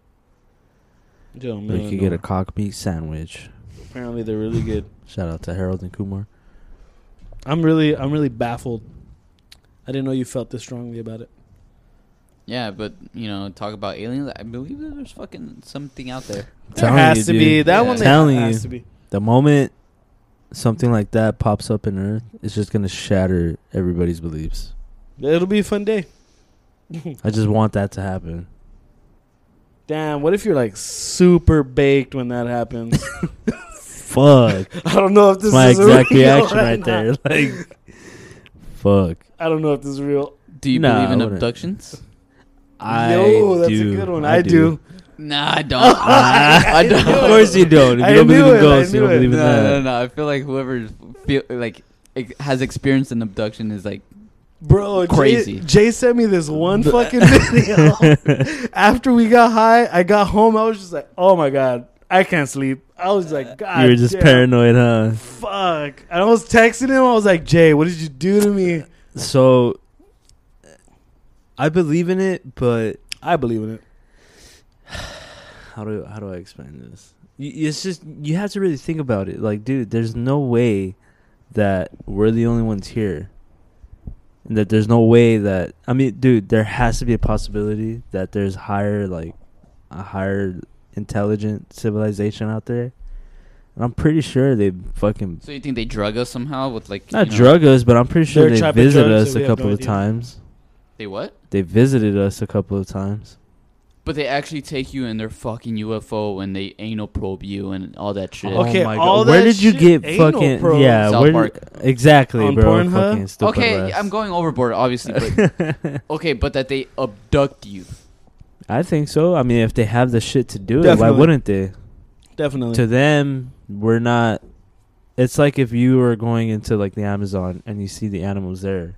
Speaker 2: Joe,
Speaker 4: But you could get a cock meat sandwich.
Speaker 2: Apparently, they're really good.
Speaker 4: Shout out to Harold and Kumar.
Speaker 2: I'm really, I'm really baffled. I didn't know you felt this strongly about it.
Speaker 3: Yeah, but you know, talk about aliens. I believe that there's fucking something out there.
Speaker 2: There
Speaker 4: Telling
Speaker 2: has
Speaker 4: you,
Speaker 2: to
Speaker 4: dude.
Speaker 2: be that
Speaker 3: Yeah.
Speaker 2: one.
Speaker 4: Telling
Speaker 2: has
Speaker 4: you.
Speaker 2: to be.
Speaker 4: The moment something like that pops up in Earth, it's just gonna shatter everybody's beliefs.
Speaker 2: It'll be a fun day.
Speaker 4: I just want that to happen.
Speaker 2: Damn, what if you're like super baked when that happens? *laughs*
Speaker 4: Fuck.
Speaker 2: I don't know if
Speaker 4: That's
Speaker 2: this
Speaker 4: my
Speaker 2: is
Speaker 4: exact
Speaker 2: real
Speaker 4: reaction
Speaker 2: or
Speaker 4: right there.
Speaker 2: not.
Speaker 4: *laughs* Like,
Speaker 2: *laughs*
Speaker 4: fuck.
Speaker 2: I don't know if this is real.
Speaker 3: Do you
Speaker 4: Nah,
Speaker 3: believe
Speaker 4: I
Speaker 3: in
Speaker 4: wouldn't.
Speaker 3: abductions?
Speaker 4: I
Speaker 2: Yo, that's
Speaker 4: do.
Speaker 2: a good one. I, do.
Speaker 3: Nah, *laughs* I don't.
Speaker 4: *laughs*
Speaker 3: I
Speaker 2: I
Speaker 3: don't.
Speaker 2: knew
Speaker 4: of course you Ah, don't. If
Speaker 2: I
Speaker 4: you don't
Speaker 2: knew
Speaker 4: believe
Speaker 2: it, I
Speaker 4: in ghosts, you
Speaker 2: knew
Speaker 4: don't
Speaker 2: it.
Speaker 4: believe in that.
Speaker 3: no, no, no. I feel like whoever feel like ex- has experienced an abduction is like
Speaker 2: Bro, Jay-
Speaker 3: Crazy.
Speaker 2: Jay, sent me this
Speaker 4: *laughs*
Speaker 2: one fucking video. *laughs* After we got high, I got home. I was just like, oh my god, I can't sleep. I was like,
Speaker 4: *laughs*
Speaker 2: God,
Speaker 4: you were just
Speaker 2: damn,
Speaker 4: paranoid, huh?
Speaker 2: Fuck. And I was texting him. I was like, Jay, what did you do to me?
Speaker 4: So I believe in it, but
Speaker 2: I believe in it.
Speaker 4: *sighs* how do how do I explain this? Y- It's just you have to really think about it. Like, dude, there's no way that we're the only ones here. And that there's no way that I mean, dude, there has to be a possibility that there's higher like a higher intelligent civilization out there. And I'm pretty sure they fucking
Speaker 3: So you think they drug us somehow with like
Speaker 4: not
Speaker 3: you know-
Speaker 4: drug us, but I'm pretty sure
Speaker 2: They're
Speaker 4: they
Speaker 2: trapping
Speaker 4: visited
Speaker 2: drugs
Speaker 4: us
Speaker 2: that we
Speaker 4: a
Speaker 2: have no
Speaker 4: couple of
Speaker 2: idea.
Speaker 4: times.
Speaker 3: They what?
Speaker 4: They visited us a couple of times.
Speaker 3: But they actually take you in their fucking UFO and they anal probe you and all that shit.
Speaker 2: Okay,
Speaker 4: Oh my
Speaker 2: all
Speaker 4: where
Speaker 2: that
Speaker 4: did you
Speaker 2: shit
Speaker 4: get
Speaker 2: anal
Speaker 4: fucking
Speaker 2: probes.
Speaker 4: yeah?
Speaker 3: South
Speaker 4: where
Speaker 3: Park.
Speaker 4: exactly,
Speaker 2: On
Speaker 4: bro?
Speaker 2: Pornhub?
Speaker 4: Fucking stupid
Speaker 3: Okay,
Speaker 4: ass.
Speaker 3: I'm going overboard, obviously.
Speaker 4: *laughs*
Speaker 3: But okay, but that they abduct you.
Speaker 4: I think so. I mean, if they have the shit to do it, why
Speaker 2: Definitely.
Speaker 4: wouldn't they?
Speaker 2: Definitely.
Speaker 4: To them, we're not. It's like if you were going into like the Amazon and you see the animals there,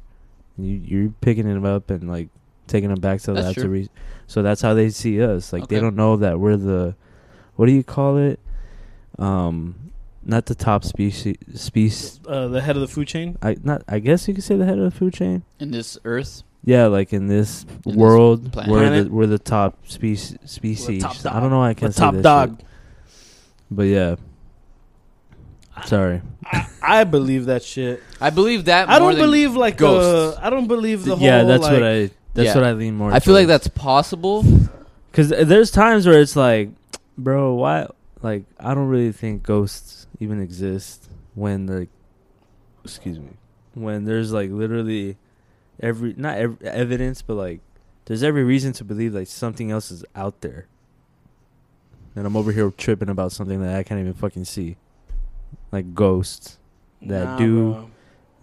Speaker 4: you you're picking them up and like taking them back to
Speaker 3: That's
Speaker 4: the
Speaker 3: true.
Speaker 4: to re- So that's how they see us. Like they
Speaker 3: Okay.
Speaker 4: don't know that we're the, what do you call it? Um, not the top species. Species.
Speaker 2: uh, the head of the food chain.
Speaker 4: I not. I guess you could say the head of the food chain.
Speaker 3: In this Earth,
Speaker 4: Yeah, like in this
Speaker 3: this
Speaker 4: world,
Speaker 3: planet.
Speaker 4: we're the,
Speaker 2: Planet.
Speaker 4: we're the top species. species.
Speaker 2: top
Speaker 4: I don't know. Why I
Speaker 2: The
Speaker 4: can't say
Speaker 2: top
Speaker 4: this
Speaker 2: dog.
Speaker 4: shit. But yeah, sorry.
Speaker 2: I, I believe that shit.
Speaker 3: I believe that.
Speaker 2: I
Speaker 3: more
Speaker 2: don't
Speaker 3: than-
Speaker 2: believe like
Speaker 3: ghosts.
Speaker 4: uh,
Speaker 2: the. I don't believe the whole.
Speaker 4: yeah, that's
Speaker 2: like,
Speaker 4: what I. That's
Speaker 3: Yeah.
Speaker 4: what I lean more.
Speaker 3: I feel like that's possible.
Speaker 4: because there's times where it's like, bro, why? Like I don't really think ghosts even exist when like, excuse me, when there's like literally every not ev- evidence, but like there's every reason to believe like something else is out there. And I'm over here tripping about something that I can't even fucking see, like ghosts. that
Speaker 2: Nah,
Speaker 4: do-
Speaker 2: bro.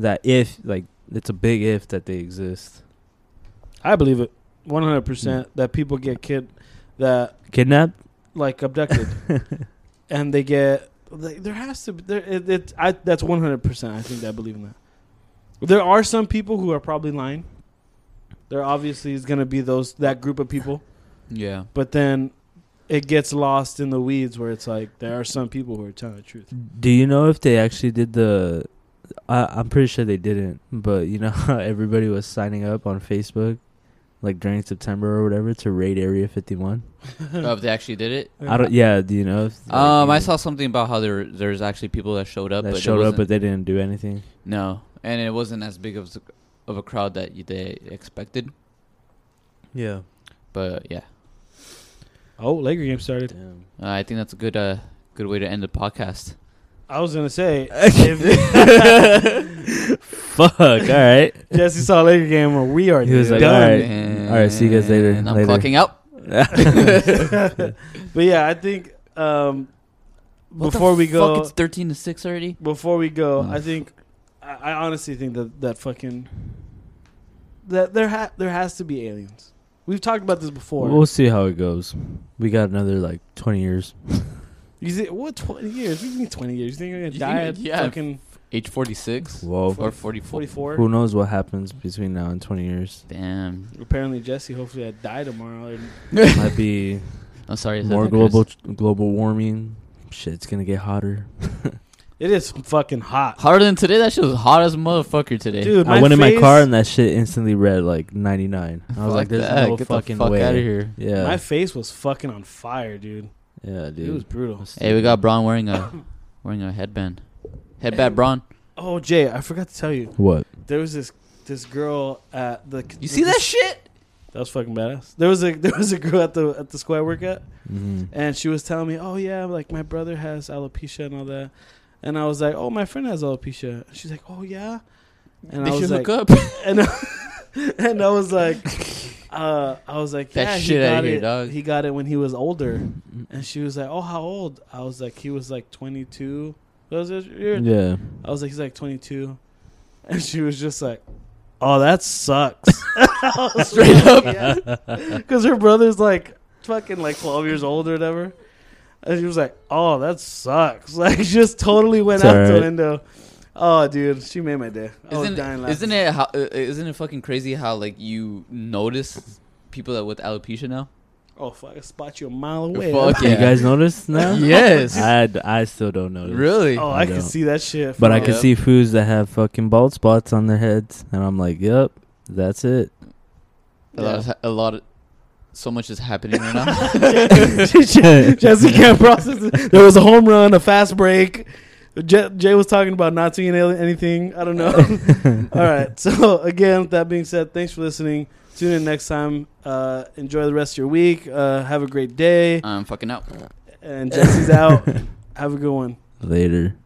Speaker 4: That if like it's a big if that they exist.
Speaker 2: I believe it, one hundred percent. That people get kid, that
Speaker 4: Kidnapped? *laughs*
Speaker 2: like *laughs* abducted, and they get. Like, there has to. Be, there, it, it, I, that's one hundred percent. I think that I believe in that. There are some people who are probably lying. There obviously is going to be those that group of people,
Speaker 3: Yeah.
Speaker 2: but then it gets lost in the weeds where it's like there are some people who are telling the truth.
Speaker 4: Do you know if they actually did the? I, I'm pretty sure they didn't, but you know *laughs* how everybody was signing up on Facebook, like during September or whatever, to raid Area 51.
Speaker 3: Oh, if they actually did it.
Speaker 4: I don't. Yeah, do you know? If, like,
Speaker 3: Um, I
Speaker 4: you-
Speaker 3: saw something about how there there's actually people that showed up.
Speaker 4: that
Speaker 3: but it
Speaker 4: showed up, but
Speaker 3: wasn't-
Speaker 4: they didn't do anything.
Speaker 3: no, and it wasn't as big of of a crowd that you- they expected.
Speaker 4: Yeah.
Speaker 3: But yeah,
Speaker 2: Oh, Laker game started.
Speaker 4: Damn.
Speaker 3: uh, I think that's a good uh good way to end the podcast.
Speaker 2: I was
Speaker 4: *laughs*
Speaker 2: gonna say if
Speaker 4: *laughs*
Speaker 2: *laughs*
Speaker 4: Fuck. All right.
Speaker 2: Jesse saw a Laker game where we are
Speaker 4: He was like,
Speaker 2: done.
Speaker 4: All right. All right, see you guys later.
Speaker 3: And I'm
Speaker 4: Later.
Speaker 3: clocking out.
Speaker 4: *laughs*
Speaker 2: But yeah, I think um,
Speaker 3: What the
Speaker 2: before we go,
Speaker 3: fuck, it's thirteen to six already.
Speaker 2: before we go,
Speaker 3: Mm.
Speaker 2: I think I, I honestly think that that fucking that there ha- there has to be aliens. We've talked about this before.
Speaker 4: We'll see how it goes. We got another like 20 years.
Speaker 2: you see, what twenty years? We need twenty years. You think you're gonna
Speaker 3: You
Speaker 2: die
Speaker 3: think-
Speaker 2: at
Speaker 3: yeah.
Speaker 2: fucking
Speaker 3: Age forty six
Speaker 4: Whoa.
Speaker 3: or forty four.
Speaker 2: forty four?
Speaker 4: Who knows what happens between now and 20 years?
Speaker 3: Damn.
Speaker 2: Apparently, Jesse. Hopefully, I die tomorrow. And
Speaker 4: Might be
Speaker 3: I'm sorry. I said
Speaker 4: more
Speaker 3: that, Chris.
Speaker 4: global global warming. Shit's gonna get hotter.
Speaker 2: it is fucking hot,
Speaker 3: Hotter than today. That shit was hot as a motherfucker today.
Speaker 2: dude.
Speaker 4: I went in my
Speaker 2: face-
Speaker 4: car and that shit instantly read like 99. I was
Speaker 3: Fuck
Speaker 4: like, "There's
Speaker 3: that.
Speaker 4: no
Speaker 3: Get
Speaker 4: fucking
Speaker 3: the fuck
Speaker 4: way."
Speaker 3: out of here.
Speaker 4: Yeah,
Speaker 2: My face was fucking on fire, dude.
Speaker 4: yeah,
Speaker 2: It was
Speaker 4: uh, dude.
Speaker 2: brutal.
Speaker 3: Hey, we got Braun wearing a wearing a headband. Headband, Braun.
Speaker 2: Oh, Jay, I forgot to tell you.
Speaker 4: What?
Speaker 2: There was this this girl at the.
Speaker 3: You see that shit?
Speaker 2: That was fucking badass. There was a *laughs* there was a girl at the at the square workout,
Speaker 3: Mm-hmm.
Speaker 4: Mhm.
Speaker 2: and she was telling me, "Oh yeah, like my brother has alopecia and all that," and I was like, "Oh, my friend has alopecia." She's like, "Oh yeah," and
Speaker 3: they
Speaker 2: I was
Speaker 3: should
Speaker 2: like,
Speaker 3: hook up.
Speaker 2: *laughs* and I, and I was
Speaker 3: *laughs*
Speaker 2: like, uh, I was like,
Speaker 3: That
Speaker 2: yeah, he
Speaker 3: shit outta
Speaker 2: got
Speaker 3: here,
Speaker 2: it.
Speaker 3: dog. Mm-hmm.
Speaker 2: He got it when he was older, and she was like, "Oh, how old?" I was like, "He was like 22." That was it. You're-
Speaker 4: Mm-hmm. Yeah,
Speaker 2: I was like, he's like 22. And she was just like, oh,
Speaker 3: *laughs*
Speaker 2: that sucks. *laughs* Straight up. *laughs* Because her brother's like fucking like 12 years old or whatever. And she was like, oh, that sucks. *laughs* Like, just totally went
Speaker 4: It's
Speaker 2: out the
Speaker 4: alright.
Speaker 2: window. Oh, dude, she made my day. I was
Speaker 3: Isn't,
Speaker 2: dying laughing.
Speaker 3: isn't it how, uh, isn't it fucking crazy how like you notice people that with alopecia *laughs* now?
Speaker 2: Oh fuck! I spot you a mile away.
Speaker 3: Fuck
Speaker 4: You
Speaker 3: Yeah.
Speaker 4: guys notice now?
Speaker 3: *laughs* Yes.
Speaker 4: I, I still don't notice.
Speaker 3: Really?
Speaker 2: Oh, I,
Speaker 4: I
Speaker 2: can
Speaker 4: don't.
Speaker 2: see that shit.
Speaker 4: But I
Speaker 2: from-
Speaker 4: could
Speaker 3: Yep.
Speaker 4: see foos that have fucking bald spots on their heads, and I'm like, yep, that's it.
Speaker 3: *laughs* A lot. Of, a lot. Of, so much is happening right now. *laughs*
Speaker 2: *laughs*
Speaker 4: *laughs*
Speaker 2: Jesse can't process. It. There was a home run, a fast break. Jay, Jay was talking about not seeing any- anything. I
Speaker 4: *laughs*
Speaker 2: don't know. All right. *laughs* So again, with that being said, thanks for listening. Tune in next time. Uh, enjoy the rest of your week. Uh, have a great day.
Speaker 3: I'm fucking out.
Speaker 2: And Jesse's out. Have a good one.
Speaker 4: Later.